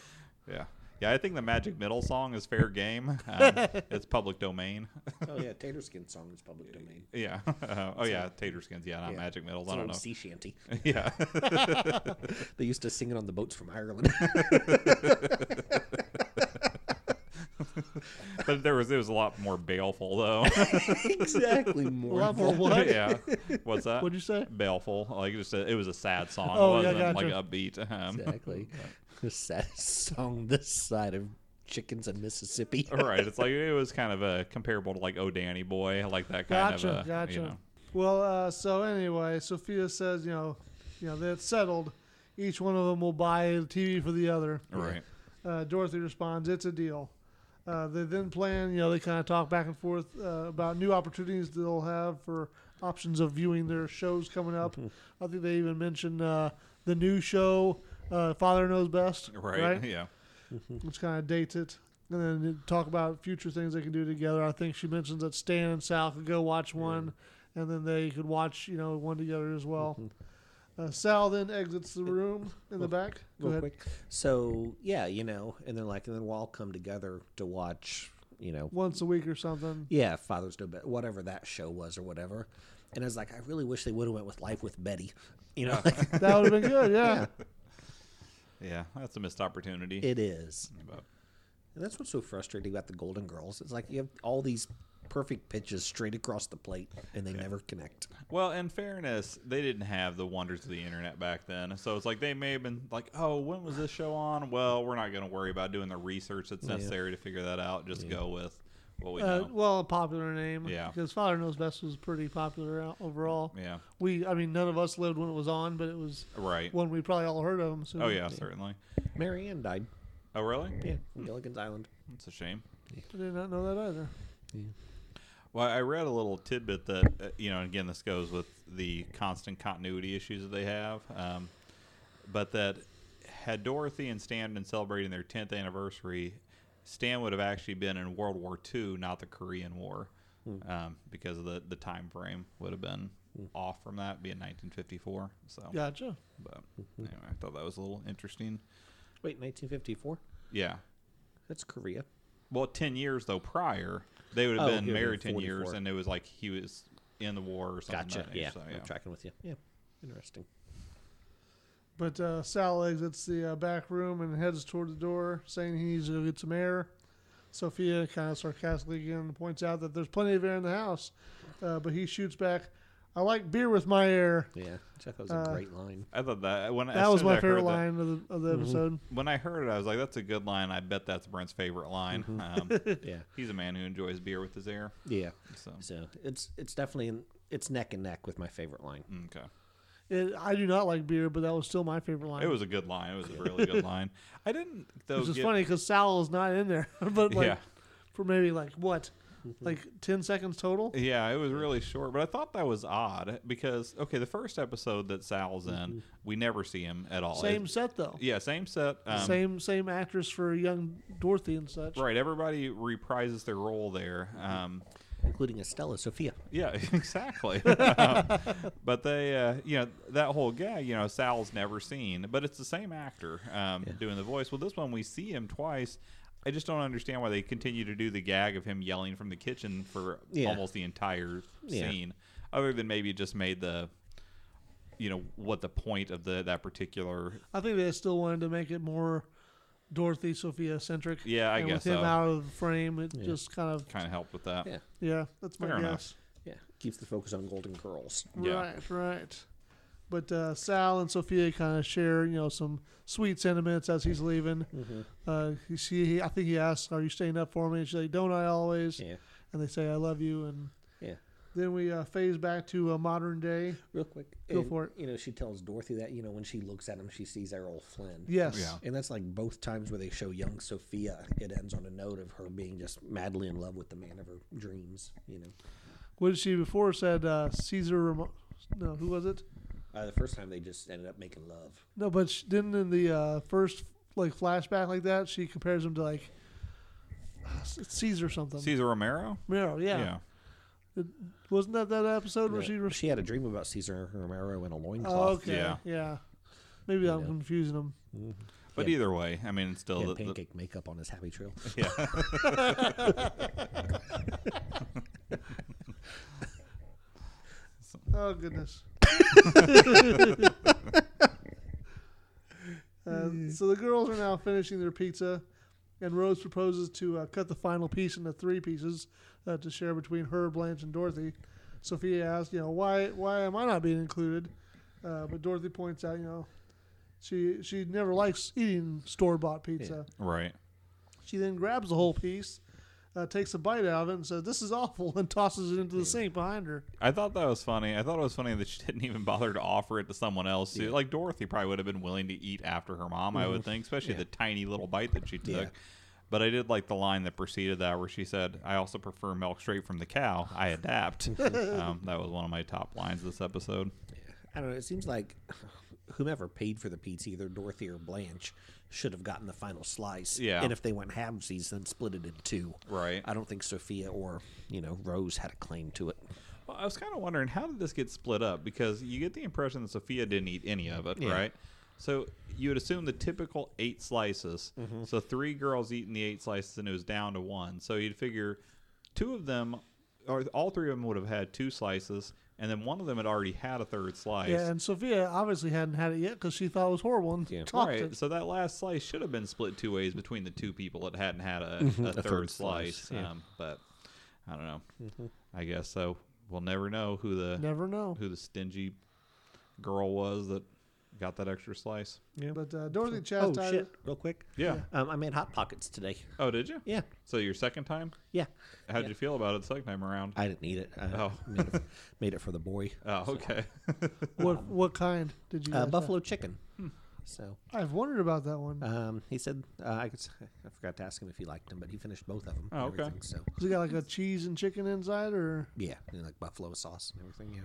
Speaker 1: yeah, yeah. I think the Magic Middle song is fair game.
Speaker 3: (laughs)
Speaker 1: Um, it's public domain. (laughs)
Speaker 2: oh yeah, Tater Skin song is public domain.
Speaker 1: yeah. (laughs) oh yeah, tater skins. Yeah, not
Speaker 2: Yeah.
Speaker 1: Magic Middles.
Speaker 2: It's
Speaker 1: I
Speaker 2: an
Speaker 1: don't
Speaker 2: old
Speaker 1: know.
Speaker 2: sea shanty.
Speaker 1: (laughs) yeah.
Speaker 3: (laughs)
Speaker 2: They used to sing it on the boats from Ireland. (laughs)
Speaker 1: but there was it was a lot more baleful though.
Speaker 2: exactly more.
Speaker 3: lot more (laughs)
Speaker 1: (laughs)
Speaker 3: what?
Speaker 1: yeah. What's that?
Speaker 3: What'd you say?
Speaker 1: Baleful. Like just a, it was a sad song.
Speaker 3: Oh,
Speaker 1: it
Speaker 3: yeah,
Speaker 1: wasn't like
Speaker 3: gotcha.
Speaker 1: upbeat. Um,
Speaker 2: Exactly. The saddest song this side of chickens in Mississippi.
Speaker 1: (laughs) right. It's like it was kind of a comparable to like Oh Danny Boy, like that kind
Speaker 3: Gotcha,
Speaker 1: of a,
Speaker 3: gotcha.
Speaker 1: you know.
Speaker 3: Well, uh, so anyway, Sophia says, you know, you know, that's settled. Each one of them will buy a TV for the other.
Speaker 1: Right.
Speaker 3: Uh, Dorothy responds, "It's a deal." Uh, they then plan. You know, they kind of talk back and forth uh, about new opportunities they'll have for options of viewing their shows coming up.
Speaker 1: Mm-hmm.
Speaker 3: I think they even mentioned uh, the new show, uh, "Father Knows Best,"
Speaker 1: Right. Yeah.
Speaker 3: which kind of dates it. And then they talk about future things they can do together. I think she mentions that Stan and Sal could go watch one, and then they could watch you know one together as well.
Speaker 1: Mm-hmm.
Speaker 3: Uh, Sal then exits the room in the back. Go
Speaker 2: real
Speaker 3: ahead.
Speaker 2: quick. So yeah, you know, and then like, and then we'll all come together to watch, you know,
Speaker 3: Once a week
Speaker 1: (laughs)
Speaker 3: or something.
Speaker 2: yeah, Father's No Bet, whatever that show was or whatever. And I was like, I really wish they would have went with Life with Betty, (laughs) you know. like,
Speaker 3: That would have been good. yeah.
Speaker 1: Yeah. That's a missed opportunity.
Speaker 2: it is,
Speaker 1: But-
Speaker 2: and that's what's so frustrating about the Golden Girls. It's like you have all these perfect pitches straight across the plate, and they never connect.
Speaker 1: Well, in fairness, they didn't have the wonders of the internet back then. So it's like they may have been like, oh, when was this show on? Well, we're not going to worry about doing the research that's necessary to figure that out. Just go with what we
Speaker 3: Uh,
Speaker 1: know.
Speaker 3: well, a popular name.
Speaker 1: Yeah.
Speaker 3: Because Father Knows Best was pretty popular o- overall.
Speaker 1: yeah.
Speaker 3: We, I mean, none of us lived when it was on, but it was
Speaker 1: Right.
Speaker 3: one we probably all heard of. 'em, So
Speaker 1: Oh, yeah, certainly.
Speaker 2: Marianne died.
Speaker 1: Oh, really?
Speaker 2: Yeah, from Gilligan's Island.
Speaker 1: That's a shame.
Speaker 3: I did not know that either.
Speaker 1: Well, I read a little tidbit that uh, you know, and again, this goes with the constant continuity issues that they have, um, but that had Dorothy and Stan been celebrating their 10th anniversary, Stan would have actually been in World War II, not the Korean War, um, because of the the time frame would have been off from that, being 1954. So,
Speaker 3: Gotcha.
Speaker 1: but anyway, I thought that was a little interesting.
Speaker 2: Wait, 1954.
Speaker 1: Yeah.
Speaker 2: That's Korea.
Speaker 1: Well, ten years though prior, they would have
Speaker 2: Oh,
Speaker 1: been
Speaker 2: he would've
Speaker 1: married
Speaker 2: been
Speaker 1: ten years,
Speaker 2: 44.
Speaker 1: and it was like he was in the war or something.
Speaker 2: Gotcha.
Speaker 1: that age,
Speaker 2: Yeah,
Speaker 1: so,
Speaker 2: I'm tracking with you. Yeah, interesting.
Speaker 3: But uh, Sal exits the uh, back room and heads toward the door, saying he needs to go get some air. Sophia, kind of sarcastically again, points out that there's plenty of air in the house, uh, but he shoots back, I like beer with my air.
Speaker 2: Yeah, which I thought was a
Speaker 3: Uh,
Speaker 2: great line.
Speaker 1: I thought that when as
Speaker 3: That was
Speaker 1: soon as
Speaker 3: my
Speaker 1: I
Speaker 3: favorite
Speaker 1: heard that-
Speaker 3: line of the, of the episode.
Speaker 1: when I heard it, I was like, "That's a good line. I bet that's Brent's favorite line." Um,
Speaker 2: Yeah,
Speaker 1: he's a man who enjoys beer with his air.
Speaker 2: yeah.
Speaker 1: So
Speaker 2: So it's it's definitely in, it's neck and neck with my favorite line.
Speaker 1: mm, okay,
Speaker 3: It, I do not like beer, but that was still my favorite line.
Speaker 1: it was a good line. It was a really good line. I didn't though.
Speaker 3: Which is
Speaker 1: get-
Speaker 3: funny because Sal is not in there, (laughs) but like
Speaker 1: Yeah.
Speaker 3: for maybe like what like ten seconds total.
Speaker 1: Yeah, it was really short, but I thought that was odd because okay, the first episode that Sal's in, we never see him at all.
Speaker 3: Same
Speaker 1: It-
Speaker 3: set though.
Speaker 1: yeah, same set. Um,
Speaker 3: same same actress for young Dorothy and such.
Speaker 1: Right, everybody reprises their role there.
Speaker 2: Mm-hmm.
Speaker 1: Um,
Speaker 2: including Estella Sophia.
Speaker 1: yeah, (laughs)
Speaker 2: (laughs)
Speaker 1: exactly. Um, but they, uh, you know, that whole gag, you know, Sal's never seen, but it's the same actor um, doing the voice. Well, this one we see him twice. I just don't understand why they continue to do the gag of him yelling from the kitchen for
Speaker 2: Yeah.
Speaker 1: almost the entire
Speaker 2: Yeah.
Speaker 1: scene, other than maybe it just made the, you know, what the point of the that particular.
Speaker 3: I think they still wanted to make it more Dorothy Sophia centric.
Speaker 1: Yeah, I
Speaker 3: and
Speaker 1: guess
Speaker 3: with him
Speaker 1: so.
Speaker 3: out of the frame, it just kind of
Speaker 1: Kind of helped with that.
Speaker 2: Yeah.
Speaker 3: yeah. That's my
Speaker 1: Fair enough.
Speaker 3: guess.
Speaker 2: Yeah, keeps the focus on Golden Girls.
Speaker 1: Yeah.
Speaker 3: Right, right. But uh, Sal and Sophia kind of share, you know, some sweet sentiments as he's leaving. Uh, you see, he, I think he asks, "Are you staying up for me?" And she's like, "Don't I always?"
Speaker 2: Yeah,
Speaker 3: And they say, "I love you." And
Speaker 2: yeah.
Speaker 3: then we uh, phase back to uh, modern day.
Speaker 2: Real quick,
Speaker 3: Go
Speaker 2: and,
Speaker 3: for it.
Speaker 2: You know, she tells Dorothy that you know when she looks at him, she sees Errol Flynn.
Speaker 3: Yes.
Speaker 1: Yeah.
Speaker 2: And that's like both times where they show young Sophia. It ends on a note of her being just madly in love with the man of her dreams. You know,
Speaker 3: What she before said, uh, Caesar. Ramo- no, who was it?
Speaker 2: uh, the first time they just ended up making love.
Speaker 3: No, but she didn't in the uh, first like flashback like that. She compares him to like (sighs) Caesar something.
Speaker 1: Caesar Romero.
Speaker 3: Miro, yeah.
Speaker 1: yeah.
Speaker 3: Wasn't that that episode where she?
Speaker 2: Yeah.
Speaker 3: Re-
Speaker 2: she had a dream about Caesar Romero in a
Speaker 3: oh,
Speaker 2: loincloth.
Speaker 3: okay.
Speaker 1: Yeah.
Speaker 3: Yeah. Maybe I'm
Speaker 2: know.
Speaker 3: confusing them.
Speaker 1: But either way, I mean, it's still
Speaker 2: He
Speaker 1: Oh, the,
Speaker 2: had
Speaker 1: the-
Speaker 2: pancake makeup on his happy trail.
Speaker 3: Oh goodness. uh, so the girls are now finishing their pizza, and Rose proposes to uh, cut the final piece into three pieces uh, to share between her, Blanche, and Dorothy. Sophia asks, you know, why why am I not being included? Uh, but Dorothy points out, you know, she she never likes eating store bought pizza.
Speaker 1: right.
Speaker 3: She then grabs the whole piece, uh, takes a bite out of it, and says, "This is awful," (laughs) and tosses it into the sink behind her.
Speaker 1: I thought that was funny. I thought it was funny that she (laughs) didn't even bother to offer it to someone else. She- Like Dorothy probably would have been willing to eat after her mom, I would think, especially the tiny little bite that she took.
Speaker 2: Yeah.
Speaker 1: But I did like the line that preceded that, where she said, "I also prefer milk straight from the cow. I adapt." um, that was one of my top lines this episode.
Speaker 2: I don't know. It seems like (sighs) whomever paid for the pizza, either Dorothy or Blanche, should have gotten the final slice.
Speaker 1: Yeah.
Speaker 2: And if they went halvesies, then split it in two.
Speaker 1: Right.
Speaker 2: I don't think Sophia or you know Rose had a claim to it.
Speaker 1: Well, I was kind of wondering how did this get split up because you get the impression that Sophia didn't eat any of it, right? So you would assume the typical eight slices. So three girls eating the eight slices, and it was down to one. So you'd figure two of them, or all three of them, would have had two slices, and then one of them had already had a third slice.
Speaker 3: Yeah, and Sophia obviously hadn't had it yet because she thought it was horrible and
Speaker 2: Yeah.
Speaker 3: tossed
Speaker 1: Right,
Speaker 3: it.
Speaker 1: so that last slice should have been split two ways between the two people that hadn't had a, a, third,
Speaker 2: third
Speaker 1: slice.
Speaker 2: slice, yeah.
Speaker 1: Um, but I don't know. I guess so. We'll never know who the
Speaker 3: Never know.
Speaker 1: who the stingy girl was that got that extra slice.
Speaker 3: But uh, Dorothy
Speaker 2: Oh
Speaker 3: chastised.
Speaker 2: shit! Real quick.
Speaker 1: Yeah.
Speaker 2: Um, I made hot pockets today.
Speaker 1: Oh, did you?
Speaker 2: Yeah.
Speaker 1: So your second time?
Speaker 2: Yeah.
Speaker 1: How'd you feel about it the second time around?
Speaker 2: I didn't eat it. I
Speaker 1: Oh.
Speaker 2: (laughs) made, it made it for the boy.
Speaker 1: oh, (laughs) okay.
Speaker 3: What what kind did you?
Speaker 2: Uh,
Speaker 3: guys
Speaker 2: buffalo chicken.
Speaker 1: Hmm.
Speaker 2: So
Speaker 3: have? I've wondered about that one.
Speaker 2: um, he said uh, I could. s- I forgot to ask him if he liked them, but he finished both of them.
Speaker 1: Oh, okay.
Speaker 2: So
Speaker 3: Has it got like a cheese and chicken inside, or
Speaker 2: yeah, and like buffalo sauce and everything. Yeah.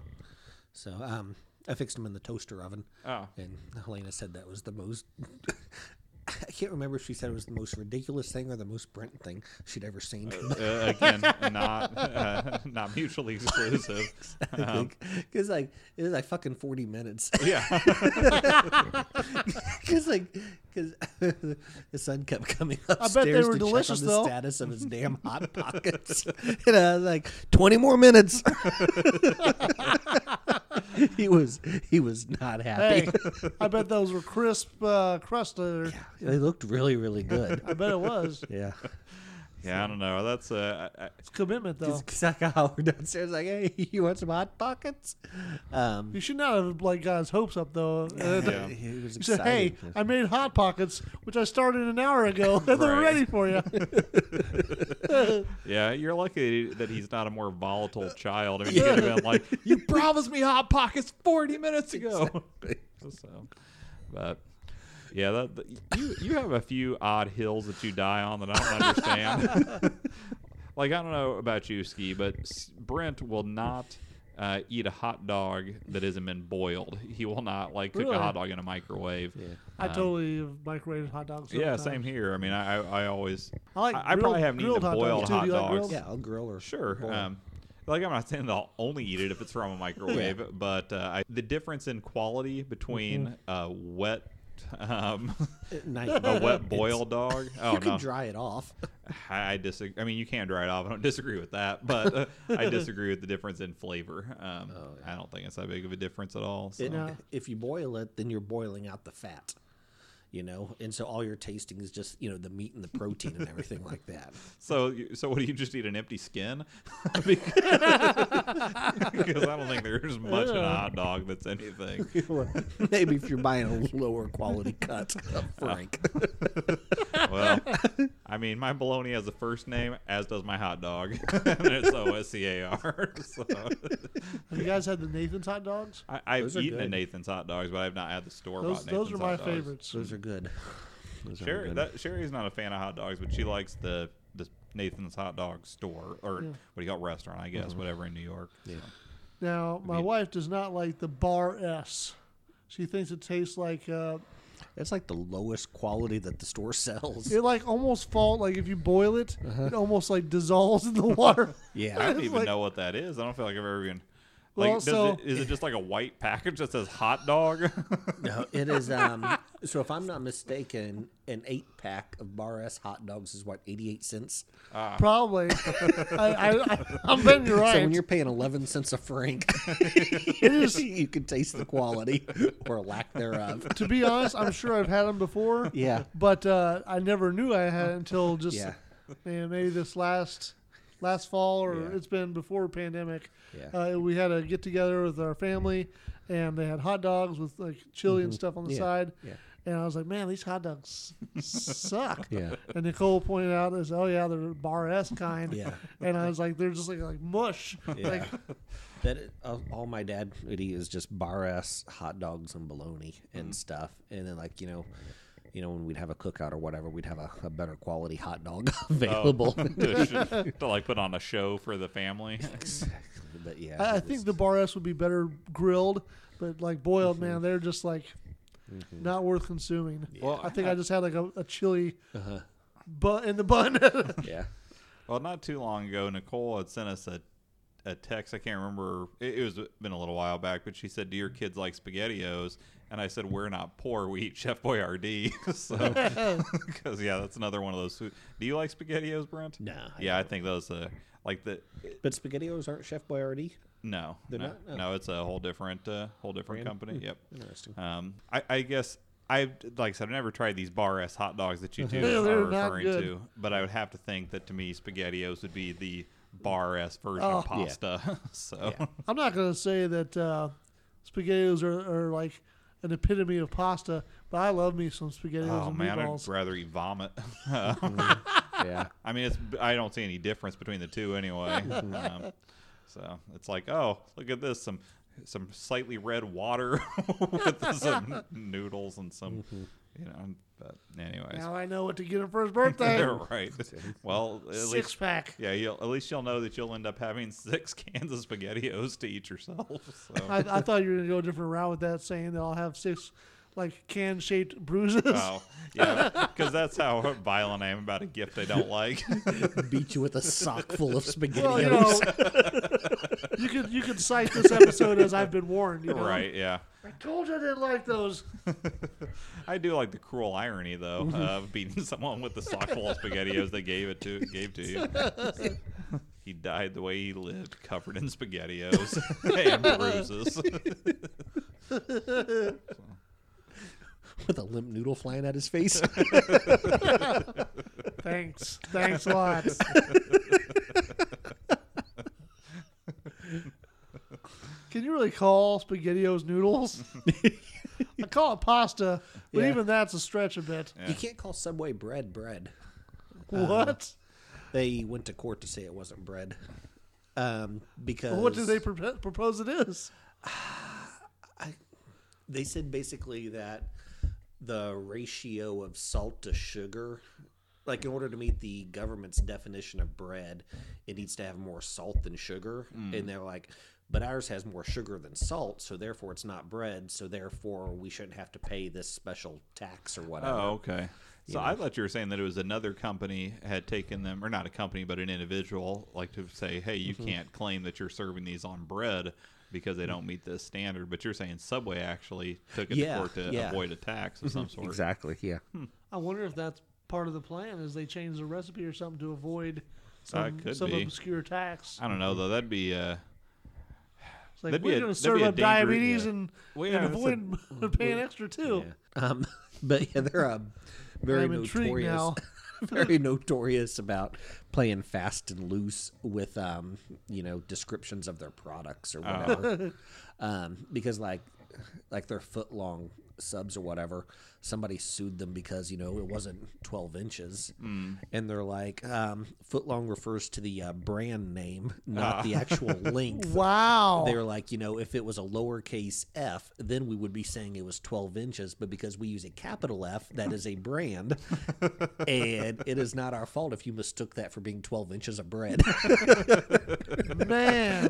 Speaker 2: So um, I fixed them in the toaster oven.
Speaker 1: (laughs) oh.
Speaker 2: And Helena said that was the most. (laughs) I can't remember if she said it was the most ridiculous thing or the most Brent thing she'd ever seen.
Speaker 3: Oh.
Speaker 2: (laughs)
Speaker 1: Uh, again, not uh, (laughs) not mutually (laughs) exclusive.
Speaker 3: Uh-huh.
Speaker 2: Because like it was like fucking forty minutes.
Speaker 1: (laughs)
Speaker 2: (laughs)
Speaker 1: Yeah.
Speaker 2: Because like because (laughs) the son kept coming
Speaker 3: they
Speaker 2: upstairs
Speaker 3: were
Speaker 2: to
Speaker 3: delicious,
Speaker 2: check on
Speaker 3: though.
Speaker 2: the status of his damn hot pockets, (laughs) and I was like twenty more minutes. (laughs) he was he was not happy.
Speaker 3: hey,
Speaker 2: (laughs)
Speaker 3: I bet those were crisp uh, crust there.
Speaker 2: They looked really really (laughs) good.
Speaker 3: I bet it was.
Speaker 2: (laughs) Yeah.
Speaker 1: Yeah, I don't know. That's uh, I, I,
Speaker 3: It's commitment though.
Speaker 2: Because I got Howard (laughs) downstairs like, hey, you want some hot pockets? Um, (laughs)
Speaker 3: You should not have like got his hopes up though. Uh,
Speaker 1: Yeah.
Speaker 2: He was
Speaker 3: (laughs) You said, "Hey, I made hot pockets, which I started an hour ago, (laughs) and they're
Speaker 1: Right.
Speaker 3: ready
Speaker 2: (laughs)
Speaker 3: for you."
Speaker 1: yeah. You're lucky that he's not a more (laughs) volatile child. I mean, he could have been like, (laughs) "You promised me hot pockets 40 minutes ago." (laughs) So, but yeah, that, (laughs) that- you you have a few odd hills that you die on that I don't understand. Like I don't know about you, Ski, but S- Brent will not uh, eat a hot dog that hasn't been boiled. He will not like cook
Speaker 3: Really?
Speaker 1: a hot dog in a microwave. Yeah.
Speaker 3: I totally have microwaved hot dogs.
Speaker 1: Yeah,
Speaker 3: sometimes.
Speaker 1: same here. I mean, I I, I always
Speaker 3: I like
Speaker 1: I, I
Speaker 3: grilled-
Speaker 1: probably haven't eaten
Speaker 3: grilled
Speaker 1: a
Speaker 3: hot
Speaker 1: boiled
Speaker 3: dogs,
Speaker 1: hot
Speaker 3: too. Do you like
Speaker 1: dogs.
Speaker 3: grilled?
Speaker 2: Yeah, I'll grill or boil.
Speaker 1: Sure.
Speaker 2: (laughs)
Speaker 1: Um, like I'm not saying that I'll only eat it if it's from a microwave, but uh, I, the difference in quality between
Speaker 2: Mm-hmm.
Speaker 1: uh, wet. Um, (laughs)
Speaker 2: Nice. (laughs)
Speaker 1: a wet
Speaker 2: It's-
Speaker 1: boiled dog.
Speaker 2: (laughs)
Speaker 1: Oh
Speaker 2: you can
Speaker 1: no,
Speaker 2: dry it off.
Speaker 1: I, I disagree. I mean, you can dry it off. I don't disagree with that, (laughs) but uh, I disagree with the difference in flavor. Um, I don't think it's that big of a difference at all. So.
Speaker 2: Oh, It-
Speaker 3: No.
Speaker 2: (laughs) If (laughs) you boil it, then you're boiling out the fat. You know, and so all you're tasting is just you know the meat and the protein and (laughs) everything like that.
Speaker 1: So, you- so what do you just eat an empty
Speaker 2: (laughs)
Speaker 1: skin? (laughs) because I don't think there's much in a hot dog that's
Speaker 2: (laughs)
Speaker 1: anything.
Speaker 2: Maybe if you're buying a lower quality (laughs) cut of Frank.
Speaker 3: (laughs)
Speaker 1: Well, I mean, my bologna has a first name, as does my hot dog, (laughs) and it's O S C A R. (laughs) So
Speaker 3: Have you guys had the Nathan's hot dogs?
Speaker 1: I, I've
Speaker 2: Those are
Speaker 1: eaten a
Speaker 2: good.
Speaker 1: Nathan's hot dogs, but I've not had the store bought
Speaker 3: Those,
Speaker 1: Nathan's
Speaker 3: those are my
Speaker 1: hot dogs.
Speaker 3: favorites.
Speaker 2: Those are good. Those are
Speaker 1: Sherry,
Speaker 2: good.
Speaker 1: that, Sherry's not a fan of hot dogs, but she likes the the Nathan's hot dog store or what do you call it, restaurant? I guess
Speaker 2: Mm-hmm.
Speaker 1: whatever in New York. Yeah.
Speaker 3: Now, my
Speaker 1: mean-
Speaker 3: wife does not like the bar S. She thinks it tastes like uh,
Speaker 2: That's like the lowest quality that the store sells.
Speaker 3: it like almost fall like if you boil it,
Speaker 2: Uh-huh.
Speaker 3: it almost like dissolves in
Speaker 1: (laughs)
Speaker 3: the water.
Speaker 1: I
Speaker 2: Yeah.
Speaker 1: don't
Speaker 3: It's
Speaker 1: even
Speaker 3: like-
Speaker 1: know what that is. I don't feel like I've ever even. Like,
Speaker 3: Well,
Speaker 1: does
Speaker 3: so-
Speaker 1: it, is it just like a white package that says hot dog? (laughs)
Speaker 2: No, it is. Um, so if I'm not mistaken, an eight pack of Bar S hot dogs is what eighty eight cents.
Speaker 1: Ah.
Speaker 3: Probably. I, I, I, I'm betting you're right.
Speaker 2: So when you're paying eleven cents a
Speaker 3: (laughs)
Speaker 2: franc, (laughs) you can taste the quality or lack thereof.
Speaker 3: to be honest, I'm sure I've had them before.
Speaker 2: (laughs) Yeah.
Speaker 3: But uh, I never knew I
Speaker 2: (laughs)
Speaker 3: had until just
Speaker 2: Yeah.
Speaker 3: man, maybe this last last fall or
Speaker 2: Yeah.
Speaker 3: it's been before pandemic.
Speaker 2: Yeah.
Speaker 3: Uh, we had a get together with our family and they had hot dogs with like chili and stuff on the
Speaker 2: Mm-hmm. Yeah.
Speaker 3: side.
Speaker 2: Yeah.
Speaker 3: And I was like, man, these hot dogs suck.
Speaker 2: (laughs) Yeah.
Speaker 3: And Nicole pointed out, is oh yeah, they're bar S kind.
Speaker 2: Yeah.
Speaker 3: (laughs) And I was like, they're just like like mush. Like,
Speaker 2: that it- all- all my dad would eat is just bar ass hot dogs and bologna and stuff, and then like you know, you know when we'd have a cookout or whatever, we'd have a, a better quality hot dog (laughs) available.
Speaker 3: Oh.
Speaker 1: to, sh- to like put on a show for the
Speaker 3: (laughs)
Speaker 1: family.
Speaker 2: but yeah,
Speaker 3: I, I
Speaker 2: it
Speaker 3: think
Speaker 2: was-
Speaker 3: the bar S would be better grilled, but like boiled, man, they're just like not worth consuming.
Speaker 1: Well,
Speaker 3: I think I, just had like a, a chili bun in the bun. (laughs)
Speaker 2: yeah,
Speaker 1: Well, not too long ago, Nicole had sent us a, a text. I can't remember. It, it was been a little while back, but she said, "Do your kids like SpaghettiOs?" And I said, "We're not poor. We eat Chef Boyardee." (laughs) so,
Speaker 2: Oh.
Speaker 1: because yeah, that's another one of those. Food. Do you like SpaghettiOs, Brent?
Speaker 2: Nah, I
Speaker 1: yeah, I think those. Uh, like the
Speaker 2: but SpaghettiOs aren't Chef Boyardee.
Speaker 1: no,
Speaker 2: They're
Speaker 1: no,
Speaker 2: not? Hmm. Oh.
Speaker 1: no, it's a whole different, uh, whole different company. Yep.
Speaker 2: Interesting.
Speaker 1: Um, I, I guess I like I said I've never tried these bar ass hot dogs that you two
Speaker 3: Yeah,
Speaker 1: are
Speaker 3: Mm-hmm. they're not
Speaker 1: referring
Speaker 3: good.
Speaker 1: to, but I would have to think that to me SpaghettiOs would be the bar ass version of
Speaker 2: Oh. Yeah.
Speaker 1: pasta. (laughs) so
Speaker 2: Yeah.
Speaker 3: I'm not gonna say that uh, spaghettios are, are like an epitome of pasta, but I love me some spaghettios
Speaker 1: oh
Speaker 3: and
Speaker 1: man,
Speaker 3: meatballs.
Speaker 1: I'd rather eat vomit. (laughs)
Speaker 2: Yeah,
Speaker 1: I mean, it's I don't see any difference between the two
Speaker 3: (laughs)
Speaker 1: anyway. um, so it's like oh look at this some some slightly red water (laughs) with
Speaker 3: (laughs)
Speaker 1: some noodles and some you know. But anyways, (laughs)
Speaker 3: Mm-hmm. now I know what to get her for his (laughs) birthday.
Speaker 1: right. Well, at least
Speaker 3: Six pack.
Speaker 1: Yeah, you'll, at least you'll know that you'll end up having six (laughs) cans of SpaghettiOs to eat yourself. (laughs) So.
Speaker 3: I, I thought you were gonna go a different route with that, saying that I'll have six like can shaped bruises.
Speaker 1: Wow. Yeah, because that's how violent I am about a gift I don't like.
Speaker 2: (laughs)
Speaker 1: (laughs)
Speaker 2: beat you with a sock full of SpaghettiOs.
Speaker 3: Well, you know, you could you could cite this episode as I've been warned. You know?
Speaker 1: right, yeah.
Speaker 3: I told you I didn't like those.
Speaker 1: I do like the cruel irony, though, of beating (laughs) someone with the sock full of SpaghettiOs they gave it to gave to you. he died the way he lived, covered in SpaghettiOs (laughs) and bruises.
Speaker 2: (laughs) with a limp noodle flying at his face.
Speaker 3: Thanks, thanks a lot. Can you really call SpaghettiOs noodles? I call it pasta, but
Speaker 2: Yeah.
Speaker 3: even that's a stretch a bit.
Speaker 1: Yeah.
Speaker 2: You can't call Subway bread bread.
Speaker 3: What?
Speaker 2: They went to court to say it wasn't bread. Um, because
Speaker 3: what do they pro- propose it is?
Speaker 2: they said basically that the ratio of salt to sugar like in order to meet the government's definition of bread, it needs to have more salt than sugar, and they're like, but ours has more sugar than salt, so therefore it's not bread, so therefore we shouldn't have to pay this special tax or whatever.
Speaker 1: Oh, okay. So I thought you were saying that it was another company had taken them, or not a company, but an individual, like to say, hey, you can't claim that you're serving these on bread because they don't meet this standard. But you're saying Subway actually took it
Speaker 2: Yeah,
Speaker 1: to court to
Speaker 2: yeah.
Speaker 1: avoid a tax of some sort.
Speaker 2: Exactly. Yeah.
Speaker 3: I wonder if that's part of the plan is they change the recipe or something to avoid
Speaker 1: That
Speaker 3: some,
Speaker 1: Uh, could
Speaker 3: some
Speaker 1: be.
Speaker 3: obscure tax.
Speaker 1: I don't know though. That'd be uh,
Speaker 3: It's like
Speaker 1: that'd be
Speaker 3: we're
Speaker 1: a-
Speaker 3: going to
Speaker 1: that'd
Speaker 3: serve
Speaker 1: be a
Speaker 3: up
Speaker 1: danger-
Speaker 3: diabetes
Speaker 1: yeah.
Speaker 3: and,
Speaker 1: Well, yeah,
Speaker 3: and
Speaker 1: that's
Speaker 3: avoid (laughs) paying extra too.
Speaker 2: Yeah. Um, (laughs) but yeah, they're um, very
Speaker 3: Oh. I'm intrigued
Speaker 2: notorious.
Speaker 3: now.
Speaker 2: (laughs) very notorious about playing fast and loose with um, you know descriptions of their products or whatever. um, because like like their foot long subs or whatever, somebody sued them because you know it wasn't twelve inches, and they're like um, foot long refers to the uh, brand name, not the actual length.
Speaker 3: Wow.
Speaker 1: Oh.
Speaker 2: They were like, you know, if it was a lowercase f, then we would be saying it was 12 inches. But because we use a capital F, that is
Speaker 1: (laughs)
Speaker 2: a brand. and it is not our fault if you mistook that for being 12 inches
Speaker 1: (laughs)
Speaker 2: of bread. (laughs)
Speaker 3: Man,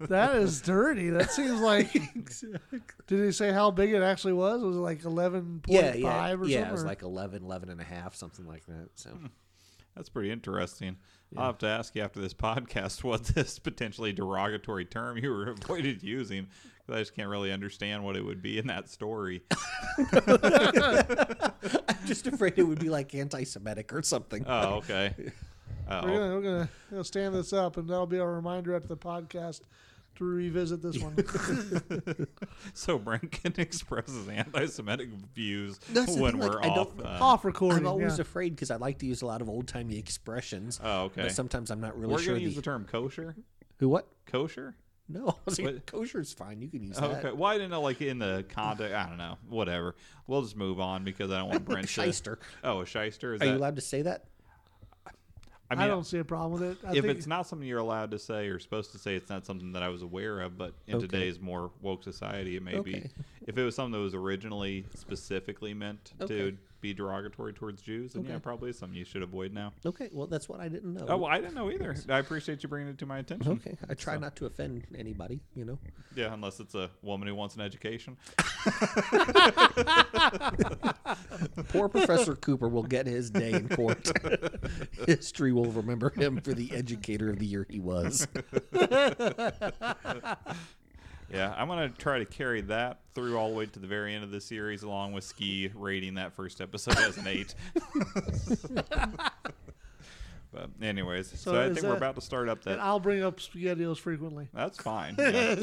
Speaker 3: that is dirty. That seems like. Did he say how big it actually was? Was it like eleven
Speaker 2: yeah,
Speaker 3: point
Speaker 2: yeah.
Speaker 3: five or
Speaker 2: yeah,
Speaker 3: something?
Speaker 2: it was
Speaker 3: or-
Speaker 2: like 11, 11 and a half, something like that. So, (laughs)
Speaker 1: that's pretty interesting. I'll have to ask you after this (laughs) podcast what this potentially derogatory term you were (laughs) avoided using. 'cause I just can't really understand what it would be in that story.
Speaker 2: I'm just afraid it would be like anti Semitic or something.
Speaker 1: Oh, okay.
Speaker 3: we're
Speaker 1: Oh,
Speaker 3: gonna we're gonna, we're gonna stand this up, and that'll be our reminder after the podcast to revisit this
Speaker 1: (laughs)
Speaker 3: one.
Speaker 1: so Brent (laughs) can express his anti-Semitic views
Speaker 2: That's the
Speaker 1: when
Speaker 2: thing, like,
Speaker 1: we're
Speaker 2: I
Speaker 1: off.
Speaker 2: don't-
Speaker 1: uh,
Speaker 3: Off recording.
Speaker 2: I'm always
Speaker 3: yeah.
Speaker 2: afraid because I like to use a lot of old timey expressions.
Speaker 1: Oh, okay.
Speaker 2: But sometimes I'm not really
Speaker 1: we're
Speaker 2: sure.
Speaker 1: gonna use
Speaker 2: the-
Speaker 1: the term kosher.
Speaker 2: who what?
Speaker 1: Kosher.
Speaker 2: No, (laughs) I was like,
Speaker 1: What?
Speaker 2: kosher's fine. You can use
Speaker 1: Oh,
Speaker 2: that.
Speaker 1: okay. Well, I didn't know like in the context. I don't know. Whatever. We'll just move on because I don't
Speaker 2: (laughs)
Speaker 1: want Brent to.
Speaker 2: Shyster.
Speaker 1: Oh, a shyster. Is
Speaker 2: Are
Speaker 1: that?
Speaker 2: you allowed to say that?
Speaker 1: I
Speaker 3: I,
Speaker 1: mean,
Speaker 3: don't see a problem with it. I
Speaker 1: if
Speaker 3: think
Speaker 1: it's not something you're allowed to say or supposed to say, it's not something that I was aware of. But in
Speaker 2: Okay.
Speaker 1: today's more woke society, it may be.
Speaker 2: Okay.
Speaker 1: If it was something that was originally specifically meant
Speaker 2: Okay.
Speaker 1: to be derogatory towards Jews, then yeah,
Speaker 2: Okay.
Speaker 1: probably something you should avoid now.
Speaker 2: Okay, well, that's what I didn't know.
Speaker 1: Oh, well, I didn't know either. I appreciate you bringing it to my attention.
Speaker 2: okay, I try not to offend anybody, you know.
Speaker 1: Mm-hmm. Yeah, unless it's a woman who wants an (laughs) education. (laughs)
Speaker 2: Poor Professor Cooper will get his day in court. History will remember him for the educator of the year he was.
Speaker 1: (laughs) Yeah, I'm gonna try to carry that through all the way to the very end of the series, along with Ski rating that first episode as an eight. (laughs) but anyways, so,
Speaker 3: So
Speaker 1: I
Speaker 3: is
Speaker 1: think we're
Speaker 3: that-
Speaker 1: about to start up
Speaker 3: and
Speaker 1: that.
Speaker 3: I'll bring up spaghettios frequently.
Speaker 1: That's
Speaker 3: (laughs)
Speaker 1: fine. yeah.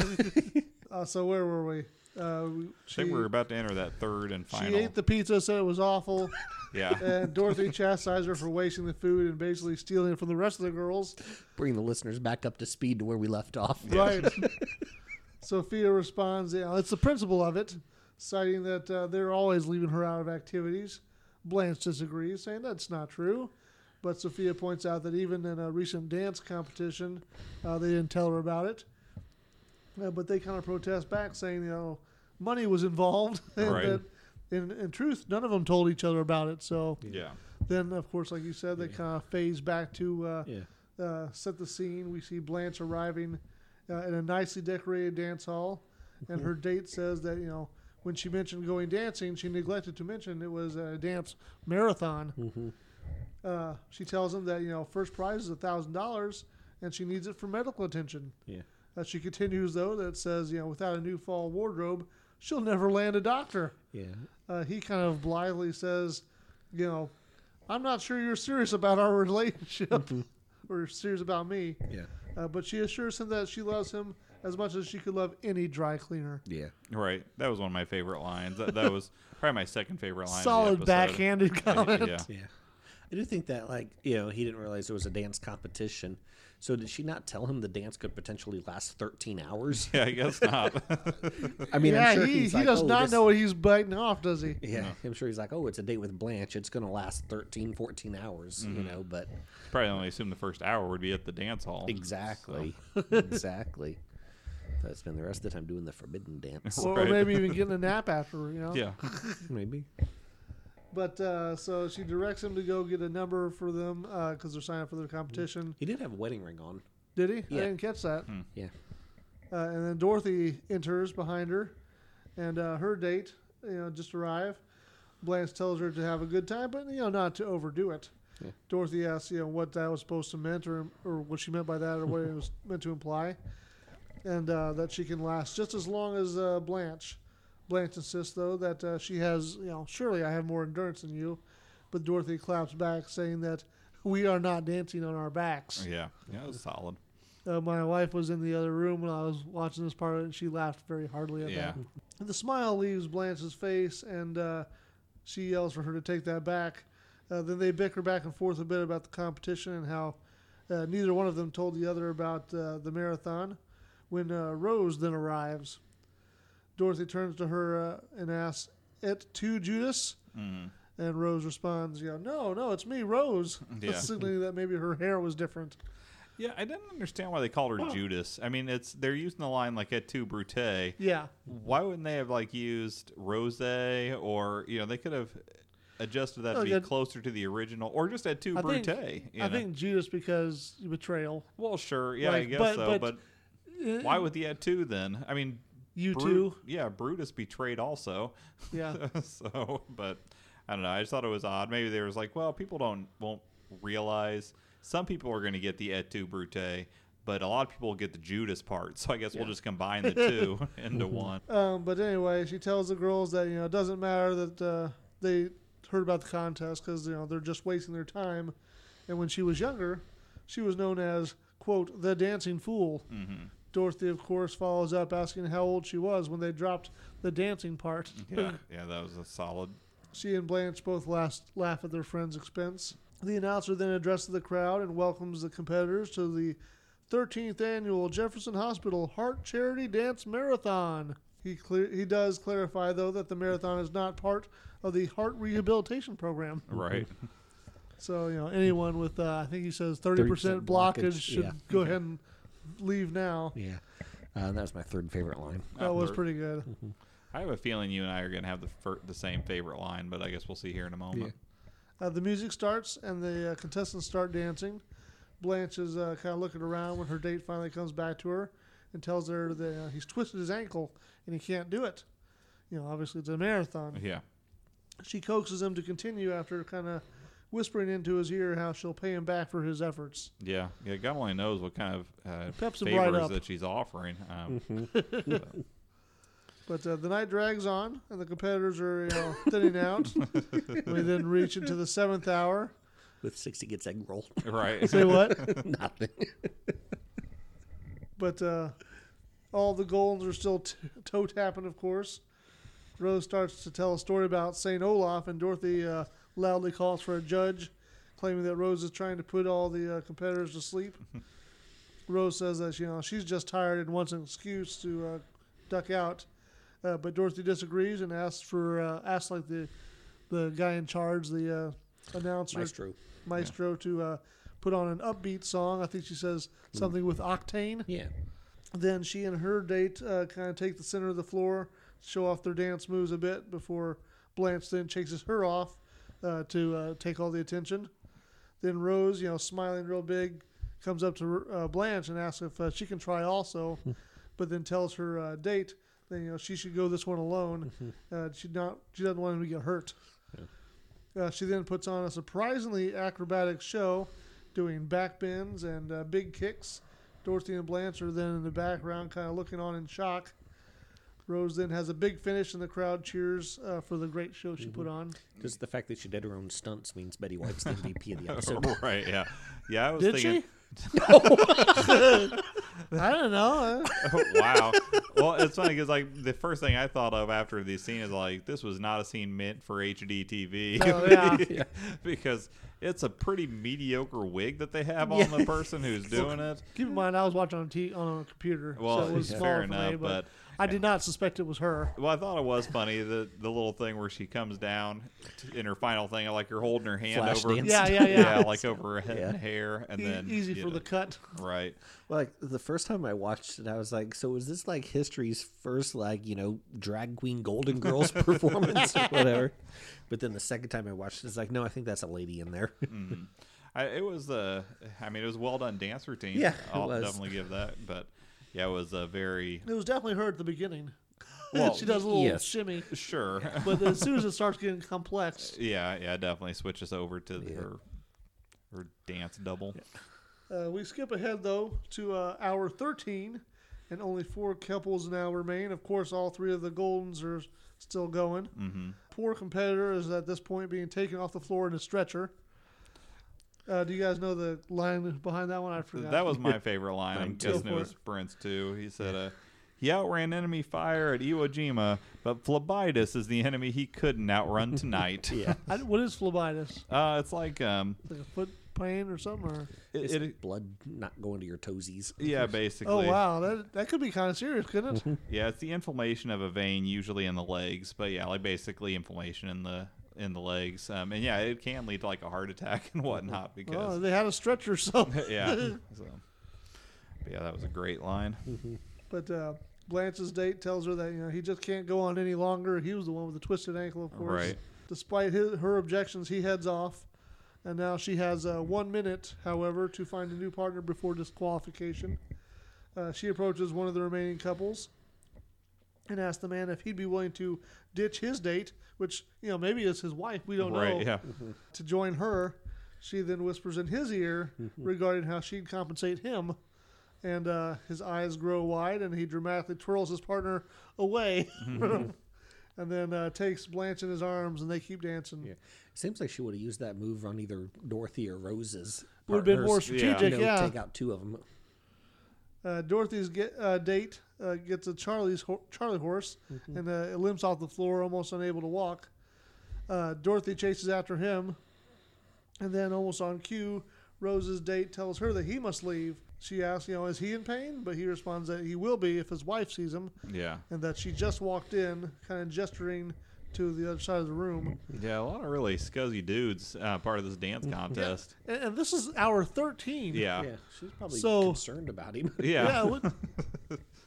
Speaker 1: I
Speaker 3: Uh, so where were we? Uh, we- she,
Speaker 1: think we're about to enter that third and
Speaker 3: she
Speaker 1: final.
Speaker 3: ate the pizza, said it was awful, (laughs)
Speaker 1: yeah, (laughs)
Speaker 3: and Dorothy chastised her for wasting the food and basically stealing it from the rest of the girls.
Speaker 2: Bring the listeners back up to speed to where we left off.
Speaker 1: (laughs)
Speaker 3: Right. Sophia responds, yeah, it's the principle of it, citing that uh, they're always leaving her out of activities. Blanche disagrees, saying that's not true. But Sophia points out that even in a recent dance competition, uh, they didn't tell her about it. Uh, but they kind of protest back, saying, you know, money was involved. (laughs) and
Speaker 1: Right.
Speaker 3: that in, in truth, none of them told each other about it. So
Speaker 1: yeah.
Speaker 3: then, of course, like you said, they kind of phase back to uh,
Speaker 2: Yeah.
Speaker 3: uh, set the scene. We see Blanche arriving uh, in a nicely decorated dance hall, and her date says that you know when she mentioned going dancing, she neglected to mention it was a dance marathon. Uh, she tells him that you know first prize is a thousand dollars, and she needs it for medical attention.
Speaker 2: Yeah.
Speaker 3: Uh, she continues though that says you know without a new fall wardrobe, she'll never land a doctor
Speaker 2: Yeah.
Speaker 3: uh, he kind of blithely says, you know, I'm not sure you're serious about our (laughs) relationship
Speaker 2: Mm-hmm.
Speaker 3: (laughs) or serious about me.
Speaker 2: Yeah.
Speaker 3: Uh, but she assures him that she loves him as much as she could love any dry cleaner.
Speaker 2: Yeah.
Speaker 1: Right. That was one of my favorite lines. That, that was probably my second
Speaker 2: Oh,
Speaker 1: favorite line. of the
Speaker 3: Solid
Speaker 1: episode.
Speaker 2: (laughs)
Speaker 3: backhanded comment.
Speaker 1: (laughs) Yeah.
Speaker 2: Yeah. I do think that, like, you know, he didn't realize there was a dance competition. So did she not tell him the dance could potentially last 13
Speaker 3: (laughs)
Speaker 2: hours?
Speaker 1: Yeah, I guess not. (laughs)
Speaker 2: I mean,
Speaker 3: yeah,
Speaker 2: I'm sure
Speaker 3: he,
Speaker 2: he's
Speaker 3: he
Speaker 2: like,
Speaker 3: does
Speaker 2: oh,
Speaker 3: not
Speaker 2: this-
Speaker 3: know what he's biting off,
Speaker 2: (laughs)
Speaker 3: does he?
Speaker 2: Yeah, I'm sure he's like, oh, it's a date with Blanche. It's going to last 13, 14 hours, you know, but
Speaker 1: probably only assumed the first hour would be at the dance hall.
Speaker 2: exactly. (laughs) exactly. So I spend the rest of the time doing the forbidden dance.
Speaker 3: Or, or
Speaker 1: Right.
Speaker 3: maybe even getting a nap after, you know?
Speaker 1: Yeah.
Speaker 2: Maybe.
Speaker 3: But uh, so she directs him to go get a number for them because they're signing up for the competition.
Speaker 2: He did have a wedding ring on.
Speaker 3: Did he?
Speaker 2: Yeah.
Speaker 3: I didn't catch that.
Speaker 2: Yeah.
Speaker 3: Uh, and then Dorothy enters behind her, and uh, her date, you know, just arrived. Blanche tells her to have a good time, but you know, not to overdo it.
Speaker 2: Yeah.
Speaker 3: Dorothy asks, you know, what that was supposed to meant, or or what she meant by that, or what it was meant to imply, and uh, that she can last just as long as uh, Blanche. Blanche insists, though, that uh, she has, you know, surely I have more endurance than you, but Dorothy claps back, saying that we are not dancing on our backs.
Speaker 1: Yeah, yeah, it was solid.
Speaker 3: Uh, my wife was in the other room when I was watching this part, and she laughed very heartily at
Speaker 1: Yeah.
Speaker 3: that. And the smile leaves Blanche's face, and uh, she yells for her to take that back. Uh, then they bicker back and forth a bit about the competition and how uh, neither one of them told the other about uh, the marathon. When uh, Rose then arrives, Dorothy turns to her uh, and asks, "It to Judas?"
Speaker 1: Mm.
Speaker 3: And Rose responds, "You know, no, no, it's me, Rose."
Speaker 1: (laughs) Yeah.
Speaker 3: (laughs) Signaling that maybe her hair was different.
Speaker 1: Yeah, I didn't understand why they called her Judas. I mean, it's they're using the line like "et tu, Brute."
Speaker 3: Yeah.
Speaker 1: Why wouldn't they have like used Rose or you know they could have adjusted that to
Speaker 3: Oh,
Speaker 1: be
Speaker 3: yeah.
Speaker 1: closer to the original or just "et tu,
Speaker 3: I
Speaker 1: Brute"?
Speaker 3: think-
Speaker 1: you
Speaker 3: I
Speaker 1: know?
Speaker 3: think Judas because betrayal.
Speaker 1: Well, sure, yeah, I
Speaker 3: Like,
Speaker 1: guess
Speaker 3: but-
Speaker 1: so. But,
Speaker 3: but-
Speaker 1: why would the "et tu" then? I mean,
Speaker 3: you
Speaker 1: Bru-
Speaker 3: too?
Speaker 1: Yeah, Brutus betrayed also.
Speaker 3: Yeah.
Speaker 1: (laughs) so, but I don't know. I just thought it was odd. Maybe they was like, well, people don't won't realize. Some people are going to get the et tu brute, but a lot of people will get the Judas part. So I guess we'll just combine the
Speaker 3: (laughs)
Speaker 1: two into one.
Speaker 3: Um, but anyway, she tells the girls that you know it doesn't matter that uh, they heard about the contest because you know they're just wasting their time. And when she was younger, she was known as quote the dancing fool. Dorothy, of course, follows up asking how old she was when they dropped the dancing part.
Speaker 1: Yeah, yeah, that was a solid.
Speaker 3: She and Blanche both last laugh at their friend's expense. The announcer then addresses the crowd and welcomes the competitors to the 13th annual Jefferson Hospital Heart Charity Dance Marathon. He clear, he does clarify though that the marathon is not part of the heart rehabilitation program.
Speaker 1: Right.
Speaker 3: So you know anyone with uh, I think he says 30 percent
Speaker 2: 30%
Speaker 3: blockage,
Speaker 2: blockage,
Speaker 3: should
Speaker 2: yeah.
Speaker 3: go ahead and leave now.
Speaker 2: Yeah. Uh, that was my third favorite line.
Speaker 1: Uh,
Speaker 3: (laughs) That was
Speaker 1: or-
Speaker 3: pretty good.
Speaker 1: I have a feeling you and I are going to have the fir- the same favorite line, but I guess we'll see here in a moment.
Speaker 3: Uh, the music starts and the uh, contestants start dancing. Blanche is uh, kind of looking around when her date finally comes back to her and tells her that uh, he's twisted his ankle and he can't do it. You know, obviously it's a marathon.
Speaker 1: Yeah.
Speaker 3: She coaxes him to continue after kind of whispering into his ear how she'll pay him back for his efforts.
Speaker 1: Yeah, yeah. God only knows what kind of uh,
Speaker 3: Peps him right
Speaker 1: favors
Speaker 3: up. Mm-hmm.
Speaker 1: that she's offering. Um,
Speaker 3: But uh, the night drags on, and the competitors are you know, thinning out. we then reach into the seventh hour.
Speaker 2: With 60 gets egg roll.
Speaker 1: (laughs)
Speaker 2: (laughs)
Speaker 1: Right.
Speaker 3: (laughs) Say what?
Speaker 2: Nothing.
Speaker 3: But uh, all the goals are still t- toe tapping, of course. Rose starts to tell a story about St. Olaf, and Dorothy uh, loudly calls for a judge, claiming that Rose is trying to put all the uh, competitors to sleep. Rose says that you know she's just tired and wants an excuse to uh, duck out, uh, but Dorothy disagrees and asks for uh, asks like the the guy in charge, the uh, announcer
Speaker 2: Maestro.
Speaker 3: maestro, to uh, put on an upbeat song. I think she says something with octane
Speaker 2: Yeah.
Speaker 3: then she and her date uh, kind of take the center of the floor, show off their dance moves a bit before Blanche then chases her off uh, to uh, take all the attention. Then Rose, you know, smiling real big, comes up to uh, Blanche and asks if uh, she can try also, but then tells her uh, date that you know she should go this one alone. Uh, she not she doesn't want him to get hurt. Uh, she then puts on a surprisingly acrobatic show, doing back bends and uh, big kicks. Dorothy and Blanche are then in the background, kind of looking on in shock. Rose then has a big finish, and the crowd cheers uh, for the great show she put on.
Speaker 1: Mm-hmm.
Speaker 2: Just the fact that she did her own stunts means Betty White's the MVP (laughs) of the episode.
Speaker 1: right. Yeah. Yeah. I was
Speaker 3: Did
Speaker 1: thinking.
Speaker 3: she?
Speaker 1: (laughs)
Speaker 3: I don't know. uh,
Speaker 1: Oh, (laughs) wow. Well, it's funny because like the first thing I thought of after (laughs) the scene is like this was not a scene meant for HD TV
Speaker 3: Oh, yeah.
Speaker 1: because it's a pretty mediocre wig that they have on the person who's doing it.
Speaker 3: Keep in mind, I was watching on, t- on a computer,
Speaker 1: Well,
Speaker 3: so it was
Speaker 1: yeah.
Speaker 3: small
Speaker 1: fair
Speaker 3: for me,
Speaker 1: enough,
Speaker 3: but,
Speaker 1: but-
Speaker 3: I did not suspect it was her.
Speaker 1: Well, I thought it was funny the the little thing where she comes down t- in her final thing, like you're holding her hand
Speaker 2: Flash
Speaker 1: over,
Speaker 2: dance.
Speaker 3: Yeah,
Speaker 1: (laughs)
Speaker 3: yeah, yeah.
Speaker 1: like over her head and (laughs) hair, and
Speaker 3: E-
Speaker 1: then
Speaker 3: easy
Speaker 1: you
Speaker 3: for
Speaker 1: know,
Speaker 3: the cut.
Speaker 1: right.
Speaker 2: Well, like the first time I watched it, I was like, "So was this like history's first like you know drag queen Golden
Speaker 3: (laughs)
Speaker 2: Girls performance or whatever?" But then the second time I watched it, it's like, "No, I think that's a lady in there."
Speaker 3: Mm.
Speaker 1: I, it was uh, I mean, it was a well done dance routine.
Speaker 2: Yeah, it
Speaker 1: I'll
Speaker 2: was.
Speaker 1: definitely give that. But yeah, it was a very
Speaker 3: It was definitely her at the beginning. (laughs)
Speaker 1: Well,
Speaker 3: she does a little
Speaker 2: yes.
Speaker 3: shimmy,
Speaker 1: sure.
Speaker 3: but as soon as it starts
Speaker 1: (laughs)
Speaker 3: getting complex,
Speaker 1: yeah, yeah, definitely switches over to her her dance double.
Speaker 3: uh, we skip ahead though to uh, hour thirteen, and only four couples now remain. Of course, all three of the Goldens are still going. Mm-hmm. Poor competitor is at this point being taken off the floor in a stretcher. Uh, do you guys know the line behind that one? I forgot.
Speaker 1: That was my favorite line. I'm
Speaker 2: too.
Speaker 1: guessing it
Speaker 3: Go for
Speaker 1: was Prince too. He said, uh, "He outran enemy fire at Iwo Jima, but phlebitis is the enemy he couldn't (laughs) outrun tonight." yeah,
Speaker 3: I, what is phlebitis?
Speaker 1: uh, it's like um,
Speaker 3: Like a foot pain or something? Or?
Speaker 1: it,
Speaker 2: It's
Speaker 1: it-
Speaker 2: blood not going to your toesies.
Speaker 1: (laughs) yeah, basically.
Speaker 3: Oh wow, that that could be kind of serious, couldn't
Speaker 1: (laughs)
Speaker 3: it?
Speaker 1: Yeah, it's the inflammation of a vein, usually in the legs, but yeah, like basically inflammation in the in the legs, um, and yeah, it can lead to like a heart attack and whatnot
Speaker 3: oh,
Speaker 1: because
Speaker 3: they had a
Speaker 1: (laughs)
Speaker 3: stretcher, so
Speaker 1: yeah. So, but yeah, that was a great line.
Speaker 3: But uh, Blanche's date tells her that you know he just can't go on any longer. He was the one with the twisted ankle, of course.
Speaker 1: Right.
Speaker 3: Despite his, her objections, he heads off, and now she has uh, one minute, however, to find a new partner before disqualification. Uh, she approaches one of the remaining couples and asks the man if he'd be willing to ditch his date, which you know maybe is his wife. We don't know
Speaker 1: right? Yeah.
Speaker 3: to join her. She then whispers in his ear regarding how she'd compensate him, and uh, his eyes grow wide, and he dramatically twirls his partner away, (laughs) and then uh, takes Blanche in his arms, and they keep dancing.
Speaker 2: Yeah. Seems like she would have used that move on either Dorothy or Rose's.
Speaker 3: Would have been more
Speaker 2: partners.
Speaker 1: Yeah.
Speaker 3: strategic,
Speaker 2: No,
Speaker 3: yeah.
Speaker 2: take out two of them.
Speaker 3: Uh, Dorothy's get, uh, date uh, gets a Charlie's ho- Charlie horse and uh, it limps off the floor, almost unable to walk. Uh, Dorothy chases after him, and then almost on cue, Rose's date tells her that he must leave. She asks, you know, is he in pain? But he responds that he will be if his wife sees him,
Speaker 1: Yeah.
Speaker 3: and that she just walked in, kind of gesturing to the other side of the room.
Speaker 1: Yeah, a lot of really scuzzy dudes uh, part of this dance contest.
Speaker 3: And, and this is hour thirteen.
Speaker 1: Yeah.
Speaker 2: Yeah, she's probably
Speaker 3: So-
Speaker 2: concerned about him.
Speaker 1: Yeah.
Speaker 3: (laughs) yeah. what-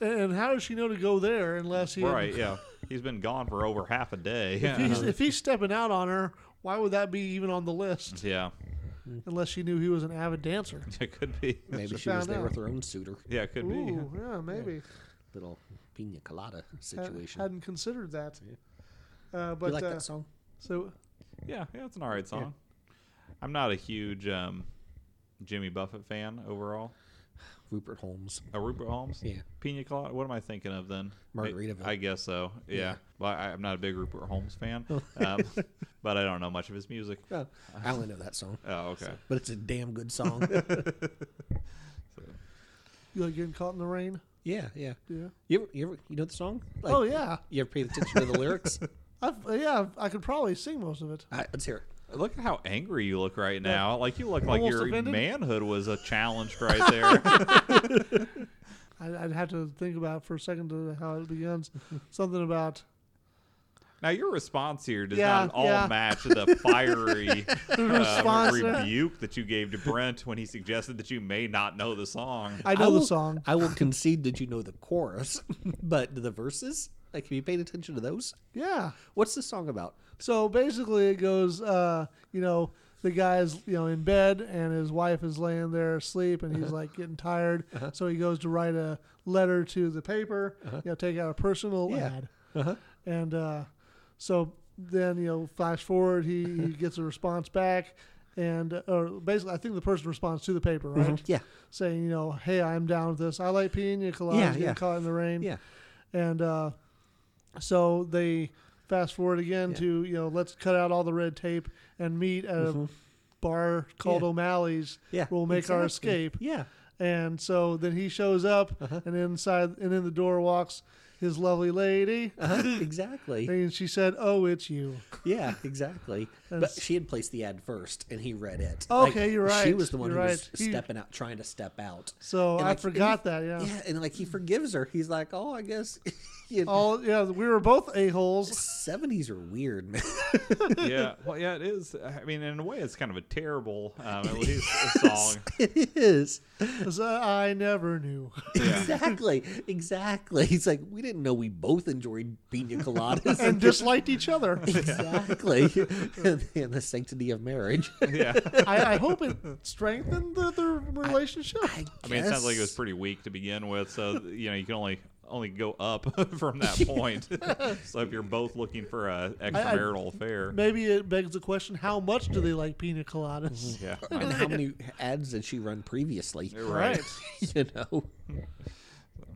Speaker 3: and how does she know to go there unless he had
Speaker 1: Right, yeah. He's been gone for over half a day. (laughs)
Speaker 3: If he's, if he's stepping out on her, why would that be even on the list?
Speaker 1: yeah. (laughs)
Speaker 3: Unless she knew he was an avid dancer.
Speaker 1: It could be. (laughs)
Speaker 2: Maybe
Speaker 3: She
Speaker 2: she was
Speaker 3: found
Speaker 2: there
Speaker 3: out.
Speaker 2: with her own suitor.
Speaker 1: Yeah, it could
Speaker 3: Ooh, yeah, maybe.
Speaker 2: Little pina colada
Speaker 3: Ha-
Speaker 2: situation.
Speaker 3: Hadn't considered that. Uh,
Speaker 2: you
Speaker 3: but
Speaker 2: like
Speaker 3: uh,
Speaker 2: that song?
Speaker 3: so
Speaker 1: be. Yeah, yeah, it's an all right song. I'm not a huge um, Jimmy Buffett fan overall.
Speaker 2: Rupert Holmes.
Speaker 1: A Rupert Holmes?
Speaker 2: Yeah.
Speaker 1: Pina Colada? What am I thinking of then? I-
Speaker 2: Margaritaville.
Speaker 1: I, guess so. Yeah. Well, I, I'm not a big Rupert Holmes fan, um, but I don't know much of his music.
Speaker 2: Oh, I only know that song,
Speaker 1: Oh, okay.
Speaker 2: but it's a damn good song.
Speaker 3: (laughs) you like getting caught in the rain?
Speaker 2: yeah, yeah.
Speaker 3: Yeah.
Speaker 2: You ever, you ever, you know the song? Like,
Speaker 3: oh yeah.
Speaker 2: You ever paid attention to the
Speaker 3: (laughs)
Speaker 2: lyrics?
Speaker 3: I've, yeah, I could probably sing most of it.
Speaker 2: All right, let's hear it.
Speaker 1: Look at how angry you look right now. Like you look like
Speaker 3: Almost
Speaker 1: your
Speaker 3: offended?
Speaker 1: manhood was a challenged (laughs) right there.
Speaker 3: I, I'd have to think about for a second to how
Speaker 2: (laughs)
Speaker 3: it begins. Something about
Speaker 1: now your response here does
Speaker 3: Yeah,
Speaker 1: not all
Speaker 3: yeah.
Speaker 1: match (laughs) the fiery uh,
Speaker 3: response.
Speaker 1: rebuke that you gave to Brent when he suggested that you may not know the song.
Speaker 3: I know
Speaker 2: will,
Speaker 3: the song.
Speaker 2: I will concede that you know the chorus, (laughs) but the verses, like, have you paid attention to those?
Speaker 3: Yeah.
Speaker 2: What's the song about?
Speaker 3: So basically, it goes, uh, you know, the guy's you know in bed and his wife is laying there asleep, and he's like getting tired. So he goes to write a letter to the paper, you know, take out a personal
Speaker 2: Yeah.
Speaker 3: ad, and uh, so then you know, flash forward, he, he gets a response back, and uh, or basically, I think the person responds to the paper, right?
Speaker 2: Yeah,
Speaker 3: saying, you know, hey, I'm down with this. I like pina coladas,
Speaker 2: Yeah,
Speaker 3: getting
Speaker 2: yeah.
Speaker 3: caught in the rain.
Speaker 2: Yeah.
Speaker 3: And uh, so they fast forward again to, you know, let's cut out all the red tape and meet at a bar called
Speaker 2: Mm-hmm. Yeah.
Speaker 3: O'Malley's.
Speaker 2: yeah.
Speaker 3: We'll make our
Speaker 2: exactly. Uh-huh.
Speaker 3: escape.
Speaker 2: Yeah, (laughs)
Speaker 3: And so then he shows up, and inside and in the door walks his lovely lady.
Speaker 2: Uh-huh, exactly.
Speaker 3: And she said, "Oh, it's you."
Speaker 2: Yeah, exactly. But she had placed the ad first, and he read it.
Speaker 3: Okay, you're
Speaker 2: She
Speaker 3: right.
Speaker 2: was the one
Speaker 3: You're
Speaker 2: who was
Speaker 3: right. He-
Speaker 2: stepping out, trying to step out.
Speaker 3: So
Speaker 2: And,
Speaker 3: I
Speaker 2: like,
Speaker 3: forgot
Speaker 2: and
Speaker 3: that. Yeah.
Speaker 2: Yeah, and like he forgives her. He's like, "Oh, I guess." (laughs) you know,
Speaker 3: All yeah, we were both
Speaker 2: (laughs)
Speaker 3: a holes.
Speaker 2: Seventies are weird, (laughs) man.
Speaker 1: (laughs) (laughs) yeah, well, yeah, it is. I mean, in a way, it's kind of a terrible um, at (laughs) least a song.
Speaker 2: it is
Speaker 3: I never
Speaker 2: (laughs)
Speaker 3: knew.
Speaker 2: exactly, exactly. He's like, we didn't know we both enjoyed
Speaker 3: (laughs)
Speaker 2: pina coladas
Speaker 3: And disliked each other.
Speaker 2: exactly, and, and the sanctity of marriage.
Speaker 1: (laughs) Yeah,
Speaker 3: I, I hope it strengthened the, their relationship.
Speaker 2: I,
Speaker 1: I mean, it sounds like it was
Speaker 2: guess.
Speaker 1: pretty weak to begin with. (laughs) So you know, you can only only go up (laughs) from that point. so if you're both looking for a extramarital affair,
Speaker 3: Maybe it begs the question: How much do they like pina coladas?
Speaker 1: yeah, (laughs)
Speaker 2: And how many ads did she run previously?
Speaker 1: Mm-hmm. you're right.
Speaker 2: (laughs) you know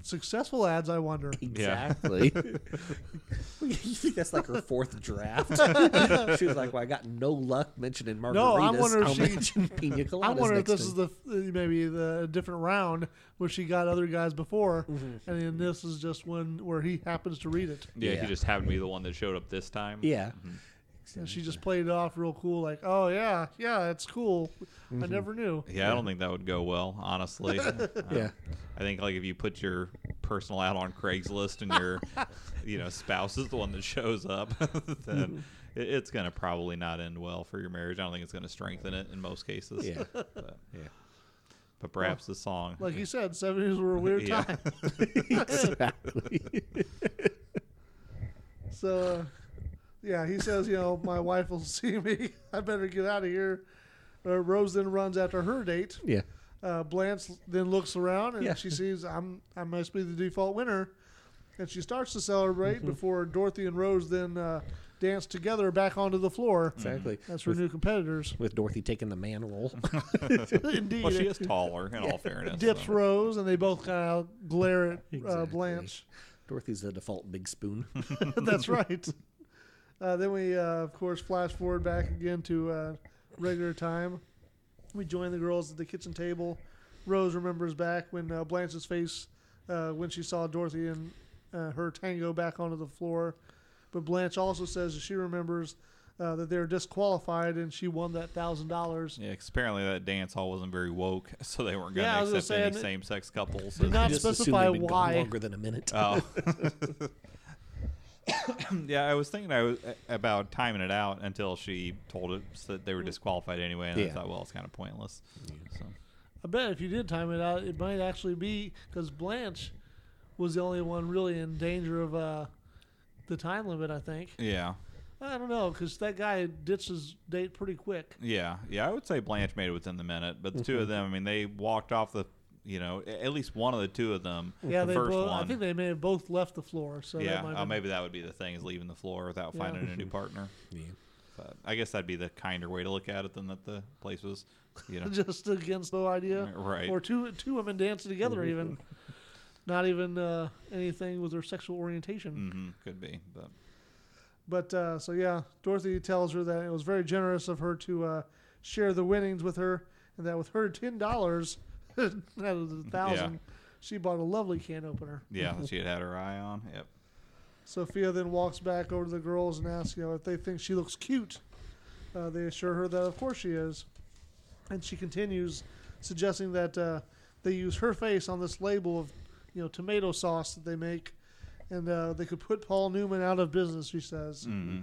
Speaker 3: Successful ads, I wonder.
Speaker 2: exactly. you think (laughs) that's like her fourth
Speaker 3: (laughs)
Speaker 2: draft? she was like, "Well, I got no luck mentioning margaritas.
Speaker 3: No, I wonder if
Speaker 2: I'll
Speaker 3: she-
Speaker 2: mention pina coladas."
Speaker 3: (laughs) I wonder if
Speaker 2: next
Speaker 3: this
Speaker 2: time."
Speaker 3: is the maybe the different round where she got other guys before, and then this is just one where he happens to read it.
Speaker 1: Yeah,
Speaker 2: Yeah.
Speaker 1: he just happened to be the one that showed up this time.
Speaker 3: (laughs)
Speaker 2: yeah.
Speaker 3: And she just played it off real cool, like, "Oh yeah, yeah, it's cool. I never knew."
Speaker 1: Yeah, I don't think that would go well, (laughs) honestly. Um,
Speaker 2: Yeah.
Speaker 3: (laughs)
Speaker 1: I think like if you put your personal out on Craigslist and (laughs) your, you know, spouse is the one that shows up, (laughs)
Speaker 3: Mm-hmm.
Speaker 1: then it, it's gonna probably not end well for your marriage. I don't think it's gonna strengthen it in most cases.
Speaker 2: Yeah.
Speaker 1: (laughs) But, but perhaps the song.
Speaker 3: Like you said, seventies were a weird
Speaker 1: (laughs) Yeah.
Speaker 3: time.
Speaker 2: exactly. (laughs)
Speaker 3: So, uh, yeah, he says, you know, my wife will (laughs) see me. I better get out of here. Uh, Rose then runs after her date.
Speaker 2: Yeah.
Speaker 3: Uh, Blanche then looks around and
Speaker 2: Yeah.
Speaker 3: she sees I'm I must be the default winner, and she starts to celebrate
Speaker 1: Mm-hmm.
Speaker 3: before Dorothy and Rose then uh, dance together back onto the floor.
Speaker 2: Exactly.
Speaker 3: That's her new competitors. (laughs)
Speaker 2: With Dorothy taking the man role.
Speaker 1: (laughs)
Speaker 3: Indeed,
Speaker 1: well, she is taller.
Speaker 3: (laughs)
Speaker 1: In all fairness,
Speaker 3: dips
Speaker 1: so.
Speaker 3: Rose, and they both kind of glare at uh,
Speaker 2: Exactly.
Speaker 3: Blanche.
Speaker 2: Dorothy's the default big spoon.
Speaker 3: (laughs) That's right. Uh, then we, uh, of course, flash forward back again to uh, regular time. We join the girls at the kitchen table. Rose remembers back when uh, Blanche's face uh, when she saw Dorothy and uh, her tango back onto the floor. But Blanche also says that she remembers uh, that they're disqualified and she won that thousand dollars.
Speaker 1: Yeah, 'cause apparently that dance hall wasn't very woke, (laughs) so they weren't going
Speaker 3: Yeah,
Speaker 1: to
Speaker 3: I was gonna
Speaker 1: accept any
Speaker 3: say, I-
Speaker 1: same-sex couples.
Speaker 3: Did
Speaker 2: (laughs)
Speaker 3: not
Speaker 2: Just assume
Speaker 3: specify
Speaker 2: they've been gone
Speaker 3: why. Uh,
Speaker 2: Longer than a minute.
Speaker 1: Oh. (laughs) yeah, I was thinking I was, about timing it out until she told us that
Speaker 3: Mm.
Speaker 1: they were disqualified anyway, and
Speaker 2: Yeah.
Speaker 1: I thought, well, it's kind of pointless. So,
Speaker 3: I bet if you did time it out, it might actually be because Blanche was the only one really in danger of uh, the time limit. I think.
Speaker 1: yeah,
Speaker 3: I don't know because that guy ditched his date pretty quick.
Speaker 1: yeah, yeah. I would say Blanche made it within the minute, but the two of them, I mean, they walked off the, you know, a- at least one of the two of them.
Speaker 3: Yeah,
Speaker 1: the
Speaker 3: they
Speaker 1: first
Speaker 3: both.
Speaker 1: one.
Speaker 3: I think they may have both left the floor. So that
Speaker 1: yeah,
Speaker 3: might
Speaker 1: oh,
Speaker 3: have been-
Speaker 1: maybe that would be the thing is leaving the floor without
Speaker 3: Yeah. Mm-hmm.
Speaker 1: finding a new partner.
Speaker 2: Yeah.
Speaker 1: But I guess that'd be the kinder way to look at it than that the place was, you
Speaker 3: (laughs)
Speaker 1: know,
Speaker 3: just against the idea,
Speaker 1: Right. Mm-hmm.
Speaker 3: Or two two women dancing together, even not even uh, anything with their sexual orientation.
Speaker 1: hmm could be, but
Speaker 3: But uh, so yeah, Dorothy tells her that it was very generous of her to uh, share the winnings with her, and that with her ten dollars (laughs) out of the thousand, she bought a lovely can opener.
Speaker 1: yeah, she had had her eye on. Yep.
Speaker 3: Sophia then walks back over to the girls and asks, you know, if they think she looks cute. Uh, they assure her that of course she is, and she continues, suggesting that uh, they use her face on this label of, you know, tomato sauce that they make, and uh, they could put Paul Newman out of business. She says.
Speaker 1: hmm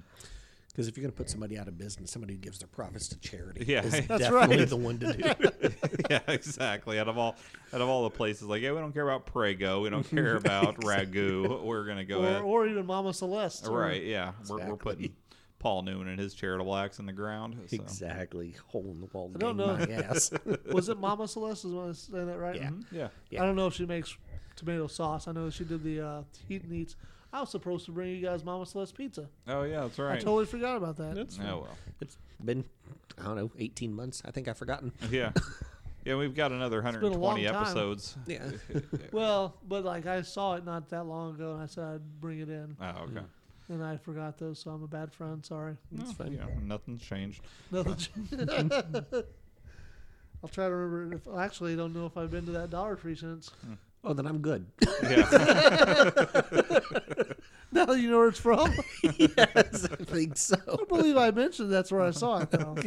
Speaker 2: Because if you're going to put somebody out of business, somebody who gives their profits to charity
Speaker 1: Yeah.
Speaker 2: is
Speaker 3: (laughs)
Speaker 1: That's
Speaker 2: definitely
Speaker 3: right.
Speaker 2: the one to
Speaker 3: (laughs)
Speaker 2: do.
Speaker 1: (laughs) yeah, exactly. Out of all out of all the places, like yeah, we don't care about Prego,
Speaker 3: (laughs)
Speaker 1: we don't care about Ragu. We're gonna go
Speaker 3: or,
Speaker 1: ahead.
Speaker 3: or even Mama Celeste. or-
Speaker 1: right? (laughs) Yeah, we're, we're putting
Speaker 2: Exactly.
Speaker 1: Paul Newman and his charitable acts in the ground. So.
Speaker 2: exactly. Hole in the wall. I
Speaker 3: don't know. Mm-hmm.
Speaker 2: My
Speaker 3: (laughs)
Speaker 2: ass.
Speaker 3: Was it Mama Celeste? Is when I saying that
Speaker 2: (laughs)
Speaker 3: right?
Speaker 2: Yeah.
Speaker 1: Yeah.
Speaker 2: Yeah.
Speaker 3: I don't know if she makes tomato sauce. I know she did the uh, heat and eats. I was supposed to bring you guys Mama Celeste pizza.
Speaker 1: Oh yeah, that's right.
Speaker 3: I totally forgot about that.
Speaker 1: oh well.
Speaker 2: It's been, I don't know, 18 months. I think I've forgotten.
Speaker 1: Yeah. Yeah, we've got another
Speaker 3: been
Speaker 1: 120
Speaker 3: a long time.
Speaker 1: episodes.
Speaker 3: (laughs)
Speaker 2: Yeah.
Speaker 3: Well, but like I saw it not that long ago, and I said I'd bring it in,
Speaker 1: Oh, okay.
Speaker 3: and I forgot those, so I'm a bad friend. Sorry.
Speaker 1: That's
Speaker 2: fine.
Speaker 1: Oh, nothing's
Speaker 3: (laughs)
Speaker 1: changed.
Speaker 3: Nothing. (laughs) I'll try to remember. If, actually, I don't know if I've been to that Dollar Tree since. (laughs)
Speaker 2: Oh, then I'm good. (laughs)
Speaker 1: Yeah.
Speaker 3: Now that you know where it's from, (laughs) I
Speaker 2: yes, I think so.
Speaker 3: believe I mentioned that's where I saw it. Though.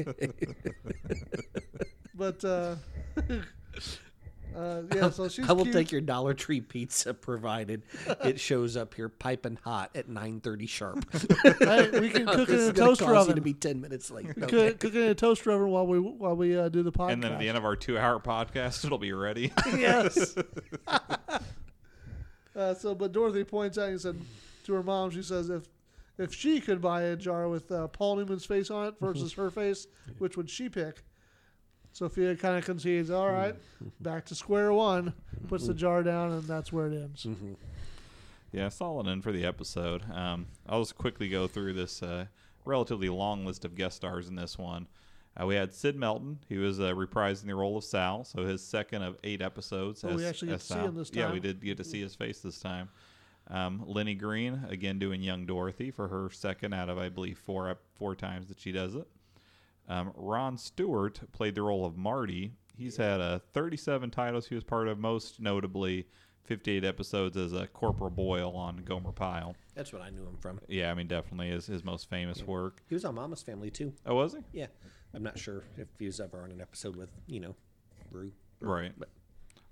Speaker 3: (laughs) But uh, (laughs) uh, yeah, so she's.
Speaker 2: I will
Speaker 3: cute.
Speaker 2: take your Dollar Tree pizza provided it shows up here piping hot at 9:30
Speaker 3: (laughs)
Speaker 2: sharp.
Speaker 3: Hey, we
Speaker 2: (laughs)
Speaker 3: can cook it
Speaker 2: This
Speaker 3: in
Speaker 2: is
Speaker 3: a
Speaker 2: gonna
Speaker 3: toaster
Speaker 2: cause you
Speaker 3: oven.
Speaker 2: to be 10 minutes late. Okay.
Speaker 3: cook, cook it in a toaster oven while we while we uh, do the podcast.
Speaker 1: and then at the end of our two-hour podcast, it'll be ready.
Speaker 3: yes. uh, so, but Dorothy points out and said to her mom, she says, if if she could buy a jar with uh, Paul Newman's face on it versus her face, which would she pick? Sophia kind of concedes. All right, back to square one. Puts the jar down, and that's where it ends.
Speaker 1: Yeah, solid end for the episode. Um, I'll just quickly go through this uh, relatively long list of guest stars in this one. Uh, we had Sid Melton, who was uh, reprising the role of Sal, so his second of eight episodes.
Speaker 3: Oh, we actually get to see
Speaker 1: Sal.
Speaker 3: him this
Speaker 1: Yeah,
Speaker 3: time.
Speaker 1: we did get to see his face this time. Um, Lenny Green again doing young Dorothy for her second out of I believe four ep- four times that she does it. Um, Ron Stewart played the role of Marty. He's had uh, 37 titles he was part of, most notably 58 episodes as a Corporal Boyle on Gomer Pyle.
Speaker 2: That's what I knew him from.
Speaker 1: Yeah, I mean, definitely is his most famous work.
Speaker 2: He was on Mama's Family too.
Speaker 1: Oh, was he?
Speaker 2: Yeah, I'm not sure if he was ever on an episode with you know, Rue.
Speaker 1: Right.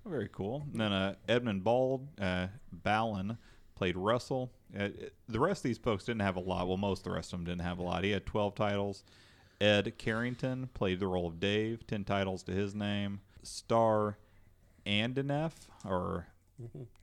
Speaker 1: Very cool. And then uh, Edmund Bald, uh, Ballin played Russell. Uh, the rest of these folks didn't have a lot. Well, most of the rest of them didn't have a lot. He had 12 titles. Ed Carrington played the role of Dave, 10 titles to his name. Star Andonoff, or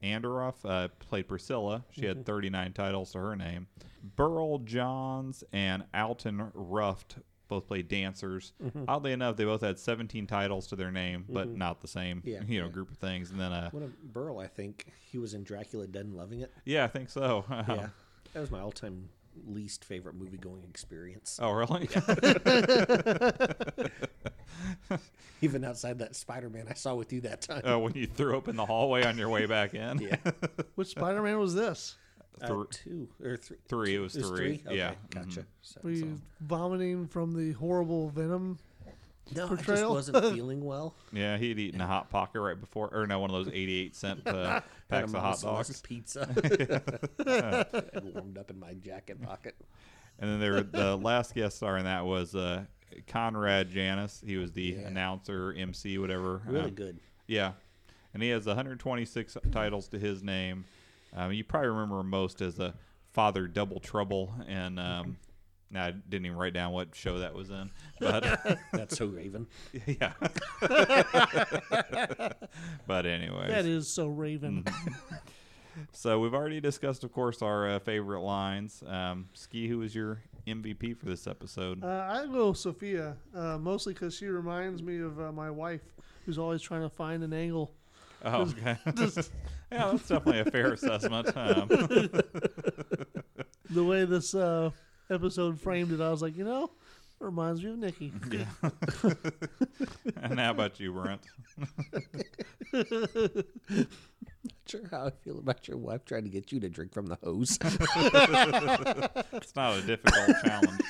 Speaker 1: Andoroff, uh, played Priscilla. She had 39 titles to her name. Burl Johns and Alton Ruft both played dancers. Oddly enough, they both had 17 titles to their name, but not the same,
Speaker 2: Yeah,
Speaker 1: you know,
Speaker 2: yeah.
Speaker 1: group of things. And then, uh,
Speaker 2: One of Burl, I think he was in Dracula Dead and loving it.
Speaker 1: yeah, I think so. (laughs)
Speaker 2: Yeah, that was my all-time least favorite movie-going experience.
Speaker 1: Oh, really?
Speaker 2: Even outside that Spider-Man I saw with you that time.
Speaker 1: (laughs)
Speaker 3: Oh.
Speaker 1: uh, when you threw up in the hallway on your way back in?
Speaker 3: (laughs)
Speaker 2: Yeah,
Speaker 3: Which Spider Man was this?
Speaker 2: Uh,
Speaker 1: Thr-
Speaker 2: two or three.
Speaker 1: three. It was,
Speaker 2: It was
Speaker 1: three.
Speaker 2: Okay,
Speaker 1: Yeah.
Speaker 2: gotcha.
Speaker 1: Mhm.
Speaker 2: So-
Speaker 3: Mm-hmm. Were you vomiting from the horrible venom?
Speaker 2: no, I just
Speaker 3: portrayal? (laughs)
Speaker 2: wasn't feeling well.
Speaker 1: Yeah, he'd eaten a hot pocket right before, or no, one of those 88 cent uh,
Speaker 2: (laughs) Had a
Speaker 1: packs of hot
Speaker 2: Mama's Lost
Speaker 1: dogs. (laughs)
Speaker 2: pizza. it warmed up in my jacket pocket.
Speaker 1: And then there, the
Speaker 2: (laughs)
Speaker 1: last guest star in that was uh, Conrad Janis. He was the
Speaker 2: Yeah.
Speaker 1: announcer, MC, whatever.
Speaker 2: Really
Speaker 1: Um,
Speaker 2: good.
Speaker 1: Yeah, and he has 126 titles to his name. Um, you probably remember him most as a father double trouble, and
Speaker 2: Mm-hmm.
Speaker 1: um, now I didn't even write down what show that was in,
Speaker 2: (laughs)
Speaker 1: but
Speaker 2: That's so Raven.
Speaker 1: (laughs) yeah. but anyways,
Speaker 3: That is so Raven.
Speaker 1: so we've already discussed, of course, our uh, favorite lines. Um, Ski, who was your MVP for this episode?
Speaker 3: Uh, I go Sophia, uh, mostly because she reminds me of uh, my wife, who's always trying to find an angle.
Speaker 1: Oh, okay.
Speaker 3: (laughs)
Speaker 1: (laughs) yeah, that's definitely a fair assessment. Um,
Speaker 3: The way this uh, episode framed it, I was like, you know, it reminds me of Nikki.
Speaker 1: Mm-hmm. (laughs) and how about you,
Speaker 3: (laughs)
Speaker 1: Brent?
Speaker 2: Not sure how I feel about your wife trying to get you to drink from the
Speaker 1: (laughs)
Speaker 2: hose.
Speaker 1: It's not a difficult challenge.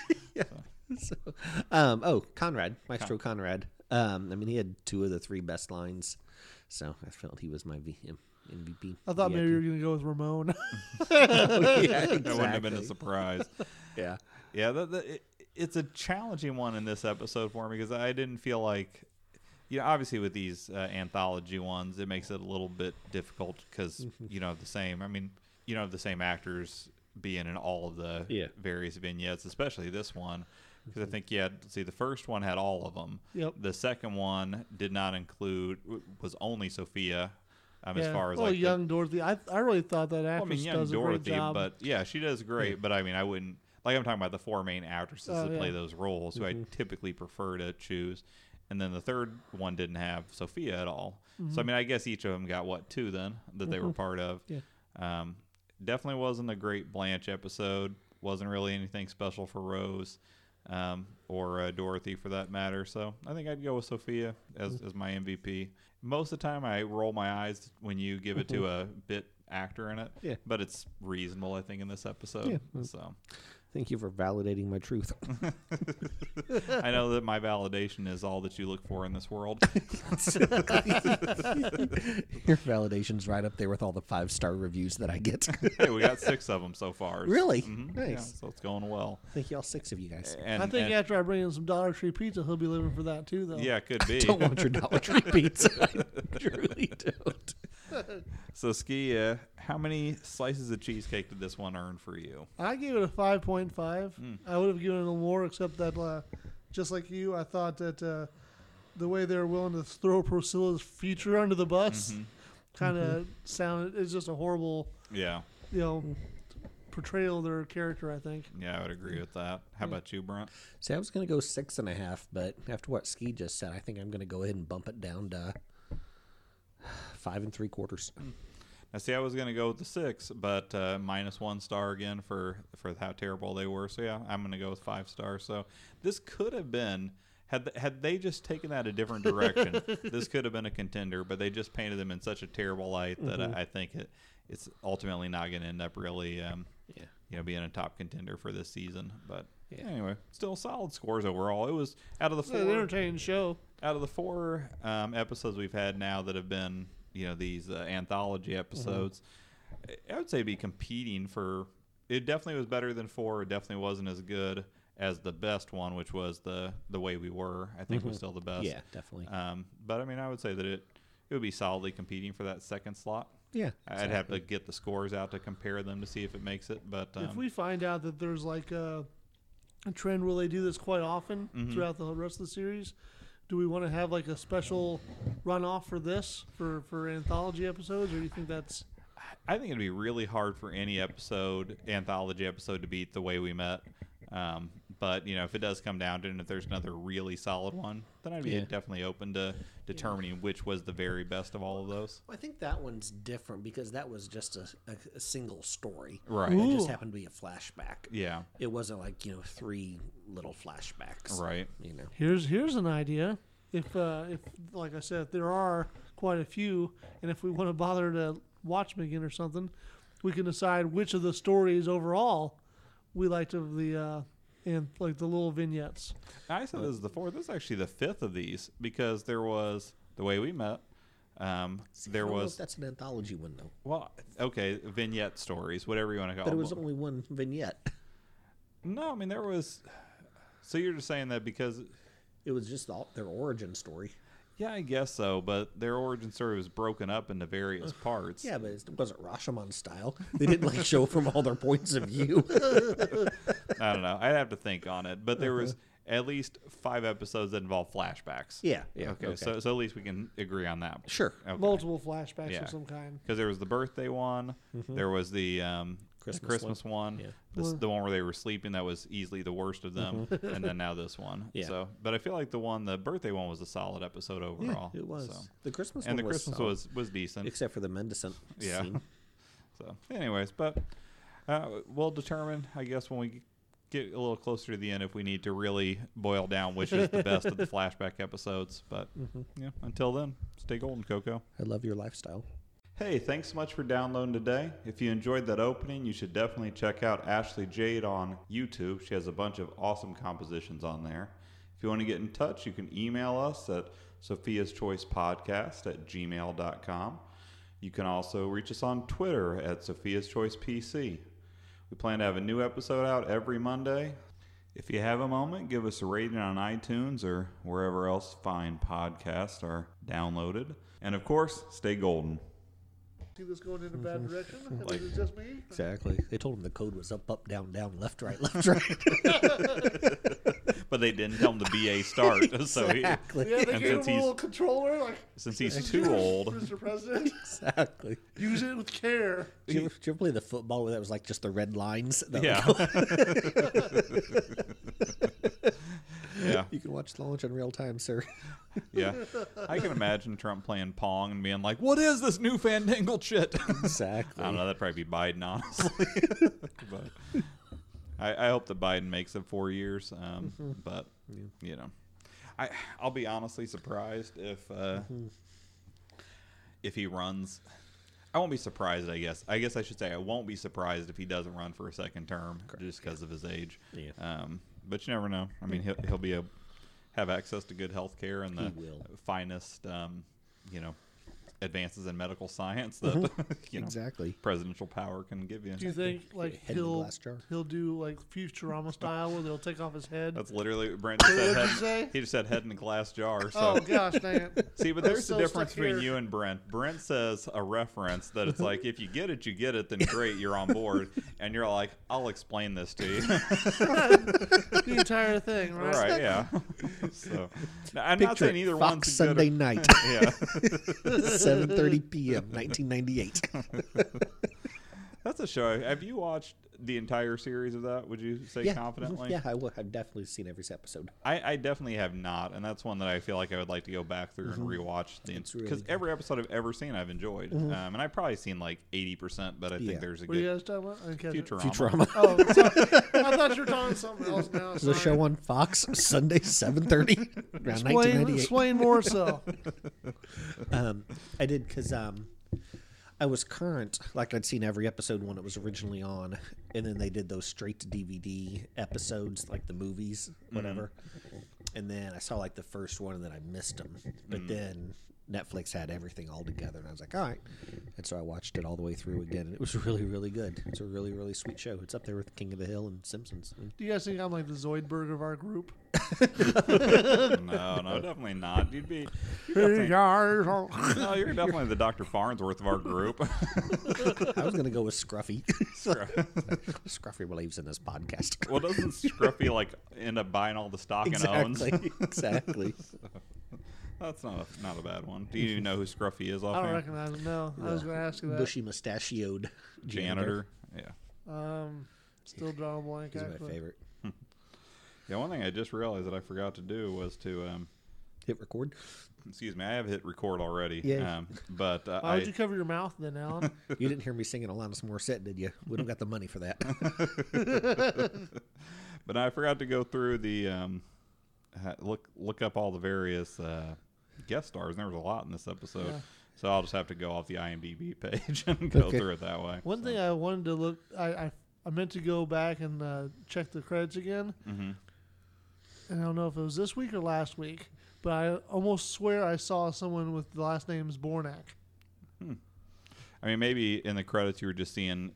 Speaker 2: so, um, oh, Conrad, Maestro Conrad. Um, I mean, he had two of the three best lines, so I felt he was my VM, MVP.
Speaker 3: I
Speaker 2: (laughs)
Speaker 3: thought maybe you were going to go with Ramon.
Speaker 2: yeah, exactly.
Speaker 1: That wouldn't have been a surprise.
Speaker 2: yeah.
Speaker 1: Yeah, the, the, it, it's a challenging one in this episode for me because I didn't feel like, you know, obviously with these uh, anthology ones, it makes it a little bit difficult because
Speaker 3: Mm-hmm.
Speaker 1: you don't have the same. I mean, you don't have the same actors being in all of the
Speaker 2: Yeah.
Speaker 1: various vignettes, especially this one. Because I think you had see the first one had all of them.
Speaker 3: Mm-hmm. Yep.
Speaker 1: The second one did not include w- was only Sophia, um, as
Speaker 3: (laughs)
Speaker 1: far as
Speaker 3: well,
Speaker 1: like the-
Speaker 3: Oh, young Dorothy. I, I really thought that actress
Speaker 1: well, I mean, young
Speaker 3: does a
Speaker 1: Dorothy,
Speaker 3: great job.
Speaker 1: but yeah, she does great. But I mean, I wouldn't like. I'm talking about the four main actresses
Speaker 3: Oh,
Speaker 1: that
Speaker 3: yeah. Mm-hmm.
Speaker 1: play those roles, who I typically prefer to choose. And then the third one didn't have Sophia at all. So I mean, I guess each of them got what two then that they were part of.
Speaker 3: Mm-hmm. Yeah.
Speaker 1: Um, definitely wasn't a great Blanche episode. Wasn't really anything special for Rose. Um, or uh, Dorothy, for that matter. So I think I'd go with Sophia as,
Speaker 2: Mm.
Speaker 1: as my MVP. Most of the time, I roll my eyes when you give it to a bit actor in it
Speaker 2: Mm-hmm. Yeah.
Speaker 1: but it's reasonable, I think, in this episode.
Speaker 2: Yeah.
Speaker 1: So,
Speaker 2: Thank you for validating
Speaker 1: (laughs)
Speaker 2: my truth.
Speaker 1: I know that my validation is all that you look for in this world. (laughs)
Speaker 2: Your validation's right up there with all the five star reviews that
Speaker 1: (laughs)
Speaker 2: I get.
Speaker 1: hey, we got six of them so far.
Speaker 2: Really?
Speaker 1: Mhm.
Speaker 2: Nice.
Speaker 1: Yeah, so it's going well.
Speaker 2: Thank you all six of you guys.
Speaker 1: And,
Speaker 3: I think
Speaker 1: and-
Speaker 3: after I bring in some Dollar Tree pizza, he'll be living for that too, though.
Speaker 1: yeah, could (laughs) be.
Speaker 2: (laughs) Don't want your Dollar Tree pizza. (laughs) I truly don't.
Speaker 1: So, Skia, how many slices of cheesecake did this one earn for you?
Speaker 3: I gave it a 5.5.
Speaker 1: Hmm.
Speaker 3: I would have given it a little more, except that, uh, just like you, I thought that uh, the way they were willing to throw Priscilla's future under the bus
Speaker 1: Mm-hmm.
Speaker 3: kind of sounded, it's just a horrible,
Speaker 1: Yeah,
Speaker 3: you know, portrayal of their character, I think.
Speaker 1: yeah, I would agree with that. How about you, Brent?
Speaker 2: See, I was going to go six and a half, but after what Ski just said, I think I'm going to go ahead and bump it down to five and three quarters.
Speaker 1: I see. I was gonna go with the six, but uh, minus one star again for for how terrible they were. So yeah, I'm gonna go with five stars. So this could have been had th- had they just taken that a different direction. this could have been a contender, but they just painted them in such a terrible light that I, I think it it's ultimately not gonna end up really. Um,
Speaker 2: Yeah.
Speaker 1: You know, being a top contender for this season, but
Speaker 2: Yeah.
Speaker 1: anyway, still solid scores overall. It was out of the
Speaker 3: It's an
Speaker 1: four
Speaker 3: entertaining show.
Speaker 1: out of the four um, episodes we've had now that have been you know these uh, anthology
Speaker 2: Mm-hmm.
Speaker 1: episodes I- i would say be competing for it definitely was better than four it definitely wasn't as good as the best one which was the the way we were i think was still the best
Speaker 2: Mm-hmm. Yeah, definitely.
Speaker 1: um, but i mean i would say that it it would be solidly competing for that second slot
Speaker 2: yeah.
Speaker 1: i'd have to get the scores out to compare them to see if it makes it but um,
Speaker 3: if we find out that there's like a, a trend where they do this quite often
Speaker 1: Mm-hmm.
Speaker 3: throughout the rest of the series, do we want to have like a special runoff for this for for anthology episodes, or do you think that's
Speaker 1: I think it'd be really hard for any episode, anthology episode, to beat the way we met. Um, but you know, if it does come down to, it and if there's another really solid one, then I'd be
Speaker 2: Yeah.
Speaker 1: definitely open to determining which was the very best of all of those.
Speaker 2: I think that one's different because that was just a, a, a single story.
Speaker 1: Right.
Speaker 2: It just
Speaker 3: Ooh.
Speaker 2: happened to be a flashback.
Speaker 1: Yeah.
Speaker 2: It wasn't like, you know, three little flashbacks.
Speaker 1: Right.
Speaker 2: You know.
Speaker 3: here's here's an idea? If uh, if like I said, there are quite a few, and if we want to bother to watch them again or something, we can decide which of the stories overall we liked of the uh, and like the little vignettes.
Speaker 1: I said this is the fourth. This is actually the fifth of these because there was the way we met. Um,
Speaker 2: I
Speaker 1: there
Speaker 2: don't know if
Speaker 1: was
Speaker 2: that's an anthology one, though.
Speaker 1: well, okay, vignette stories, whatever you want to call
Speaker 2: But it
Speaker 1: them.
Speaker 2: was only one vignette.
Speaker 1: no, I mean there was. So you're just saying that because
Speaker 2: It was just the, their origin story.
Speaker 1: Yeah, I guess so, but their origin story was broken up into various parts.
Speaker 2: Yeah, but it wasn't Rashomon style. They didn't like show from all their points of
Speaker 1: (laughs)
Speaker 2: view.
Speaker 1: I don't know. I'd have to think on it, but there
Speaker 2: Uh-huh.
Speaker 1: was at least five episodes that involved flashbacks.
Speaker 2: yeah. Yeah.
Speaker 1: Okay, So, so at least we can agree on that.
Speaker 2: sure.
Speaker 1: Okay.
Speaker 3: Multiple flashbacks
Speaker 1: Yeah.
Speaker 3: of some kind.
Speaker 1: because there was the birthday one, there was the um,
Speaker 2: Mm-hmm. Christmas
Speaker 1: Christmas, Christmas one,
Speaker 2: Yeah.
Speaker 1: This,
Speaker 3: Well-
Speaker 1: the one where they were sleeping that was easily the worst of them, and then now this one.
Speaker 2: Mm-hmm. (laughs) Yeah.
Speaker 1: So, but I feel like the one, the birthday one, was a solid episode overall.
Speaker 2: It was
Speaker 1: So.
Speaker 2: the Christmas
Speaker 1: And the
Speaker 2: one was
Speaker 1: Christmas
Speaker 2: solid,
Speaker 1: was was decent.
Speaker 2: except for the Mendicant
Speaker 1: Yeah.
Speaker 2: scene.
Speaker 1: (laughs) So, anyways, but uh, we'll determine, I guess, when we get a little closer to the end if we need to really boil down which is the best of the flashback episodes. But yeah, until then, stay golden, Coco.
Speaker 2: I love your lifestyle.
Speaker 1: Hey, thanks so much for downloading today. If you enjoyed that opening, you should definitely check out Ashley Jade on YouTube. She has a bunch of awesome compositions on there. If you want to get in touch, you can email us at Sophia's Choice Podcast at gmail.com. You can also reach us on Twitter at Sophia's Choice PC. We plan to have a new episode out every Monday. If you have a moment, give us a rating on iTunes or wherever else fine podcasts are downloaded. And of course, stay golden.
Speaker 3: See this going in
Speaker 2: (laughs)
Speaker 3: a bad direction? I mean,
Speaker 1: Like-
Speaker 3: it's just me?
Speaker 2: Exactly. They told him the code was up, up, down, down, left, right, left, (laughs) right.
Speaker 1: But they didn't tell him to be a start. So he,
Speaker 2: exactly. (laughs)
Speaker 3: Yeah, they
Speaker 1: And
Speaker 3: gave
Speaker 1: since
Speaker 3: him a
Speaker 1: he's-
Speaker 3: little controller. Like,
Speaker 1: since he's
Speaker 3: "Here, (laughs)
Speaker 1: too old,
Speaker 3: Mr. President,
Speaker 2: Exactly.
Speaker 3: use it
Speaker 2: (laughs)
Speaker 3: with care.
Speaker 2: Did you, ever, did you ever play the football where that was like just the red lines? That
Speaker 1: yeah,
Speaker 2: would go-
Speaker 1: (laughs) yeah,
Speaker 2: (laughs) You can watch the launch in real
Speaker 1: (laughs)
Speaker 2: time, sir.
Speaker 1: yeah. I can imagine Trump playing pong and being like, "What is this new fandangled shit?" (laughs) I
Speaker 2: Exactly.
Speaker 1: don't know. That'd probably be Biden, honestly. (laughs) but I, I hope that Biden makes it four years. Um,
Speaker 2: Mm-hmm.
Speaker 1: But you know, I I'll
Speaker 2: Mm-hmm.
Speaker 1: be honestly surprised if uh, if he runs. I I won't be surprised. I guess. I guess I should say I won't be surprised if he doesn't run for a second term just because of his age.
Speaker 2: Yeah.
Speaker 1: Um, but you never know. I mean, he'll, he'll be a have access to good health care and the
Speaker 2: He will.
Speaker 1: finest, um, you know, advances in medical science that
Speaker 2: Mm-hmm.
Speaker 1: (laughs) you know
Speaker 2: Exactly.
Speaker 1: presidential power can give you.
Speaker 3: Do you think like
Speaker 2: Head in the
Speaker 3: he'll
Speaker 2: glass jar.
Speaker 3: he'll do like Futurama style where they'll take off his head?
Speaker 1: That's literally what Brandon said.
Speaker 3: What'd you
Speaker 1: head-
Speaker 3: say?
Speaker 1: He just said head in a glass jar. So.
Speaker 3: Oh gosh, dang it!
Speaker 2: (laughs)
Speaker 1: See, but there's
Speaker 3: so
Speaker 1: the difference
Speaker 3: stuck
Speaker 1: between
Speaker 3: here.
Speaker 1: you and Brent. Brent says a reference that it's like, if you get it, you get it, then great, you're on board. And you're like, I'll explain this to you. (laughs)
Speaker 3: The entire thing, right?
Speaker 1: right, yeah. (laughs) so, no, I'm not
Speaker 2: Picture
Speaker 1: saying
Speaker 2: it,
Speaker 1: either
Speaker 2: Fox
Speaker 1: one's good. or-
Speaker 2: Sunday night,
Speaker 1: (laughs) yeah.
Speaker 2: 7:30 p.m. 1998.
Speaker 1: (laughs) That's a show. Have you watched the entire series of that, would you say
Speaker 2: yeah,
Speaker 1: confidently?
Speaker 2: yeah, I would. I've definitely seen every episode.
Speaker 1: I, I definitely have not, and that's one that I feel like I would like to go back through and rewatch the
Speaker 2: Mm-hmm. It's really Mm-hmm.
Speaker 1: because every episode I've ever seen I've enjoyed, um, and I've probably seen like eighty percent, but I think
Speaker 2: Yeah.
Speaker 1: there's a
Speaker 3: What are you
Speaker 1: good
Speaker 3: guys talking about? I didn't catch it.
Speaker 1: Futurama.
Speaker 2: Futurama.
Speaker 3: Oh, sorry. I thought you were talking something else now.
Speaker 2: There's a
Speaker 3: sorry.
Speaker 2: show on Fox
Speaker 3: (laughs)
Speaker 2: Sunday 7:30 around
Speaker 3: Explain,
Speaker 2: 1998.
Speaker 3: explain
Speaker 2: (laughs)
Speaker 3: more so.
Speaker 2: um, I did because um, I was current, like I'd seen every episode when it was originally on, and then they did those straight to DVD episodes, like the movies,
Speaker 3: Mm-hmm.
Speaker 2: whatever. And then I saw like the first one, and then I missed them. But
Speaker 3: Mm.
Speaker 2: then Netflix had everything all together, and I was like, all right. And so I watched it all the way through again, and it was really, really good. It's a really, really sweet show. It's up there with King of the Hill and
Speaker 3: (laughs)
Speaker 2: Simpsons.
Speaker 3: Do you guys think I'm like the Zoidberg of
Speaker 2: (laughs)
Speaker 3: our group?
Speaker 1: (laughs) no, no, definitely not. You'd be
Speaker 3: Hey guys, oh,
Speaker 1: no, you're definitely the Dr. Farnsworth of our group. (laughs)
Speaker 2: I was gonna go with Scruffy. (laughs)
Speaker 1: Scruff-
Speaker 2: Scruffy believes in this podcast.
Speaker 1: well, doesn't Scruffy like end up buying all the stock and owns? (laughs)
Speaker 2: exactly. exactly.
Speaker 1: That's not a, not a bad one. Do you even know who Scruffy is?
Speaker 3: I don't
Speaker 1: Offhand,
Speaker 3: recognize him. No, I was going to ask you that.
Speaker 2: bushy mustachioed
Speaker 1: janitor. Yeah.
Speaker 3: Um, still drawing a blank.
Speaker 2: He's my
Speaker 3: actually.
Speaker 2: favorite.
Speaker 1: Yeah. One thing I just realized that I forgot to do was to um,
Speaker 2: Hit record.
Speaker 1: excuse me. I have hit record already.
Speaker 2: Yay.
Speaker 1: Um, but uh,
Speaker 3: (laughs) Why
Speaker 1: I,
Speaker 3: would you cover your mouth
Speaker 1: (laughs)
Speaker 3: then, Alan?
Speaker 2: You didn't hear me singing Alanis Morissette, did you? We don't got the money for
Speaker 1: (laughs)
Speaker 2: that.
Speaker 1: But I forgot to go through the um, ha- look look up all the various uh, guest stars, and there was a lot in this episode.
Speaker 3: Yeah.
Speaker 1: So I'll just have to go off the IMDb (laughs) page and go
Speaker 2: Okay.
Speaker 1: through it that way.
Speaker 3: One thing I wanted to look, I, I, I meant to go back and uh, check the credits again.
Speaker 1: Mhm. Mm-hmm.
Speaker 3: And I don't know if it was this week or last week, but I almost swear I saw someone with the last name's Bornak.
Speaker 1: I mean, maybe in the credits you were just seeing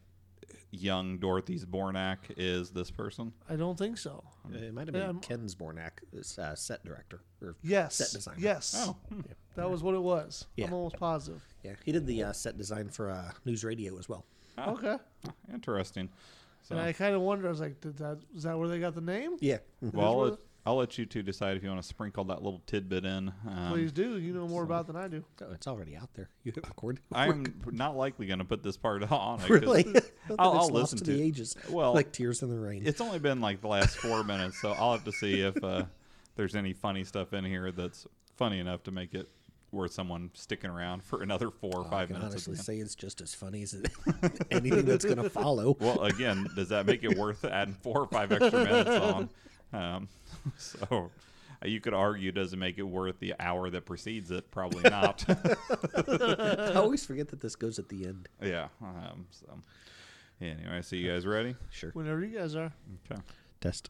Speaker 1: young Dorothy's Bornak is this person.
Speaker 3: I don't think so.
Speaker 2: it might have been
Speaker 3: Um,
Speaker 2: Ken's Bornak, this, uh, set director. Or
Speaker 3: Yes.
Speaker 2: Set designer.
Speaker 3: Yes.
Speaker 1: Oh, hmm.
Speaker 3: That was what it was.
Speaker 2: Yeah.
Speaker 3: I'm almost positive.
Speaker 2: Yeah, he did the uh, set design for uh, News Radio as well.
Speaker 1: Ah.
Speaker 3: Okay.
Speaker 1: interesting. So,
Speaker 3: And I kind of wondered, I was like, did that, is that where they got the name?
Speaker 2: Yeah.
Speaker 1: well, I'll
Speaker 3: where
Speaker 1: let, I'll let you two decide if you want to sprinkle that little tidbit in. Um,
Speaker 3: Please do. You know more about than I do.
Speaker 2: Oh, it's already out there. You hit record.
Speaker 1: I'm not likely going to put this part (laughs) on. it 'cause
Speaker 2: (laughs) Really? (laughs)
Speaker 1: I'll-
Speaker 2: It's
Speaker 1: I'll
Speaker 2: lost
Speaker 1: listen
Speaker 2: to
Speaker 1: to
Speaker 2: the
Speaker 1: it.
Speaker 2: ages.
Speaker 1: Well-
Speaker 2: like tears in the rain.
Speaker 1: It's only been like the last four minutes, so I'll have to see if uh, (laughs) there's any funny stuff in here that's funny enough to make it worth someone sticking around for another four or
Speaker 2: Oh,
Speaker 1: five
Speaker 2: I can
Speaker 1: minutes.
Speaker 2: honestly say it's just as funny as (laughs) anything that's going to
Speaker 3: (laughs)
Speaker 2: follow.
Speaker 1: (laughs) Well, again, does that make it worth adding four or five extra minutes
Speaker 2: (laughs)
Speaker 1: on? Um, (laughs) so uh, you could argue, does it make it worth the hour that precedes it?
Speaker 2: (laughs)
Speaker 1: Probably not. (laughs)
Speaker 2: I always forget that this goes at the end.
Speaker 1: yeah. Um, so anyway, so you guys ready?
Speaker 2: Sure.
Speaker 3: Whenever you guys are.
Speaker 1: Okay.
Speaker 2: Test.